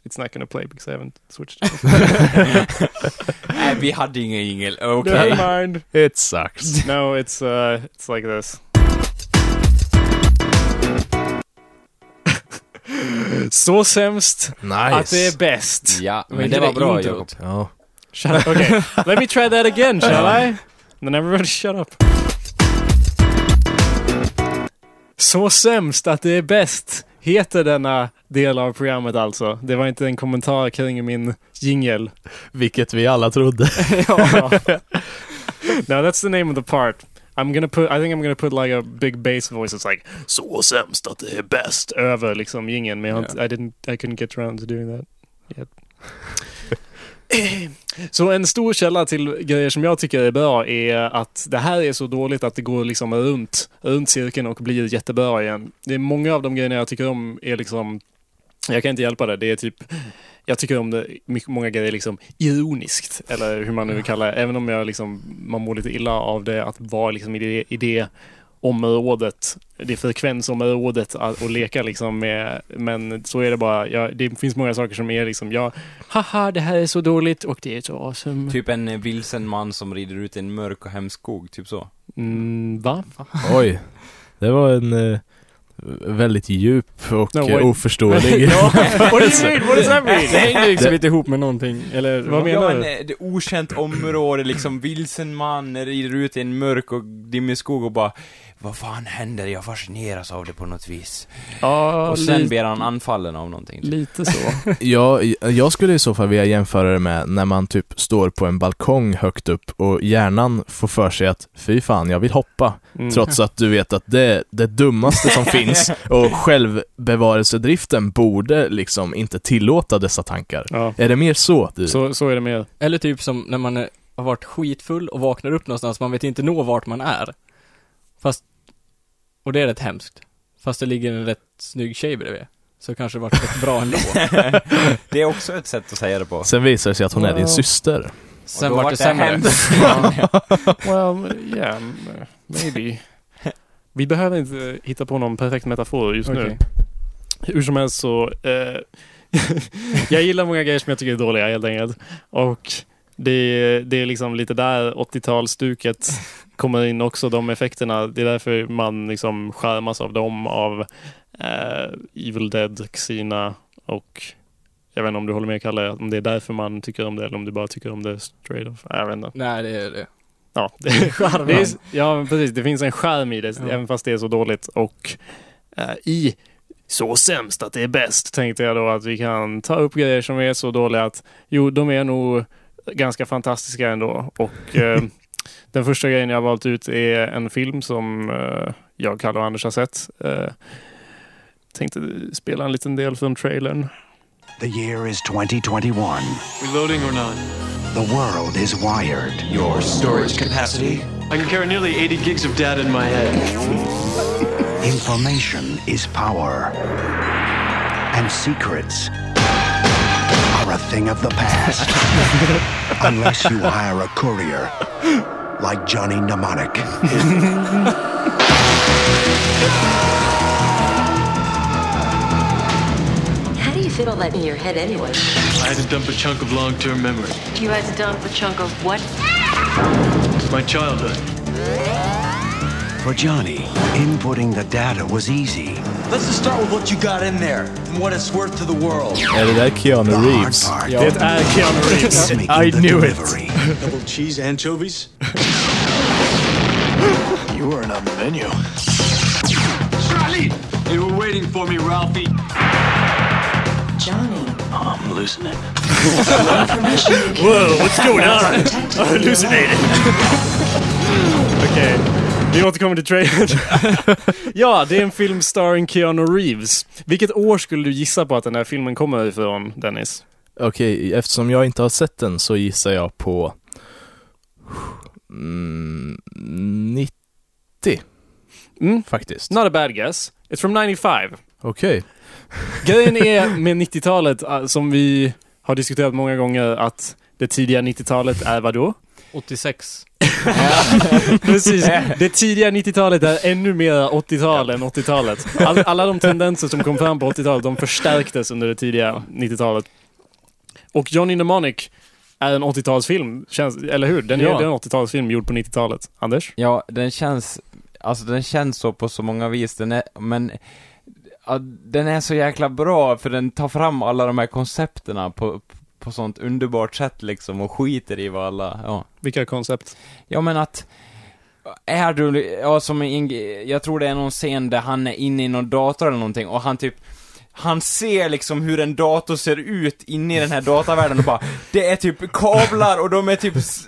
Speaker 1: it's not gonna play because I haven't switched. it.
Speaker 2: Nej, vi hade ingen jingel. Okej.
Speaker 1: Never mind.
Speaker 3: It sucks.
Speaker 1: No, it's uh, it's like this. Så sämst
Speaker 3: Ah,
Speaker 1: att det är
Speaker 3: Nice.
Speaker 1: bäst.
Speaker 2: Ja, men,
Speaker 4: Men
Speaker 2: det
Speaker 4: det
Speaker 2: var
Speaker 4: är
Speaker 2: bra
Speaker 4: introt.
Speaker 2: Jakob.
Speaker 3: Ja.
Speaker 1: Shut up. Okay, let me try that again, shall I? Then everybody shut up. Så sämst att det är bäst heter denna del av programmet alltså. Det var inte en kommentar kring min jingel.
Speaker 3: Vilket vi alla trodde.
Speaker 1: no, that's the name of the part. I'm gonna put, I think I'm gonna put like a big bass voice. It's like så sämst att det är bäst över liksom jingeln. Men jag, har inte- I didn't, I couldn't get around to doing that yet. Så en stor källa till grejer som jag tycker är bra är att det här är så dåligt att det går liksom runt, runt cirkeln och blir jättebra igen. Det är många av de grejerna jag tycker om är liksom, jag kan inte hjälpa det, det är typ jag tycker om det, mycket, många grejer liksom ironiskt, eller hur man nu vill kalla det. Även om jag liksom, man mår lite illa av det, att vara liksom i det, i det området, det frekvensområdet att, och leka liksom med, men så är det bara. Jag, det finns många saker som är liksom, jag, haha, det här är så dåligt och det är så awesome.
Speaker 2: Typ en eh, vilsen man som rider ut i en mörk och hemsk skog, typ så.
Speaker 1: Mm, va?
Speaker 3: Oj. Det var en eh, väldigt djup och
Speaker 1: No,
Speaker 3: eh,
Speaker 1: wait.
Speaker 3: oförståelig...
Speaker 1: What do you mean? What does that mean?
Speaker 4: Det hängde liksom inte ihop med någonting, eller?
Speaker 1: Vad menar
Speaker 2: ja, men
Speaker 1: du?
Speaker 2: eh, det är okänt område, liksom vilsen man rider ut i en mörk och dimmig skog och bara Vad fan händer? Jag fascineras av det på något vis.
Speaker 1: Ja,
Speaker 2: Och sen
Speaker 1: li-
Speaker 2: blir han anfallen av någonting. typ.
Speaker 1: lite så.
Speaker 3: Jag, jag skulle i så fall vilja jämföra det med när man typ står på en balkong högt upp och hjärnan får för sig att fy fan, jag vill hoppa.
Speaker 1: Mm.
Speaker 3: Trots att du vet att det är det dummaste som finns och självbevarelsedriften borde liksom inte tillåta dessa tankar.
Speaker 1: Mm. Ja,
Speaker 3: Är det mer så? Du?
Speaker 1: så, så är det med.
Speaker 4: Eller typ som när man eh, har varit skitfull och vaknar upp någonstans, man vet inte nå vart man är. Fast, och det är rätt hemskt. Fast det ligger en rätt snygg tjej bredvid. Så kanske det varit rätt bra ändå.
Speaker 2: Det är också ett sätt att säga det på.
Speaker 3: Sen visar det sig att hon är din syster.
Speaker 2: Och
Speaker 4: Sen
Speaker 2: då
Speaker 4: vart
Speaker 2: vart
Speaker 4: det sämre.
Speaker 2: hemskt.
Speaker 1: Well, yeah, m- maybe. Vi behöver inte eh, hitta på någon perfekt metafor just nu.
Speaker 4: Okej.
Speaker 1: Hur som helst så... Eh, jag gillar många grejer som jag tycker är dåliga helt enkelt. Och det, det är liksom lite där 80-talsstuket kommer in också, de effekterna. Det är därför man liksom skärmas av dem, av eh, Evil Dead, Xena och... Jag vet inte om du håller med Kalle, om det är därför man tycker om det eller om du bara tycker om det straight off. Jag vet inte.
Speaker 4: Nej, det är det.
Speaker 1: Ja, det, det är, ja men precis. Det finns en skärm i det,
Speaker 4: Ja.
Speaker 1: även fast det är så dåligt. Och eh, i Så sämst att det är bäst tänkte jag då att vi kan ta upp grejer som är så dåliga att jo, de är nog ganska fantastiska ändå. Och eh, den första grejen jag har valt ut är en film som eh, jag, Kalle och Anders har sett. Eh, tänkte spela en liten del från trailern.
Speaker 8: The year is 2021.
Speaker 9: Reloading or not?
Speaker 8: The world is wired. Your
Speaker 9: Storage capacity? I can carry nearly 80 gigs of data in my head.
Speaker 8: information is power. And secrets are a thing of the past. Unless you hire a courier like Johnny Mnemonic.
Speaker 10: How do you fit all that in your head anyway?
Speaker 9: I had to dump a chunk of long-term memory.
Speaker 10: You had to dump a chunk of what?
Speaker 9: My childhood.
Speaker 8: For Johnny, inputting the data was easy.
Speaker 11: Let's just start with what you got in there and what it's worth to the world.
Speaker 3: Är det där Keanu
Speaker 8: The hard
Speaker 3: Reeves?
Speaker 8: part
Speaker 1: Det är Keanu Reeves.
Speaker 8: is making
Speaker 3: I
Speaker 8: the
Speaker 3: knew it.
Speaker 8: delivery.
Speaker 11: Double cheese anchovies?
Speaker 8: You weren't on the menu.
Speaker 9: Charlie! They were waiting for me, Ralphie.
Speaker 7: Johnny,
Speaker 8: I'm losing it.
Speaker 7: information you can
Speaker 1: Whoa, what's going on?
Speaker 7: protect
Speaker 1: I hallucinated. okay. Vi återkommer till trailern. ja, det är en film starring Keanu Reeves. Vilket år skulle du gissa på att den här filmen kommer ifrån, Dennis?
Speaker 3: Okej, eftersom jag inte har sett den så gissar jag på... Mm, 90
Speaker 1: Mm.
Speaker 3: faktiskt.
Speaker 1: Not a bad guess. It's from 95.
Speaker 3: Okej.
Speaker 1: Grejen är med 90-talet, eh, som vi har diskuterat många gånger, att det tidiga 90-talet är vadå?
Speaker 4: 86.
Speaker 1: Precis. Det tidiga 90-talet är ännu mer 80-tal än 80-talet. All, alla de tendenser som kom fram på 80-talet, de förstärktes under det tidiga 90-talet. Och Johnny Mnemonic är en 80-talsfilm, känns- eller hur? Den är,
Speaker 4: Ja.
Speaker 1: det är en 80-talsfilm gjord på 90-talet. Anders?
Speaker 2: Ja, den känns, alltså den känns så på så många vis, den är, men ja, den är så jäkla bra för den tar fram alla de här koncepterna på, på sånt underbart sätt liksom och skiter i vad alla, ja.
Speaker 1: Vilka koncept?
Speaker 2: Ja men att, är du, ja som en, jag tror det är någon scen där han är inne i någon dator eller någonting och han typ han ser liksom hur en dator ser ut inne i den här datavärlden och bara Det är typ kablar och de är typ s-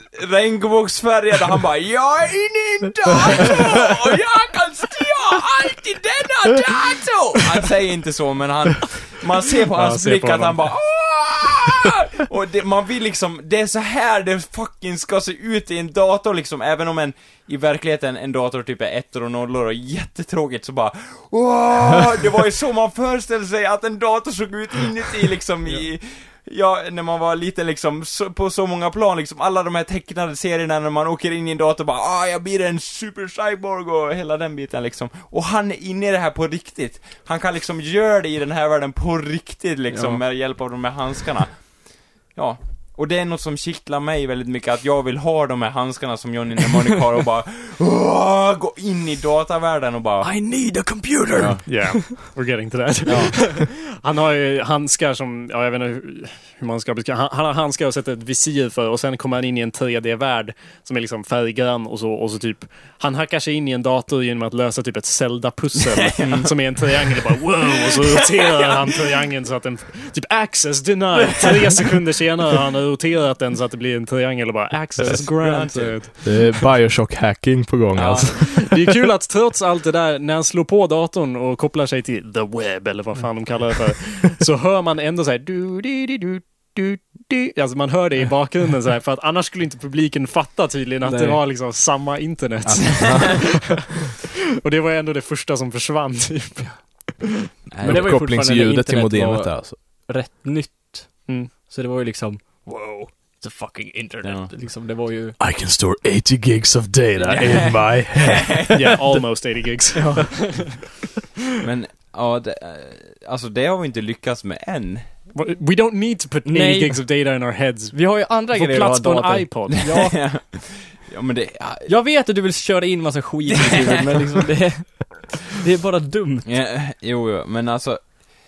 Speaker 2: regnbågsfärgade han bara Jag är inne i en dator och jag kan styra allt i denna dator! Han säger inte så men han Man ser på
Speaker 1: Ja,
Speaker 2: hans
Speaker 1: ser
Speaker 2: blick
Speaker 1: på
Speaker 2: att
Speaker 1: honom.
Speaker 2: han bara "Åh!" Och det, man vill liksom, det är så här det fucking ska se ut i en dator liksom, även om en i verkligheten en dator typ är ettor och nollor och jättetråkigt så bara Åh! Det var ju så man föreställde sig att en dator såg ut inuti liksom i Ja, när man var lite liksom, så, på så många plan liksom, alla de här tecknade serierna när man åker in i en dator bara ah, jag blir en super cyborg och hela den biten liksom. Och han är inne i det här på riktigt. Han kan liksom göra det i den här världen på riktigt liksom,
Speaker 1: Ja.
Speaker 2: med hjälp av de här handskarna. Ja. Och det är något som kittlar mig väldigt mycket, att jag vill ha de här handskarna som Johnny Mnemonic har och bara åh, gå in i datavärlden och bara
Speaker 4: I need a computer!
Speaker 2: Ja.
Speaker 1: Yeah, we're getting to that. Han har ju handskar som, ja, jag vet inte hur- hur man ska beskriva, han, han har handskar och sätter ett visir för och sen kommer han in i en 3D-värld som är liksom färggrann och så, och så typ, han hackar sig in i en dator genom att lösa typ ett Zelda-pussel som är en triangel och bara wow, och så roterar han triangeln så att den, typ access denied, tre sekunder senare har han roterat den så att det blir en triangel och bara access granted.
Speaker 3: Det är Bioshock-hacking på gång alltså.
Speaker 1: Det är kul att trots allt det där, när han slår på datorn och kopplar sig till the web, eller vad fan de kallar det för, så hör man ändå så här... Du, di, di, du, du, di. Alltså man hör det i bakgrunden så här, för att annars skulle inte publiken fatta tydligen att det
Speaker 2: Nej.
Speaker 1: var liksom samma internet. och det var ändå det första som försvann typ.
Speaker 4: Men det var ju fortfarande när
Speaker 3: Uppkopplingsljudet till
Speaker 4: internet
Speaker 3: modemet
Speaker 4: var-
Speaker 3: alltså.
Speaker 4: Rätt nytt.
Speaker 1: Mm.
Speaker 4: Så det var ju liksom, wow, the fucking internet. Liksom, det var ju...
Speaker 3: I can store 80 gigs of data in my head.
Speaker 1: Yeah, almost 80 gigs.
Speaker 2: Men, ja, det, eh, alltså det har vi inte lyckats med än.
Speaker 1: We don't need to put 80
Speaker 4: Nej.
Speaker 1: gigs of data in our heads.
Speaker 4: Vi har ju andra
Speaker 1: Få
Speaker 4: grejer
Speaker 1: plats
Speaker 4: att
Speaker 1: på
Speaker 4: ha
Speaker 1: en
Speaker 4: dator.
Speaker 1: iPod.
Speaker 4: Ja,
Speaker 2: Ja men det, ja,
Speaker 4: jag vet att du vill köra in massa skit i ditt huvud, men liksom det... Det är bara dumt.
Speaker 2: ja, jo, jo, men alltså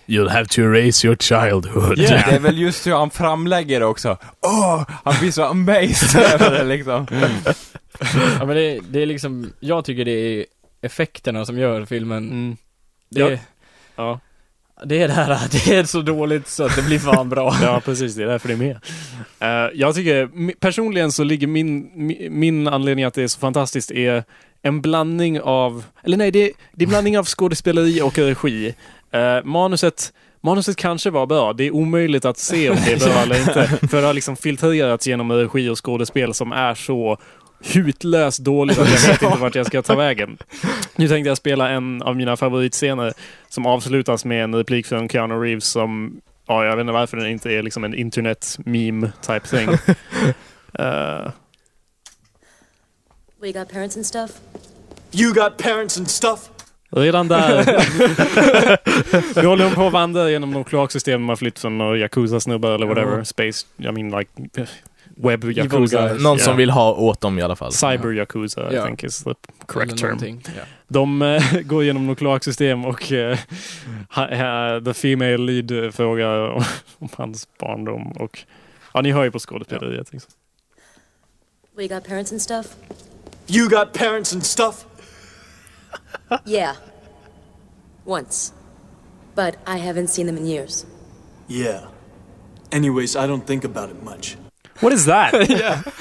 Speaker 3: You'll have to erase your childhood.
Speaker 2: Det är väl just hur han framlägger det också. Åh! han blir så amazed över det liksom.
Speaker 4: Ja men det, det är liksom, jag tycker det är effekterna som gör filmen
Speaker 1: Mm.
Speaker 4: Det,
Speaker 1: Ja. Ja.
Speaker 4: det är det här, det är så dåligt så att det blir fan bra
Speaker 1: Ja, precis. Det är därför det är med. Eh, jag tycker, m- personligen så ligger min, mi- min anledning att det är så fantastiskt är en blandning av, eller nej, det, är- det är en blandning av skådespeleri och regi. Eh, manuset, manuset kanske var bra, det är omöjligt att se om det är bra eller inte. För det har liksom filtrerats genom regi och skådespel som är så hutlöst dåligt att jag vet inte vart jag ska ta vägen. Nu tänkte jag spela en av mina favoritscener som avslutas med en replik från Keanu Reeves som ja, jag vet inte varför den inte är liksom en internet meme type thing. Eh,
Speaker 10: We got parents and stuff.
Speaker 11: You got parents and stuff?
Speaker 1: redan där. nu håller hon på att vandra genom de kloaksystem man flytt från några Yakuza-snubbar eller whatever.
Speaker 3: Ja.
Speaker 1: Space, I mean like eh, web Yakuza.
Speaker 3: Någon som vill ha åt dem i alla fall.
Speaker 1: Cyber Yakuza, I
Speaker 3: Ja.
Speaker 1: think is the correct
Speaker 4: Eller
Speaker 1: term.
Speaker 4: någonting, ja.
Speaker 1: De eh, går genom något kloaksystem och eh, ha, ha, the female lead eh, frågar om, om hans barndom och ja, ni hör ju på skådespeleriet. Liksom.
Speaker 10: We got parents and stuff.
Speaker 11: You got parents and stuff?
Speaker 10: yeah. Once. But I haven't seen them in years.
Speaker 11: Yeah. Anyways, I don't think about it much.
Speaker 1: What is that?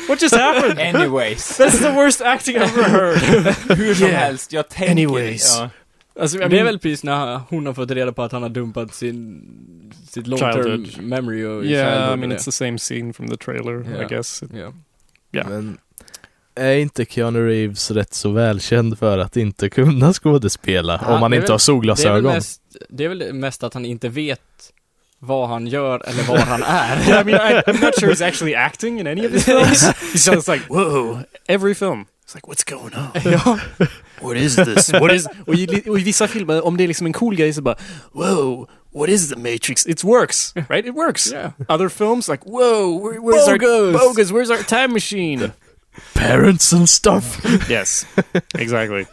Speaker 1: What just happened?
Speaker 2: Anyways.
Speaker 1: That's the worst acting I've ever heard.
Speaker 2: Hur som helst, jag tänker...
Speaker 1: Anyways.
Speaker 2: Ja.
Speaker 1: Alltså, jag
Speaker 4: det är
Speaker 1: mean-
Speaker 4: väl precis när hon har fått reda på att han har dumpat sin, sitt long term
Speaker 1: Childhood.
Speaker 4: memory och
Speaker 1: Yeah, I
Speaker 4: childhood
Speaker 1: mean
Speaker 4: och
Speaker 1: it's the same scene from the trailer, I
Speaker 4: Yeah.
Speaker 1: guess. It-
Speaker 4: det. Ja.
Speaker 1: Ja.
Speaker 3: Men är inte Keanu Reeves rätt så välkänd för att inte kunna skådespela
Speaker 4: Han-
Speaker 3: om man
Speaker 4: det är
Speaker 3: inte
Speaker 4: väl-
Speaker 3: har solglasögon?
Speaker 4: Det är, väl mest, det är väl mest att han inte vet vad han gör eller var han är.
Speaker 1: Yeah, I mean, I, I'm not sure he's actually acting in any of his films. He sounds like, whoa, every film. It's like, what's going on?
Speaker 4: ja.
Speaker 1: What is this? What is... Och i, li- och i vissa filmer, om det är liksom en cool grej så bara, whoa, what is the Matrix? It works, right? It works.
Speaker 4: Yeah.
Speaker 1: Other films like, whoa, where, where's
Speaker 4: Bogus.
Speaker 1: our... Bogus! Where's our time machine?
Speaker 3: Parents and stuff!
Speaker 1: yes, exactly.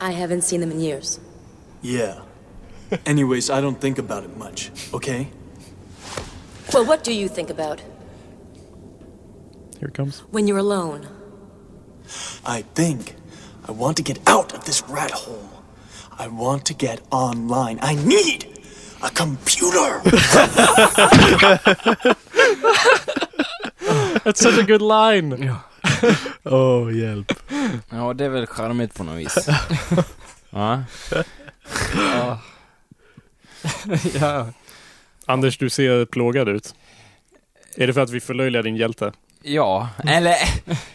Speaker 10: I haven't seen them in years.
Speaker 11: Yeah. Anyways, I don't think about it much, okay?
Speaker 10: Well, what do you think about
Speaker 1: Here it comes.
Speaker 10: when you're alone?
Speaker 11: I think I want to get out of this rat hole. I want to get online. I need a computer.
Speaker 1: That's such a good line.
Speaker 3: Åh, hjälp.
Speaker 2: ja, det är väl charmigt på något vis. ja.
Speaker 4: Ja. ja.
Speaker 1: Anders, du ser plågad ut. Är det för att vi förlöjligar din hjälte?
Speaker 2: Ja, eller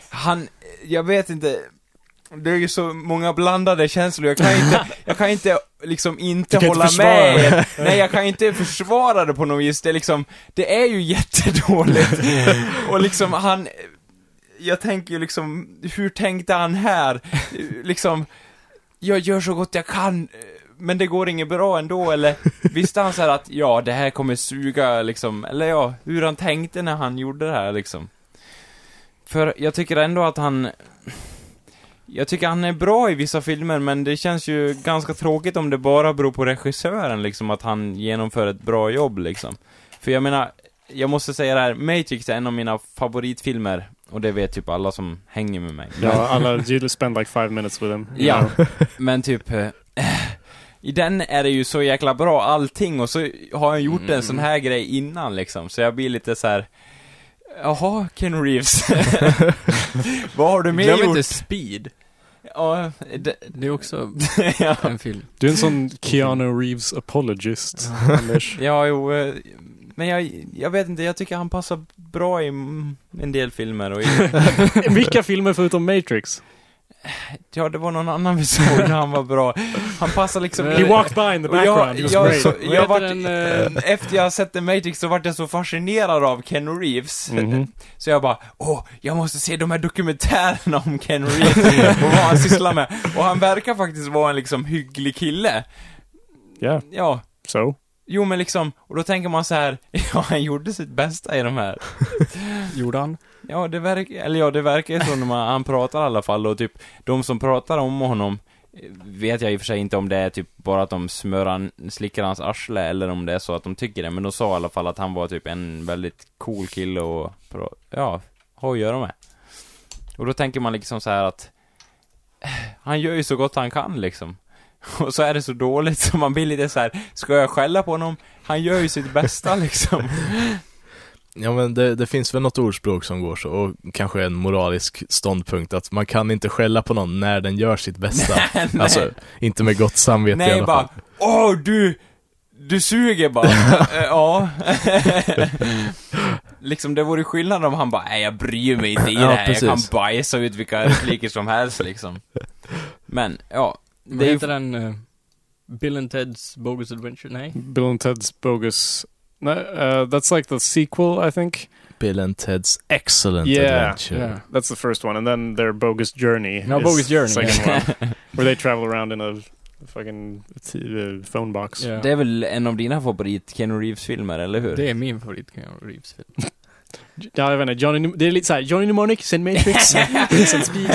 Speaker 2: han, jag vet inte. Det är ju så många blandade känslor, jag kan inte, jag kan inte liksom inte
Speaker 1: Du kan inte
Speaker 2: hålla
Speaker 1: försvara
Speaker 2: med er. Nej, jag kan inte försvara det på något vis, det är liksom, det är ju jättedåligt. Och liksom han, jag tänker ju liksom, hur tänkte han här? Liksom, jag gör så gott jag kan, men det går inget bra ändå, eller visste han så här att, ja, det här kommer suga liksom, eller ja, hur han tänkte när han gjorde det här liksom. För jag tycker ändå att han... Jag tycker han är bra i vissa filmer, men det känns ju ganska tråkigt om det bara beror på regissören liksom, att han genomför ett bra jobb liksom. För jag menar, jag måste säga det här, Matrix är en av mina favoritfilmer, och det vet typ alla som hänger med mig.
Speaker 1: Ja, alla you spend like five minutes with him. you
Speaker 2: Ja,
Speaker 1: know?
Speaker 2: men typ... eh, I den är det ju så jäkla bra allting och så har han gjort en sån här grej innan liksom, så jag blir lite så här. Jaha, Ken Reeves. Vad har du mer
Speaker 4: Glöm
Speaker 2: gjort?
Speaker 4: inte Speed.
Speaker 2: Ja, det,
Speaker 4: Det är också
Speaker 2: ja.
Speaker 4: en film.
Speaker 1: Du är en sån Keanu Reeves apologist, Anders.
Speaker 2: ja, jo. eh, Men jag, jag vet inte, jag tycker han passar bra i mm, en del filmer och i,
Speaker 1: Vilka filmer förutom Matrix?
Speaker 2: ja, det var någon annan vi såg när han var bra. Han passar liksom...
Speaker 1: He walked by in the
Speaker 2: Och jag,
Speaker 1: background, he was
Speaker 2: jag,
Speaker 1: great.
Speaker 2: så,
Speaker 4: Vad
Speaker 2: jag
Speaker 4: heter
Speaker 2: vart,
Speaker 4: den,
Speaker 2: eh, efter jag sett The Matrix så vart jag så fascinerad av Ken Reeves.
Speaker 1: Mhm.
Speaker 2: Så jag bara, åh, jag måste se de här dokumentärerna om Ken Reeves och vad han sysslar med. Och han verkar faktiskt vara en liksom hygglig kille.
Speaker 1: Yeah,
Speaker 2: Ja,
Speaker 1: so.
Speaker 2: jo men liksom, och då tänker man så här, ja han gjorde sitt bästa i de här.
Speaker 1: Gjorde han?
Speaker 2: Ja, det verkar, eller ja, det verkar ju så när man, han pratar i alla fall och typ, de som pratar om honom eh, vet jag i och för sig inte om det är typ bara att de smör han, slickar hans arsle eller om det är så att de tycker det, men de sa i alla fall att han var typ en väldigt cool kille och, pra- ja, har att göra med. Och då tänker man liksom så här att, eh, han gör ju så gott han kan liksom. Och så är det så dåligt så man blir lite så här: ska jag skälla på honom? Han gör ju sitt bästa liksom.
Speaker 3: Ja men det, det finns väl något ordspråk som går så, och kanske en moralisk ståndpunkt att man kan inte skälla på någon när den gör sitt bästa. Alltså, inte med gott samvete i
Speaker 2: Nej,
Speaker 3: alla
Speaker 2: bara
Speaker 3: fall.
Speaker 2: Åh, du! Du suger bara. Eh, ja. liksom, det vore skillnad om han bara Nej, jag bryr mig inte i det
Speaker 3: Ja,
Speaker 2: här. Jag kan
Speaker 3: precis.
Speaker 2: bajsa ut vilka repliker som helst liksom. Men, ja.
Speaker 4: Vad
Speaker 2: Det är ju-
Speaker 4: heter den? eh, Bill and Ted's Bogus Adventure? Nej.
Speaker 1: Bill and Ted's Bogus. No, uh, that's like the sequel, I think.
Speaker 3: Bill and Ted's Excellent
Speaker 1: yeah,
Speaker 3: Adventure.
Speaker 1: yeah, that's the first one, and then their Bogus Journey.
Speaker 4: No,
Speaker 1: is
Speaker 4: Bogus Journey,
Speaker 1: Second
Speaker 4: yeah.
Speaker 1: one, where they travel around in a fucking t- uh, phone box.
Speaker 2: Det är väl en av dina favorit Keanu Reeves-filmer, eller hur?
Speaker 4: Det är min favorit Keanu Reeves-film.
Speaker 1: Ja, jag vet inte, Johnny, Mnem- det är lite såhär, Johnny Mnemonic, sen Matrix, sen Speed.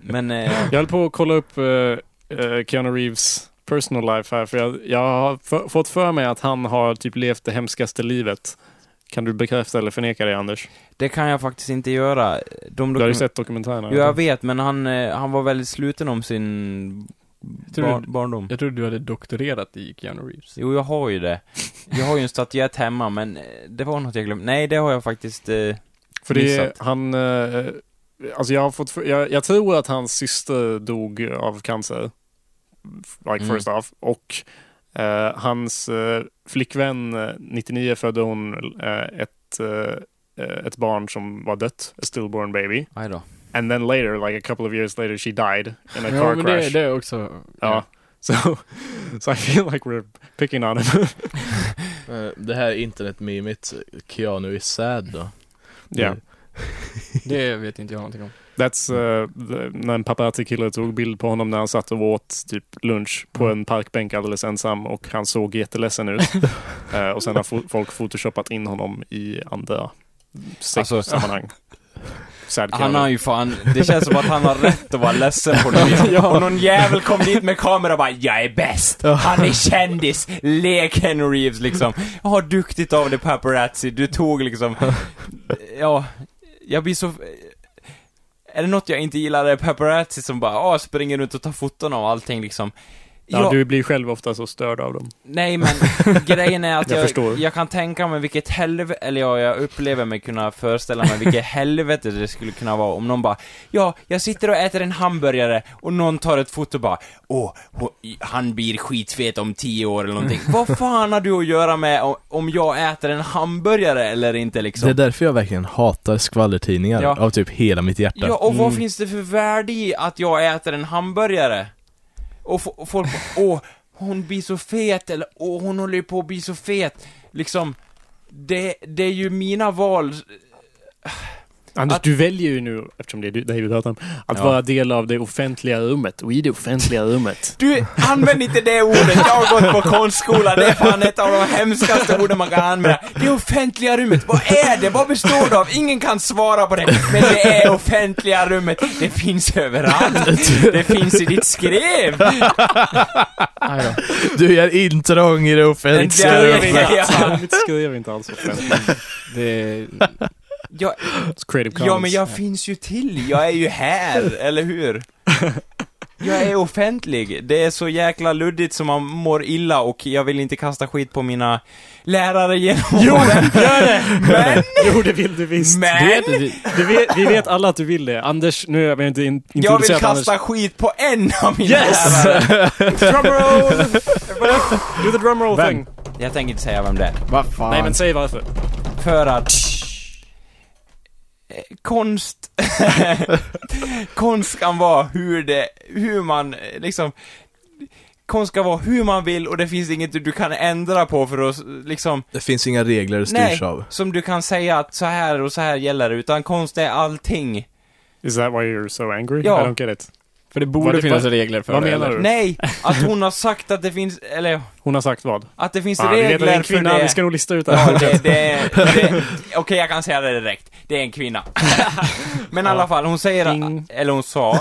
Speaker 2: Men... Eh,
Speaker 1: jag höll på att kolla upp eh, eh, Keanu Reeves personal life här, för jag, jag har f- fått för mig att han har typ levt det hemskaste livet. Kan du bekräfta eller förneka det, Anders?
Speaker 2: Det kan jag faktiskt inte göra. De
Speaker 1: Du har ju
Speaker 2: dokumen-
Speaker 1: sett dokumentärerna.
Speaker 2: Jo, jag vet, men han, eh, han var väldigt sluten om sin
Speaker 4: tror
Speaker 2: bar-
Speaker 4: du-
Speaker 2: barndom.
Speaker 4: Jag trodde du hade doktorerat i Keanu Reeves.
Speaker 2: Jo, jag har ju det. Jag har ju en statyett hemma, men eh, det var något jag glömde. Nej, det har jag faktiskt eh,
Speaker 1: För det är,
Speaker 2: missat.
Speaker 1: han, eh, alltså jag har fått, för- jag, jag tror att hans syster dog av cancer. f- Like
Speaker 2: Mm.
Speaker 1: first off. Och eh, hans eh, flickvän, eh, 99, födde hon eh, ett, eh, ett barn som var dött. A stillborn baby.
Speaker 2: Aj då.
Speaker 1: And then later, like a couple of years later, she died in a
Speaker 4: Ja,
Speaker 1: car
Speaker 4: men
Speaker 1: crash.
Speaker 4: det, det är också...
Speaker 1: Ja. So, so I feel like we're picking on him.
Speaker 3: Eh, Det här internetmemet, Keanu is sad då.
Speaker 1: yeah.
Speaker 4: Det vet inte jag någonting om.
Speaker 1: That's, eh, the- när en paparazzi-kille tog bild på honom när han satt och åt typ lunch på
Speaker 2: Mm.
Speaker 1: en parkbänk alldeles ensam och han såg jätteledsen ut. Eh, och sen har fo- folk photoshopat in honom i andra se-
Speaker 2: Alltså-
Speaker 1: sammanhang. Sad
Speaker 2: Han
Speaker 1: Keanu.
Speaker 2: har ju fan, det känns som att han har rätt att vara ledsen på något vis.
Speaker 1: Ja.
Speaker 2: Och någon jävel kom dit med kamera och bara 'Jag är bäst! Han är kändis! Lek Henry Reeves' liksom. Ja, duktigt av dig paparazzi, du tog liksom... Ja, jag blir så... eh, Är det något jag inte gillar är paparazzi som bara ah, springer runt och tar foton av allting liksom.
Speaker 1: ja,
Speaker 2: Jag-
Speaker 1: Du blir själv ofta så störd av dem.
Speaker 2: Nej men grejen är att
Speaker 1: Jag
Speaker 2: jag,
Speaker 1: förstår.
Speaker 2: jag, kan tänka mig vilket helvete, eller ja, jag upplever mig kunna föreställa mig vilket helvete det skulle kunna vara om någon bara Ja, jag sitter och äter en hamburgare och någon tar ett foto och bara Åh, ho- i- han blir skitfet om tio år eller någonting. Vad fan har du att göra med o- om jag äter en hamburgare eller inte liksom?
Speaker 3: Det är därför jag verkligen hatar skvallertidningar
Speaker 2: Ja.
Speaker 3: av typ hela mitt hjärta.
Speaker 2: Ja, och vad finns det för värde i att jag äter en hamburgare? Och, fo- och folk bara, åh, hon blir så fet, eller åh, hon håller ju på att bli så fet. Liksom, det, det är ju mina val.
Speaker 1: Anders,
Speaker 2: Att-
Speaker 1: du väljer ju nu, eftersom det är du- dig vi pratar om, att
Speaker 2: Ja.
Speaker 1: vara del av det offentliga rummet. Och i det offentliga rummet.
Speaker 2: Du, använd inte det ordet, jag har gått på konstskola, det är fan ett av de hemskaste orden man kan använda. Det offentliga rummet, vad är det? Vad består det av? Ingen kan svara på det, men det är offentliga rummet. Det finns överallt. Det finns i ditt skrev.
Speaker 3: Du gör intrång i det
Speaker 2: Men
Speaker 3: offentliga
Speaker 2: det-
Speaker 3: rummet.
Speaker 2: Ja.
Speaker 1: Mitt skrev inte alls offentligt.
Speaker 4: Det...
Speaker 2: Jag,
Speaker 1: It's creative commons.
Speaker 2: Ja, men jag finns ju till, jag är ju här, eller hur? Jag är offentlig, det är så jäkla luddigt som man mår illa och jag vill inte kasta skit på mina lärare genom Jo, gör det! Men,
Speaker 1: Jo, det vill du visst.
Speaker 2: men,
Speaker 1: Du vet, vi vet alla att du vill det. Anders, nu har jag inte in,
Speaker 2: jag vill
Speaker 1: introducerat Anders.
Speaker 2: kasta skit på en av mina
Speaker 1: Yes!
Speaker 2: lärare! Drumroll!
Speaker 1: Do the drumroll thing.
Speaker 2: Jag tänker inte säga vem det är.
Speaker 3: Vad fan?
Speaker 1: Nej, men säg varför.
Speaker 2: För att... Eh, Konst... konst kan vara hur det... Hur man eh, liksom... Konst kan vara hur man vill och det finns inget du kan ändra på för att s- liksom...
Speaker 3: Det finns inga regler det
Speaker 2: Nej,
Speaker 3: styrs av.
Speaker 2: som du kan säga att så här och så här gäller det, utan konst är allting.
Speaker 1: Is that why you're so angry?
Speaker 2: Ja.
Speaker 1: I don't get it.
Speaker 4: För det borde
Speaker 1: Vad-
Speaker 4: finnas
Speaker 1: vad-
Speaker 4: regler för
Speaker 1: vad
Speaker 4: det.
Speaker 1: menar
Speaker 4: eller?
Speaker 1: du?
Speaker 2: Nej, att hon har sagt att det finns, eller
Speaker 1: Hon har sagt vad?
Speaker 2: att det finns
Speaker 1: Fan, vi vet att det är
Speaker 2: regler
Speaker 1: en
Speaker 2: för
Speaker 1: kvinna.
Speaker 2: det.
Speaker 1: Vi ska nog lista ut det
Speaker 2: Ja,
Speaker 1: här.
Speaker 2: det, det, det, Okej, jag kan säga det direkt. Det är en kvinna. Men i alla fall, hon säger,
Speaker 1: Ding.
Speaker 2: att, eller hon sa,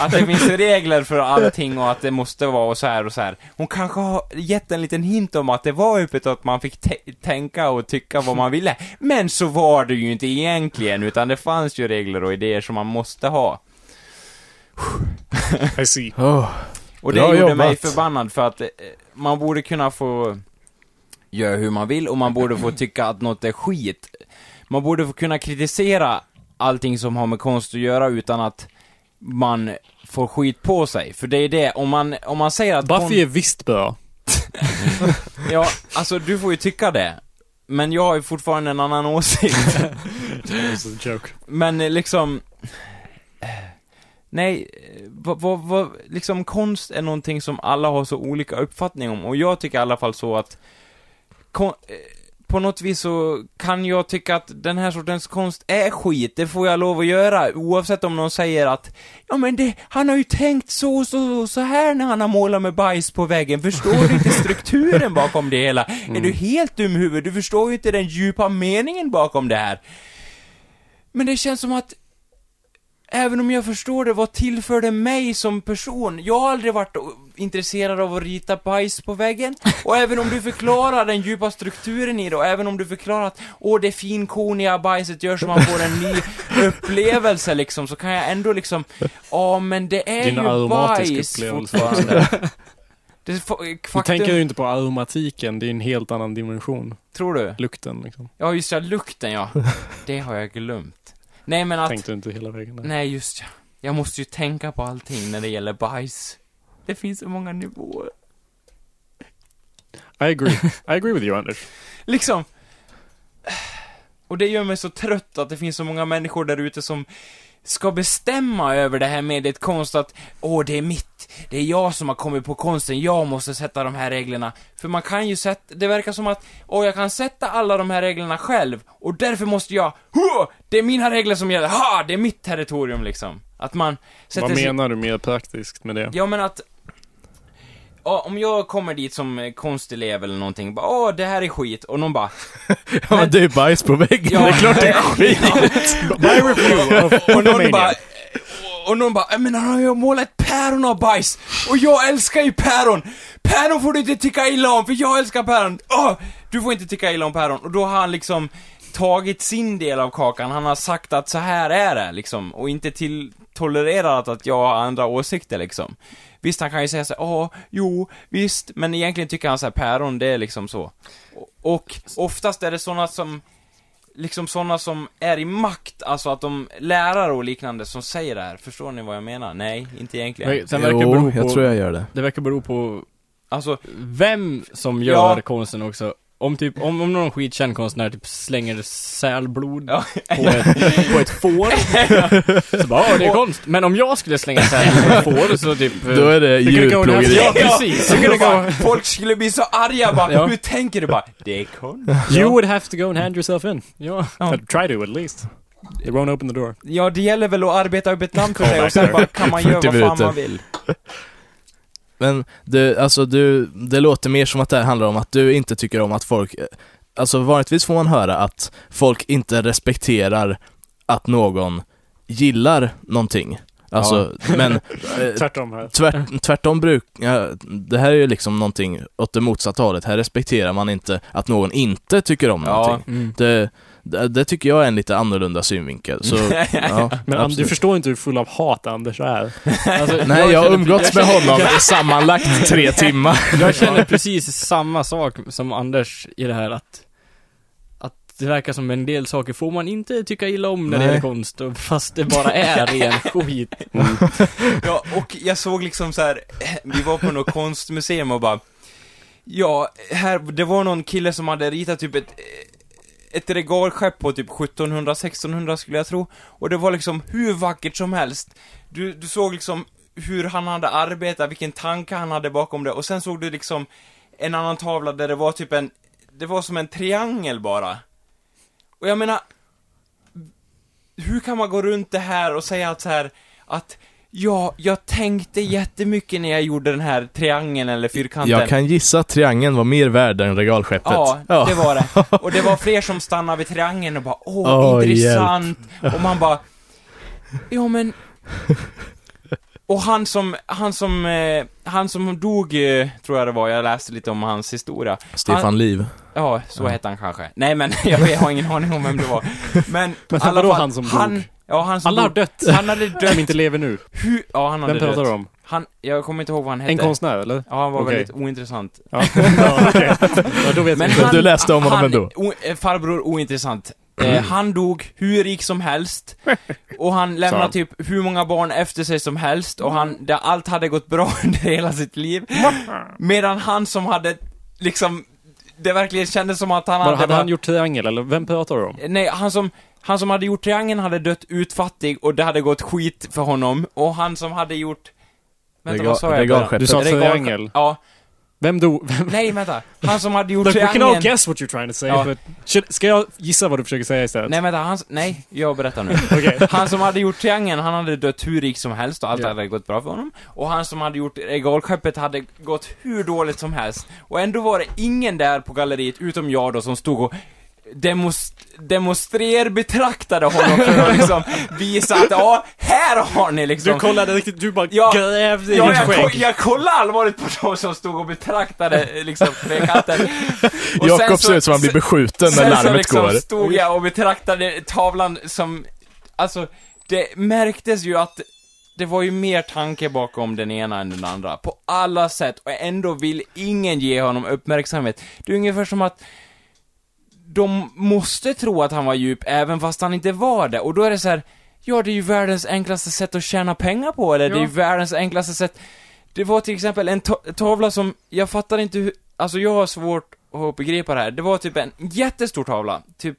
Speaker 2: att det finns regler för allting och att det måste vara och så här och så här. Hon kanske har gett en liten hint om att det var öppet och att man fick te- tänka och tycka vad man ville. Men så var det ju inte egentligen, utan det fanns ju regler och idéer som man måste ha.
Speaker 1: I see.
Speaker 3: Åh,
Speaker 2: Och det
Speaker 3: Bra
Speaker 2: gjorde
Speaker 3: jobbat.
Speaker 2: mig förbannad för att eh, man borde kunna få göra hur man vill och man borde få tycka att något är skit. Man borde få kunna kritisera allting som har med konst att göra utan att man får skit på sig. För det är det, om man, om man säger att...
Speaker 1: Buffy
Speaker 2: kon-
Speaker 1: är visst bra.
Speaker 2: Ja, alltså du får ju tycka det. Men jag har ju fortfarande en annan åsikt.
Speaker 1: That was a joke.
Speaker 2: Men eh, liksom... eh, Nej, eh, vad, vad, vad, liksom konst är någonting som alla har så olika uppfattning om och jag tycker i alla fall så att kon, eh, på något vis så kan jag tycka att den här sortens konst är skit, det får jag lov att göra oavsett om någon säger att ja men det, han har ju tänkt så så, så här när han har målat med bajs på väggen, förstår du inte strukturen bakom det hela? Är du helt dum i huvudet? Du förstår ju inte den djupa meningen bakom det här. Men det känns som att Även om jag förstår det, vad tillför det mig som person? Jag har aldrig varit o- intresserad av att rita bajs på väggen. Och även om du förklarar den djupa strukturen i det, och även om du förklarar att åh, det finkorniga bajset gör så man får en ny upplevelse liksom, så kan jag ändå liksom, ja men det är
Speaker 1: Din
Speaker 2: ju
Speaker 1: aromatiska
Speaker 2: bajs
Speaker 1: upplevelse
Speaker 2: fortfarande.
Speaker 1: också.
Speaker 2: Det är fa-
Speaker 1: Du
Speaker 2: faktum...
Speaker 1: tänker ju inte på aromatiken, det är en helt annan dimension.
Speaker 2: Tror du?
Speaker 1: Lukten liksom.
Speaker 2: Ja, just ja, lukten ja. Det har jag glömt. Nej men att...
Speaker 1: Tänkte du inte hela vägen där.
Speaker 2: Nej, just ja. Jag måste ju tänka på allting när det gäller bajs. Det finns så många nivåer.
Speaker 1: I agree. I agree with you Anders.
Speaker 2: Liksom. Och det gör mig så trött att det finns så många människor där ute som ska bestämma över det här mediet konst att åh, det är mitt, det är jag som har kommit på konsten, jag måste sätta de här reglerna. För man kan ju sätta, det verkar som att, åh, jag kan sätta alla de här reglerna själv och därför måste jag, Hå! det är mina regler som gäller, ha, det är mitt territorium liksom. Att man sätter
Speaker 1: Vad
Speaker 2: sig-
Speaker 1: menar du mer praktiskt med det?
Speaker 2: Ja men att... Ja, om jag kommer dit som eh, konstelev eller någonting, bara åh det här är skit, och någon bara
Speaker 3: Ja, men det är bajs på väggen, det är klart det är skit!
Speaker 1: My review of
Speaker 2: Och någon
Speaker 1: Monomania.
Speaker 2: bara och någon bara, "Äh, men han har ju målat ett päron av bajs! Och jag älskar ju päron! Päron får du inte tycka illa om, för jag älskar päron! Åh, du får inte tycka illa om päron! Och då har han liksom tagit sin del av kakan, han har sagt att så här är det liksom, och inte till, tolererat att jag har andra åsikter liksom. Visst, han kan ju säga så här, ja, jo, visst, men egentligen tycker han så här, päron, det är liksom så. Och, och oftast är det sådana som liksom sådana som är i makt, alltså att de lärare och liknande som säger det här, förstår ni vad jag menar? Nej, inte egentligen.
Speaker 4: Men sen verkar det bero på, Det verkar bero på
Speaker 2: alltså,
Speaker 4: vem som gör
Speaker 2: Ja.
Speaker 4: konsten också. Om typ, om, om någon skitkänd konstnär typ slänger sälblod
Speaker 2: Ja.
Speaker 4: på, ett, på ett får, så bara "Åh, det är konst. Men om jag skulle slänga sälblod på ett får så typ... eh,
Speaker 3: Då är det djurplågeri.
Speaker 4: Ja, precis.
Speaker 2: Ja, det kunde bara, folk skulle bli så arga bara,
Speaker 4: Ja.
Speaker 2: hur tänker du bara? Det är konst.
Speaker 1: You would have to go and hand yourself in.
Speaker 4: Ja.
Speaker 1: Uh, Try to at least. They won't open the door.
Speaker 2: Ja, det gäller väl att arbeta upp ett namn för sig och sen
Speaker 1: Callback
Speaker 2: bara
Speaker 1: där.
Speaker 2: kan man göra
Speaker 3: 40
Speaker 2: vad fan
Speaker 3: minuter.
Speaker 2: man vill.
Speaker 3: Men du, alltså du, det låter mer som att det här handlar om att du inte tycker om att folk, eh, alltså vanligtvis får man höra att folk inte respekterar att någon gillar någonting. Alltså, men eh,
Speaker 1: Tvärtom här.
Speaker 3: tvärt, tvärtom bruk, ja, det här är ju liksom någonting åt det motsatta hållet. Här respekterar man inte att någon inte tycker om
Speaker 2: Ja,
Speaker 3: någonting.
Speaker 4: mm.
Speaker 3: Det, det, det tycker jag är en lite annorlunda synvinkel. Så, ja,
Speaker 1: Men Anders, du
Speaker 3: absolut.
Speaker 1: förstår inte hur full av hat Anders är.
Speaker 4: Alltså,
Speaker 3: Nej, jag har
Speaker 4: känner-
Speaker 3: umgåtts med honom i sammanlagt tre timmar.
Speaker 4: Jag känner precis samma sak som Anders i det här att att det verkar som en del saker får man inte tycka illa om när det
Speaker 3: Nej.
Speaker 4: gäller konst, och fast det bara är ren skit.
Speaker 2: Ja, och jag såg liksom så här. vi var på något konstmuseum och bara Ja, här, det var någon kille som hade ritat typ ett ett regalskepp på typ 1700-1600 skulle jag tro. Och det var liksom hur vackert som helst. Du, du såg liksom hur han hade arbetat, vilken tanke han hade bakom det. Och sen såg du liksom en annan tavla där det var typ en, det var som en triangel bara. Och jag menar, hur kan man gå runt det här och säga att så här att Ja, jag tänkte jättemycket när jag gjorde den här triangeln eller fyrkanten.
Speaker 3: Jag kan gissa att triangeln var mer värd än regalskeppet.
Speaker 2: Ja, det var det. Och det var fler som stannade vid triangeln och bara åh,
Speaker 3: Åh,
Speaker 2: intressant. Och man bara, ja men... Och han som, han som, eh, han som dog, eh, tror jag det var, jag läste lite om hans historia.
Speaker 3: Stefan
Speaker 2: han,
Speaker 3: Liv.
Speaker 2: Ja, så hette han kanske. Nej men, jag, vet- jag har ingen aning om vem det var. Men,
Speaker 1: Men
Speaker 2: i alla
Speaker 1: vadå
Speaker 2: fall,
Speaker 1: han som dog?
Speaker 2: Ja, han som
Speaker 1: Alla har
Speaker 2: dog.
Speaker 1: dött.
Speaker 2: Han hade dött.
Speaker 1: Som inte lever nu.
Speaker 2: Hur, ja, han hade
Speaker 1: Vem pratar
Speaker 2: dött.
Speaker 1: du om?
Speaker 2: Han, jag kommer inte ihåg vad han hette.
Speaker 1: En konstnär, eller?
Speaker 2: Ja, han var
Speaker 1: Okej.
Speaker 2: väldigt ointressant.
Speaker 1: Ja, ja okej. Ja, då vet
Speaker 2: Men
Speaker 1: vi.
Speaker 2: han,
Speaker 3: Du läste om honom
Speaker 2: han,
Speaker 3: ändå. Mm.
Speaker 2: O, eh, farbror ointressant. Eh, han dog hur rik som helst, och han lämnade
Speaker 3: han.
Speaker 2: typ hur många barn efter sig som helst, och han, där allt hade gått bra under hela sitt liv. Medan han som hade liksom det verkligen kändes som att han
Speaker 1: Var,
Speaker 2: hade...
Speaker 1: hade
Speaker 2: bara-
Speaker 1: han gjort triangel, eller vem pratar du om?
Speaker 2: Nej, han som, han som hade gjort triangeln hade dött utfattig och det hade gått skit för honom. Och han som hade gjort... Vänta,
Speaker 1: Regal-
Speaker 2: vad sa jag?
Speaker 1: regalskeppet. Du sa
Speaker 2: Regal-
Speaker 1: triangel.
Speaker 2: Ja.
Speaker 1: Vem dog?
Speaker 2: Nej, vänta. Han som hade gjort
Speaker 1: Look, we
Speaker 2: triangeln...
Speaker 1: can all guess what you're trying to say,
Speaker 2: Ja.
Speaker 1: but... Shit, ska jag gissa vad du försöker säga istället?
Speaker 2: Nej, vänta. Han, nej, jag berättar nu.
Speaker 1: Okej.
Speaker 2: Han som hade gjort triangeln, han hade dött hur rik som helst och allt hade gått bra för honom. Och han som hade gjort regalskeppet hade gått hur dåligt som helst. Och ändå var det ingen där på galleriet, utom jag då, som stod och demonst demonstrer betraktade honom för att liksom visa att ja, här har ni liksom.
Speaker 1: Du kollade riktigt, du bara
Speaker 2: Ja,
Speaker 1: grävde i
Speaker 2: ja,
Speaker 1: ditt
Speaker 2: jag, ko-
Speaker 1: skägg.
Speaker 2: jag kollade allvarligt på de som stod och betraktade eh, liksom trekanten. Och sen
Speaker 3: Jakob
Speaker 2: så-
Speaker 3: ser ut som han blir
Speaker 2: sen-
Speaker 3: beskjuten när
Speaker 2: Sen så
Speaker 3: larmet
Speaker 2: liksom
Speaker 3: går.
Speaker 2: stod jag och betraktade tavlan som, alltså, det märktes ju att det var ju mer tanke bakom den ena än den andra, på alla sätt, och ändå vill ingen ge honom uppmärksamhet. Det är ungefär som att de måste tro att han var djup, även fast han inte var det, och då är det så här. ja, det är ju världens enklaste sätt att tjäna pengar på, eller det är ju
Speaker 1: Ja.
Speaker 2: världens enklaste sätt. Det var till exempel en ta- tavla som, jag fattar inte hur, alltså jag har svårt att begripa det här. Det var typ en jättestor tavla, typ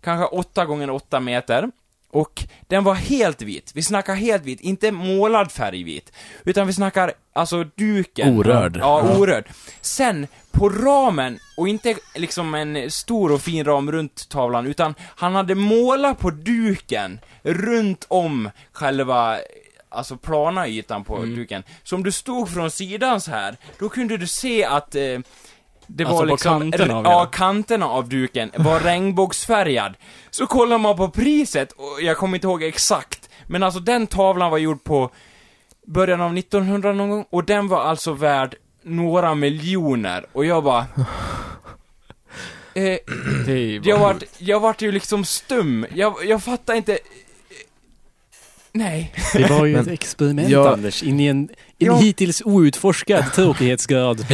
Speaker 2: kanske 8 gånger 8 meter. Och den var helt vit. Vi snackar helt vit, inte målad färgvit. Utan vi snackar, alltså duken.
Speaker 3: Orörd.
Speaker 2: Ja,
Speaker 3: Ja.
Speaker 2: orörd. Sen, på ramen, och inte liksom en stor och fin ram runt tavlan, utan han hade målat på duken, runt om själva Alltså plana ytan på duken. Så om du stod från sidan så här, då kunde du se att eh, det
Speaker 4: Alltså
Speaker 2: var
Speaker 4: på
Speaker 2: liksom...
Speaker 4: kanterna av
Speaker 2: ja,
Speaker 4: hela.
Speaker 2: kanterna av duken var regnbågsfärgad. Så kollar man på priset, och jag kommer inte ihåg exakt, men alltså den tavlan var gjord på början av 1900 någon gång, och den var alltså värd några miljoner, och jag bara... Eh,
Speaker 4: typ.
Speaker 2: jag vart, jag vart ju liksom stum, jag, jag fattar inte... eh, Nej.
Speaker 1: Det var ju ett
Speaker 2: Men-
Speaker 1: experiment,
Speaker 2: Ja.
Speaker 1: Anders, in i en, en
Speaker 2: Ja.
Speaker 1: hittills outforskad tråkighetsgrad.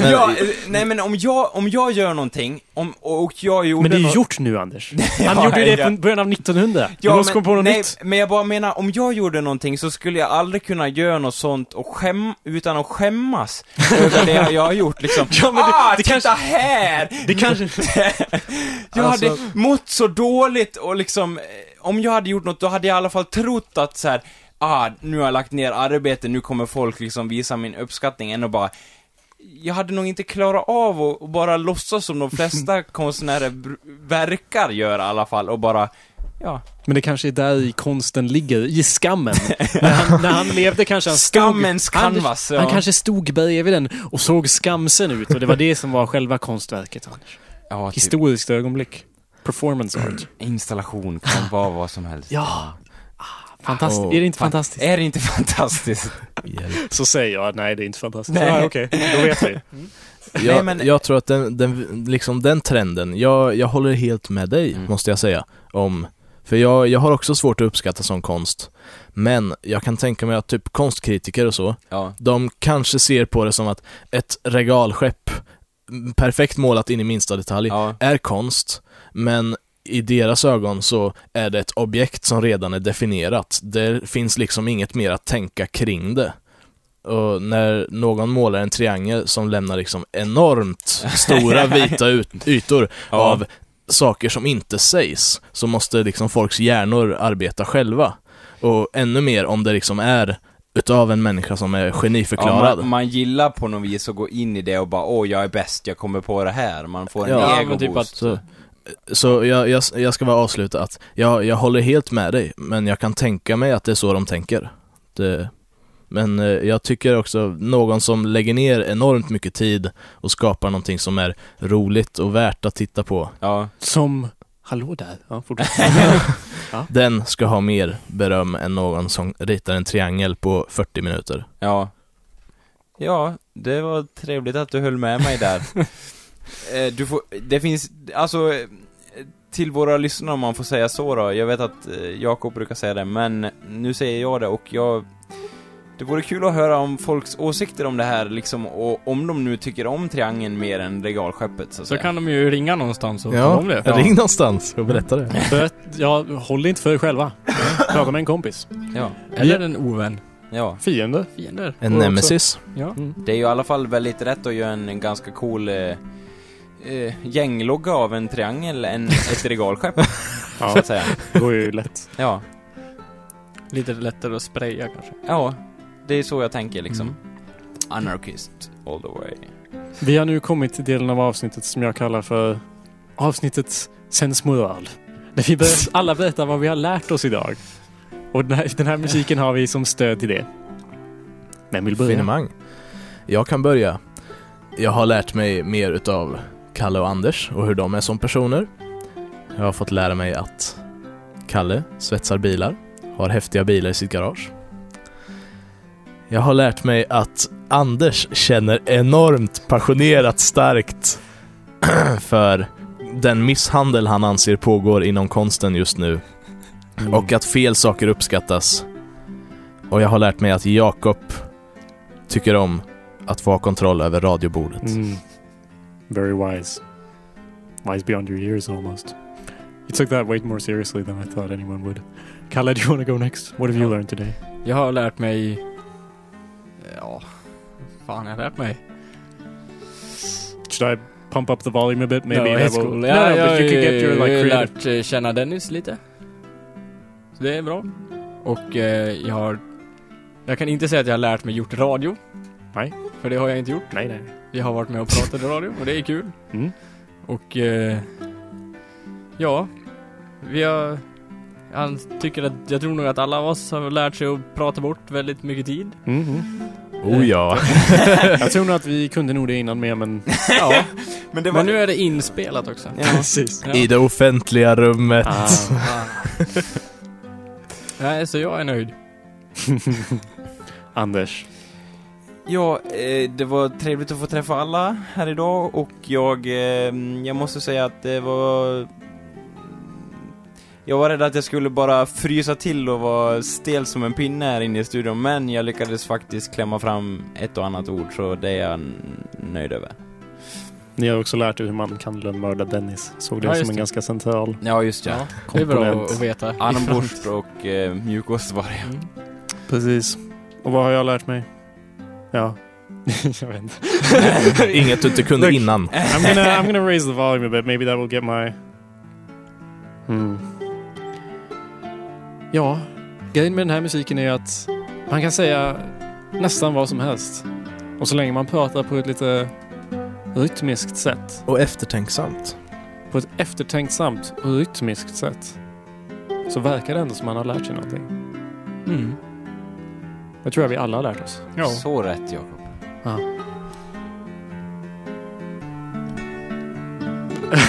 Speaker 2: ja, eh, nej men om jag, om jag gör någonting, om, och jag gjorde
Speaker 1: Men det är ju
Speaker 2: nå-
Speaker 1: gjort nu, Anders. Han
Speaker 2: Ja,
Speaker 1: gjorde ju det
Speaker 2: ja.
Speaker 1: från början av 1900.
Speaker 2: Ja,
Speaker 1: du måste komma på något
Speaker 2: nej,
Speaker 1: nytt.
Speaker 2: men jag bara menar, om jag gjorde någonting så skulle jag aldrig kunna göra något sånt och skäm, utan att skämmas över det jag har gjort liksom.
Speaker 1: Ja, men det-
Speaker 2: ah,
Speaker 1: det
Speaker 2: titta
Speaker 1: kanske-
Speaker 2: här!
Speaker 1: Det kanske...
Speaker 2: jag
Speaker 1: Alltså-
Speaker 2: hade mått så dåligt och liksom, eh, om jag hade gjort något, då hade jag i alla fall trott att så här, ah, nu har jag lagt ner arbete, nu kommer folk liksom visa min uppskattning, än och bara jag hade nog inte klarat av att att bara låtsas som de flesta konstnärer br- verkar göra i alla fall och bara, ja,
Speaker 1: Men det kanske är där i konsten ligger, i skammen. när, han, när han levde kanske han stod...
Speaker 2: Skammens canvas,
Speaker 1: han,
Speaker 2: ja.
Speaker 1: han kanske stod bredvid den och såg skamsen ut och det var det som var själva konstverket, Anders.
Speaker 2: ja typ.
Speaker 1: Historiskt ögonblick. Performance art.
Speaker 2: Installation kan vara vad som helst.
Speaker 1: Ja. Fantastiskt. Är det inte
Speaker 2: Fan-
Speaker 1: fantastiskt?
Speaker 2: Är det inte fantastiskt?
Speaker 1: Så säger jag, nej det är inte fantastiskt.
Speaker 2: Nej.
Speaker 1: Ja, Okej, då vet vi.
Speaker 3: Jag,
Speaker 2: Nej, men-
Speaker 3: jag tror att den, den, liksom den trenden, jag, jag håller helt med dig
Speaker 2: Mm.
Speaker 3: måste jag säga om För jag, jag har också svårt att uppskatta sån konst Men jag kan tänka mig att typ konstkritiker och så
Speaker 2: Ja.
Speaker 3: De kanske ser på det som att ett regalskepp m, Perfekt målat in i minsta detalj
Speaker 2: Ja.
Speaker 3: är konst Men i deras ögon så är det ett objekt som redan är definierat Det finns liksom inget mer att tänka kring det och när någon målar en triangel som lämnar liksom enormt stora vita ut- ytor
Speaker 2: Ja.
Speaker 3: av saker som inte sägs, så måste liksom folks hjärnor arbeta själva. Och ännu mer om det liksom är utav en människa som är
Speaker 2: Ja,
Speaker 3: geniförklarad.
Speaker 2: man, man gillar på något vis att gå in i det och bara åh, jag är bäst, jag kommer på det här. Man får en
Speaker 3: Ja,
Speaker 2: ego
Speaker 4: men typ
Speaker 2: boost.
Speaker 3: så så jag, jag, jag ska bara avsluta att jag, jag håller helt med dig, men jag kan tänka mig att det är så de tänker. Det, men eh, jag tycker också, någon som lägger ner enormt mycket tid och skapar någonting som är roligt och värt att titta på,
Speaker 2: Ja.
Speaker 1: Som, hallå där. Ja, fortsätt.
Speaker 3: den ska ha mer beröm än någon som ritar en triangel på 40 minuter.
Speaker 2: ja. Ja, det var trevligt att du höll med mig där. Eh, du får, det finns, alltså, eh, till våra lyssnare om man får säga så då. Jag vet att eh, Jakob brukar säga det, men nu säger jag det och jag Det vore kul att höra om folks åsikter om det här liksom, och om de nu tycker om triangeln mer än regalskeppet så att
Speaker 4: Så
Speaker 2: säga.
Speaker 4: kan de ju ringa någonstans och tala om det.
Speaker 3: ring någonstans och berätta det.
Speaker 1: För att, ja, håll inte för er själva. Prata med en kompis.
Speaker 2: Ja.
Speaker 4: Eller en ovän.
Speaker 2: Ja.
Speaker 1: Fiende.
Speaker 4: Fiender.
Speaker 3: En nemesis.
Speaker 2: Ja. Det är ju i alla fall väldigt rätt att göra en ganska cool eh, eh, gänglogga av en triangel, en, ett regalskepp.
Speaker 1: Ja.
Speaker 2: Så att säga.
Speaker 1: Går ju lätt.
Speaker 2: Ja.
Speaker 4: Lite lättare att spraya kanske.
Speaker 2: Ja, det är så jag tänker
Speaker 4: Mm.
Speaker 2: liksom.
Speaker 1: Mm.
Speaker 2: Anarchist all the way.
Speaker 1: Vi har nu kommit till delen av avsnittet som jag kallar för avsnittet Sen smöral. Där vi ber- alla berättar vad vi har lärt oss idag. Och den här, den här musiken har vi som stöd till det. Vem vill börja?
Speaker 3: Finemang. Jag kan börja. Jag har lärt mig mer utav Kalle och Anders och hur de är som personer. Jag har fått lära mig att Kalle svetsar bilar, har häftiga bilar i sitt garage. Jag har lärt mig att Anders känner enormt passionerat starkt för den misshandel han anser pågår inom konsten just nu. Och att fel saker uppskattas. Och jag har lärt mig att Jakob tycker om att få ha kontroll över radiobordet.
Speaker 1: Mm. Very wise. Wise beyond your years almost. You took that way more seriously than I thought anyone would. Kalle, do you want to go next? What have you learned today?
Speaker 4: Jag har lärt mig... Ja... vad Fan, jag har lärt mig.
Speaker 1: Should I pump up the volume a bit? Maybe
Speaker 4: no,
Speaker 1: that
Speaker 4: it's
Speaker 1: will...
Speaker 4: cool.
Speaker 1: No,
Speaker 4: Ja,
Speaker 1: no,
Speaker 4: jag
Speaker 1: but you could get your
Speaker 4: har
Speaker 1: like
Speaker 4: ju
Speaker 1: creative...
Speaker 4: lärt eh, känna Dennis lite. Så det är bra. Och eh, jag har... Jag kan inte säga att jag har lärt mig gjort radio.
Speaker 1: Nej.
Speaker 4: För det har jag inte gjort.
Speaker 1: Nej, nej.
Speaker 4: Jag har varit med och pratat i radio och det är kul.
Speaker 1: Mm.
Speaker 4: Och... Eh, ja. Vi har... Han tycker att, jag tror nog att alla av oss har lärt sig att prata bort väldigt mycket tid.
Speaker 1: Mhm.
Speaker 3: Oh ja.
Speaker 1: Jag tror nog att vi kunde nog det innan med, men...
Speaker 4: Ja.
Speaker 2: Men,
Speaker 4: Men nu är det inspelat också.
Speaker 1: Precis.
Speaker 4: Ja.
Speaker 3: I det offentliga rummet.
Speaker 1: Ah.
Speaker 4: Nej, så jag är nöjd.
Speaker 1: Anders.
Speaker 2: Ja, eh, det var trevligt att få träffa alla här idag och jag, eh, jag måste säga att det var... Jag var rädd att jag skulle bara frysa till och vara stel som en pinne här inne i studion, men jag lyckades faktiskt klämma fram ett och annat ord, så det är jag n- nöjd över.
Speaker 1: Ni har också lärt er hur man kan mörda Dennis. Såg det
Speaker 4: Ja,
Speaker 1: som
Speaker 4: just
Speaker 1: en
Speaker 4: det.
Speaker 1: ganska central
Speaker 2: Ja, just ja.
Speaker 4: Ja, det är bra
Speaker 1: komponent.
Speaker 4: att veta.
Speaker 2: Armborst och eh, mjukost var det.
Speaker 4: Mm.
Speaker 1: Precis. Och vad har jag lärt mig? Ja. jag vet inte.
Speaker 3: Inget du inte kunde
Speaker 1: Look.
Speaker 3: innan.
Speaker 1: I'm gonna I'm gonna raise the volume a bit. Maybe that will get my. Hmm. Ja, grejen med den här musiken är att man kan säga nästan vad som helst. Och så länge man pratar på ett lite rytmiskt sätt,
Speaker 3: Och eftertänksamt.
Speaker 1: på ett eftertänksamt och rytmiskt sätt, så verkar det ändå som man har lärt sig någonting.
Speaker 4: Mm.
Speaker 1: Det tror jag vi alla har lärt oss.
Speaker 4: Ja.
Speaker 2: Så rätt, Jakob.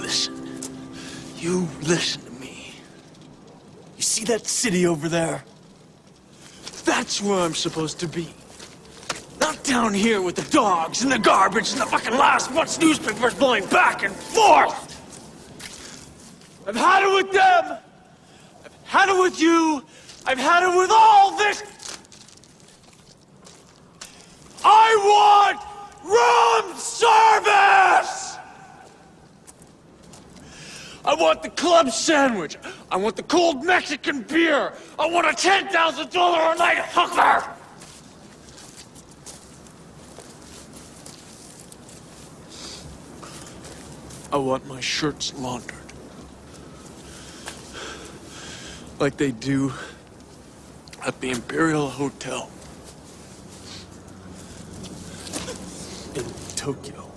Speaker 11: Listen. You listen to me. You see that city over there? That's where I'm supposed to be. Not down here with the dogs and the garbage and the fucking last month's newspapers blowing back and forth! I've had it with them! I've had it with you! I've had it with all this! I want room service! I want the club sandwich. I want the cold Mexican beer. I want a $10,000 a night hooker. I want my shirts laundered. Like they do at the Imperial Hotel. in Tokyo.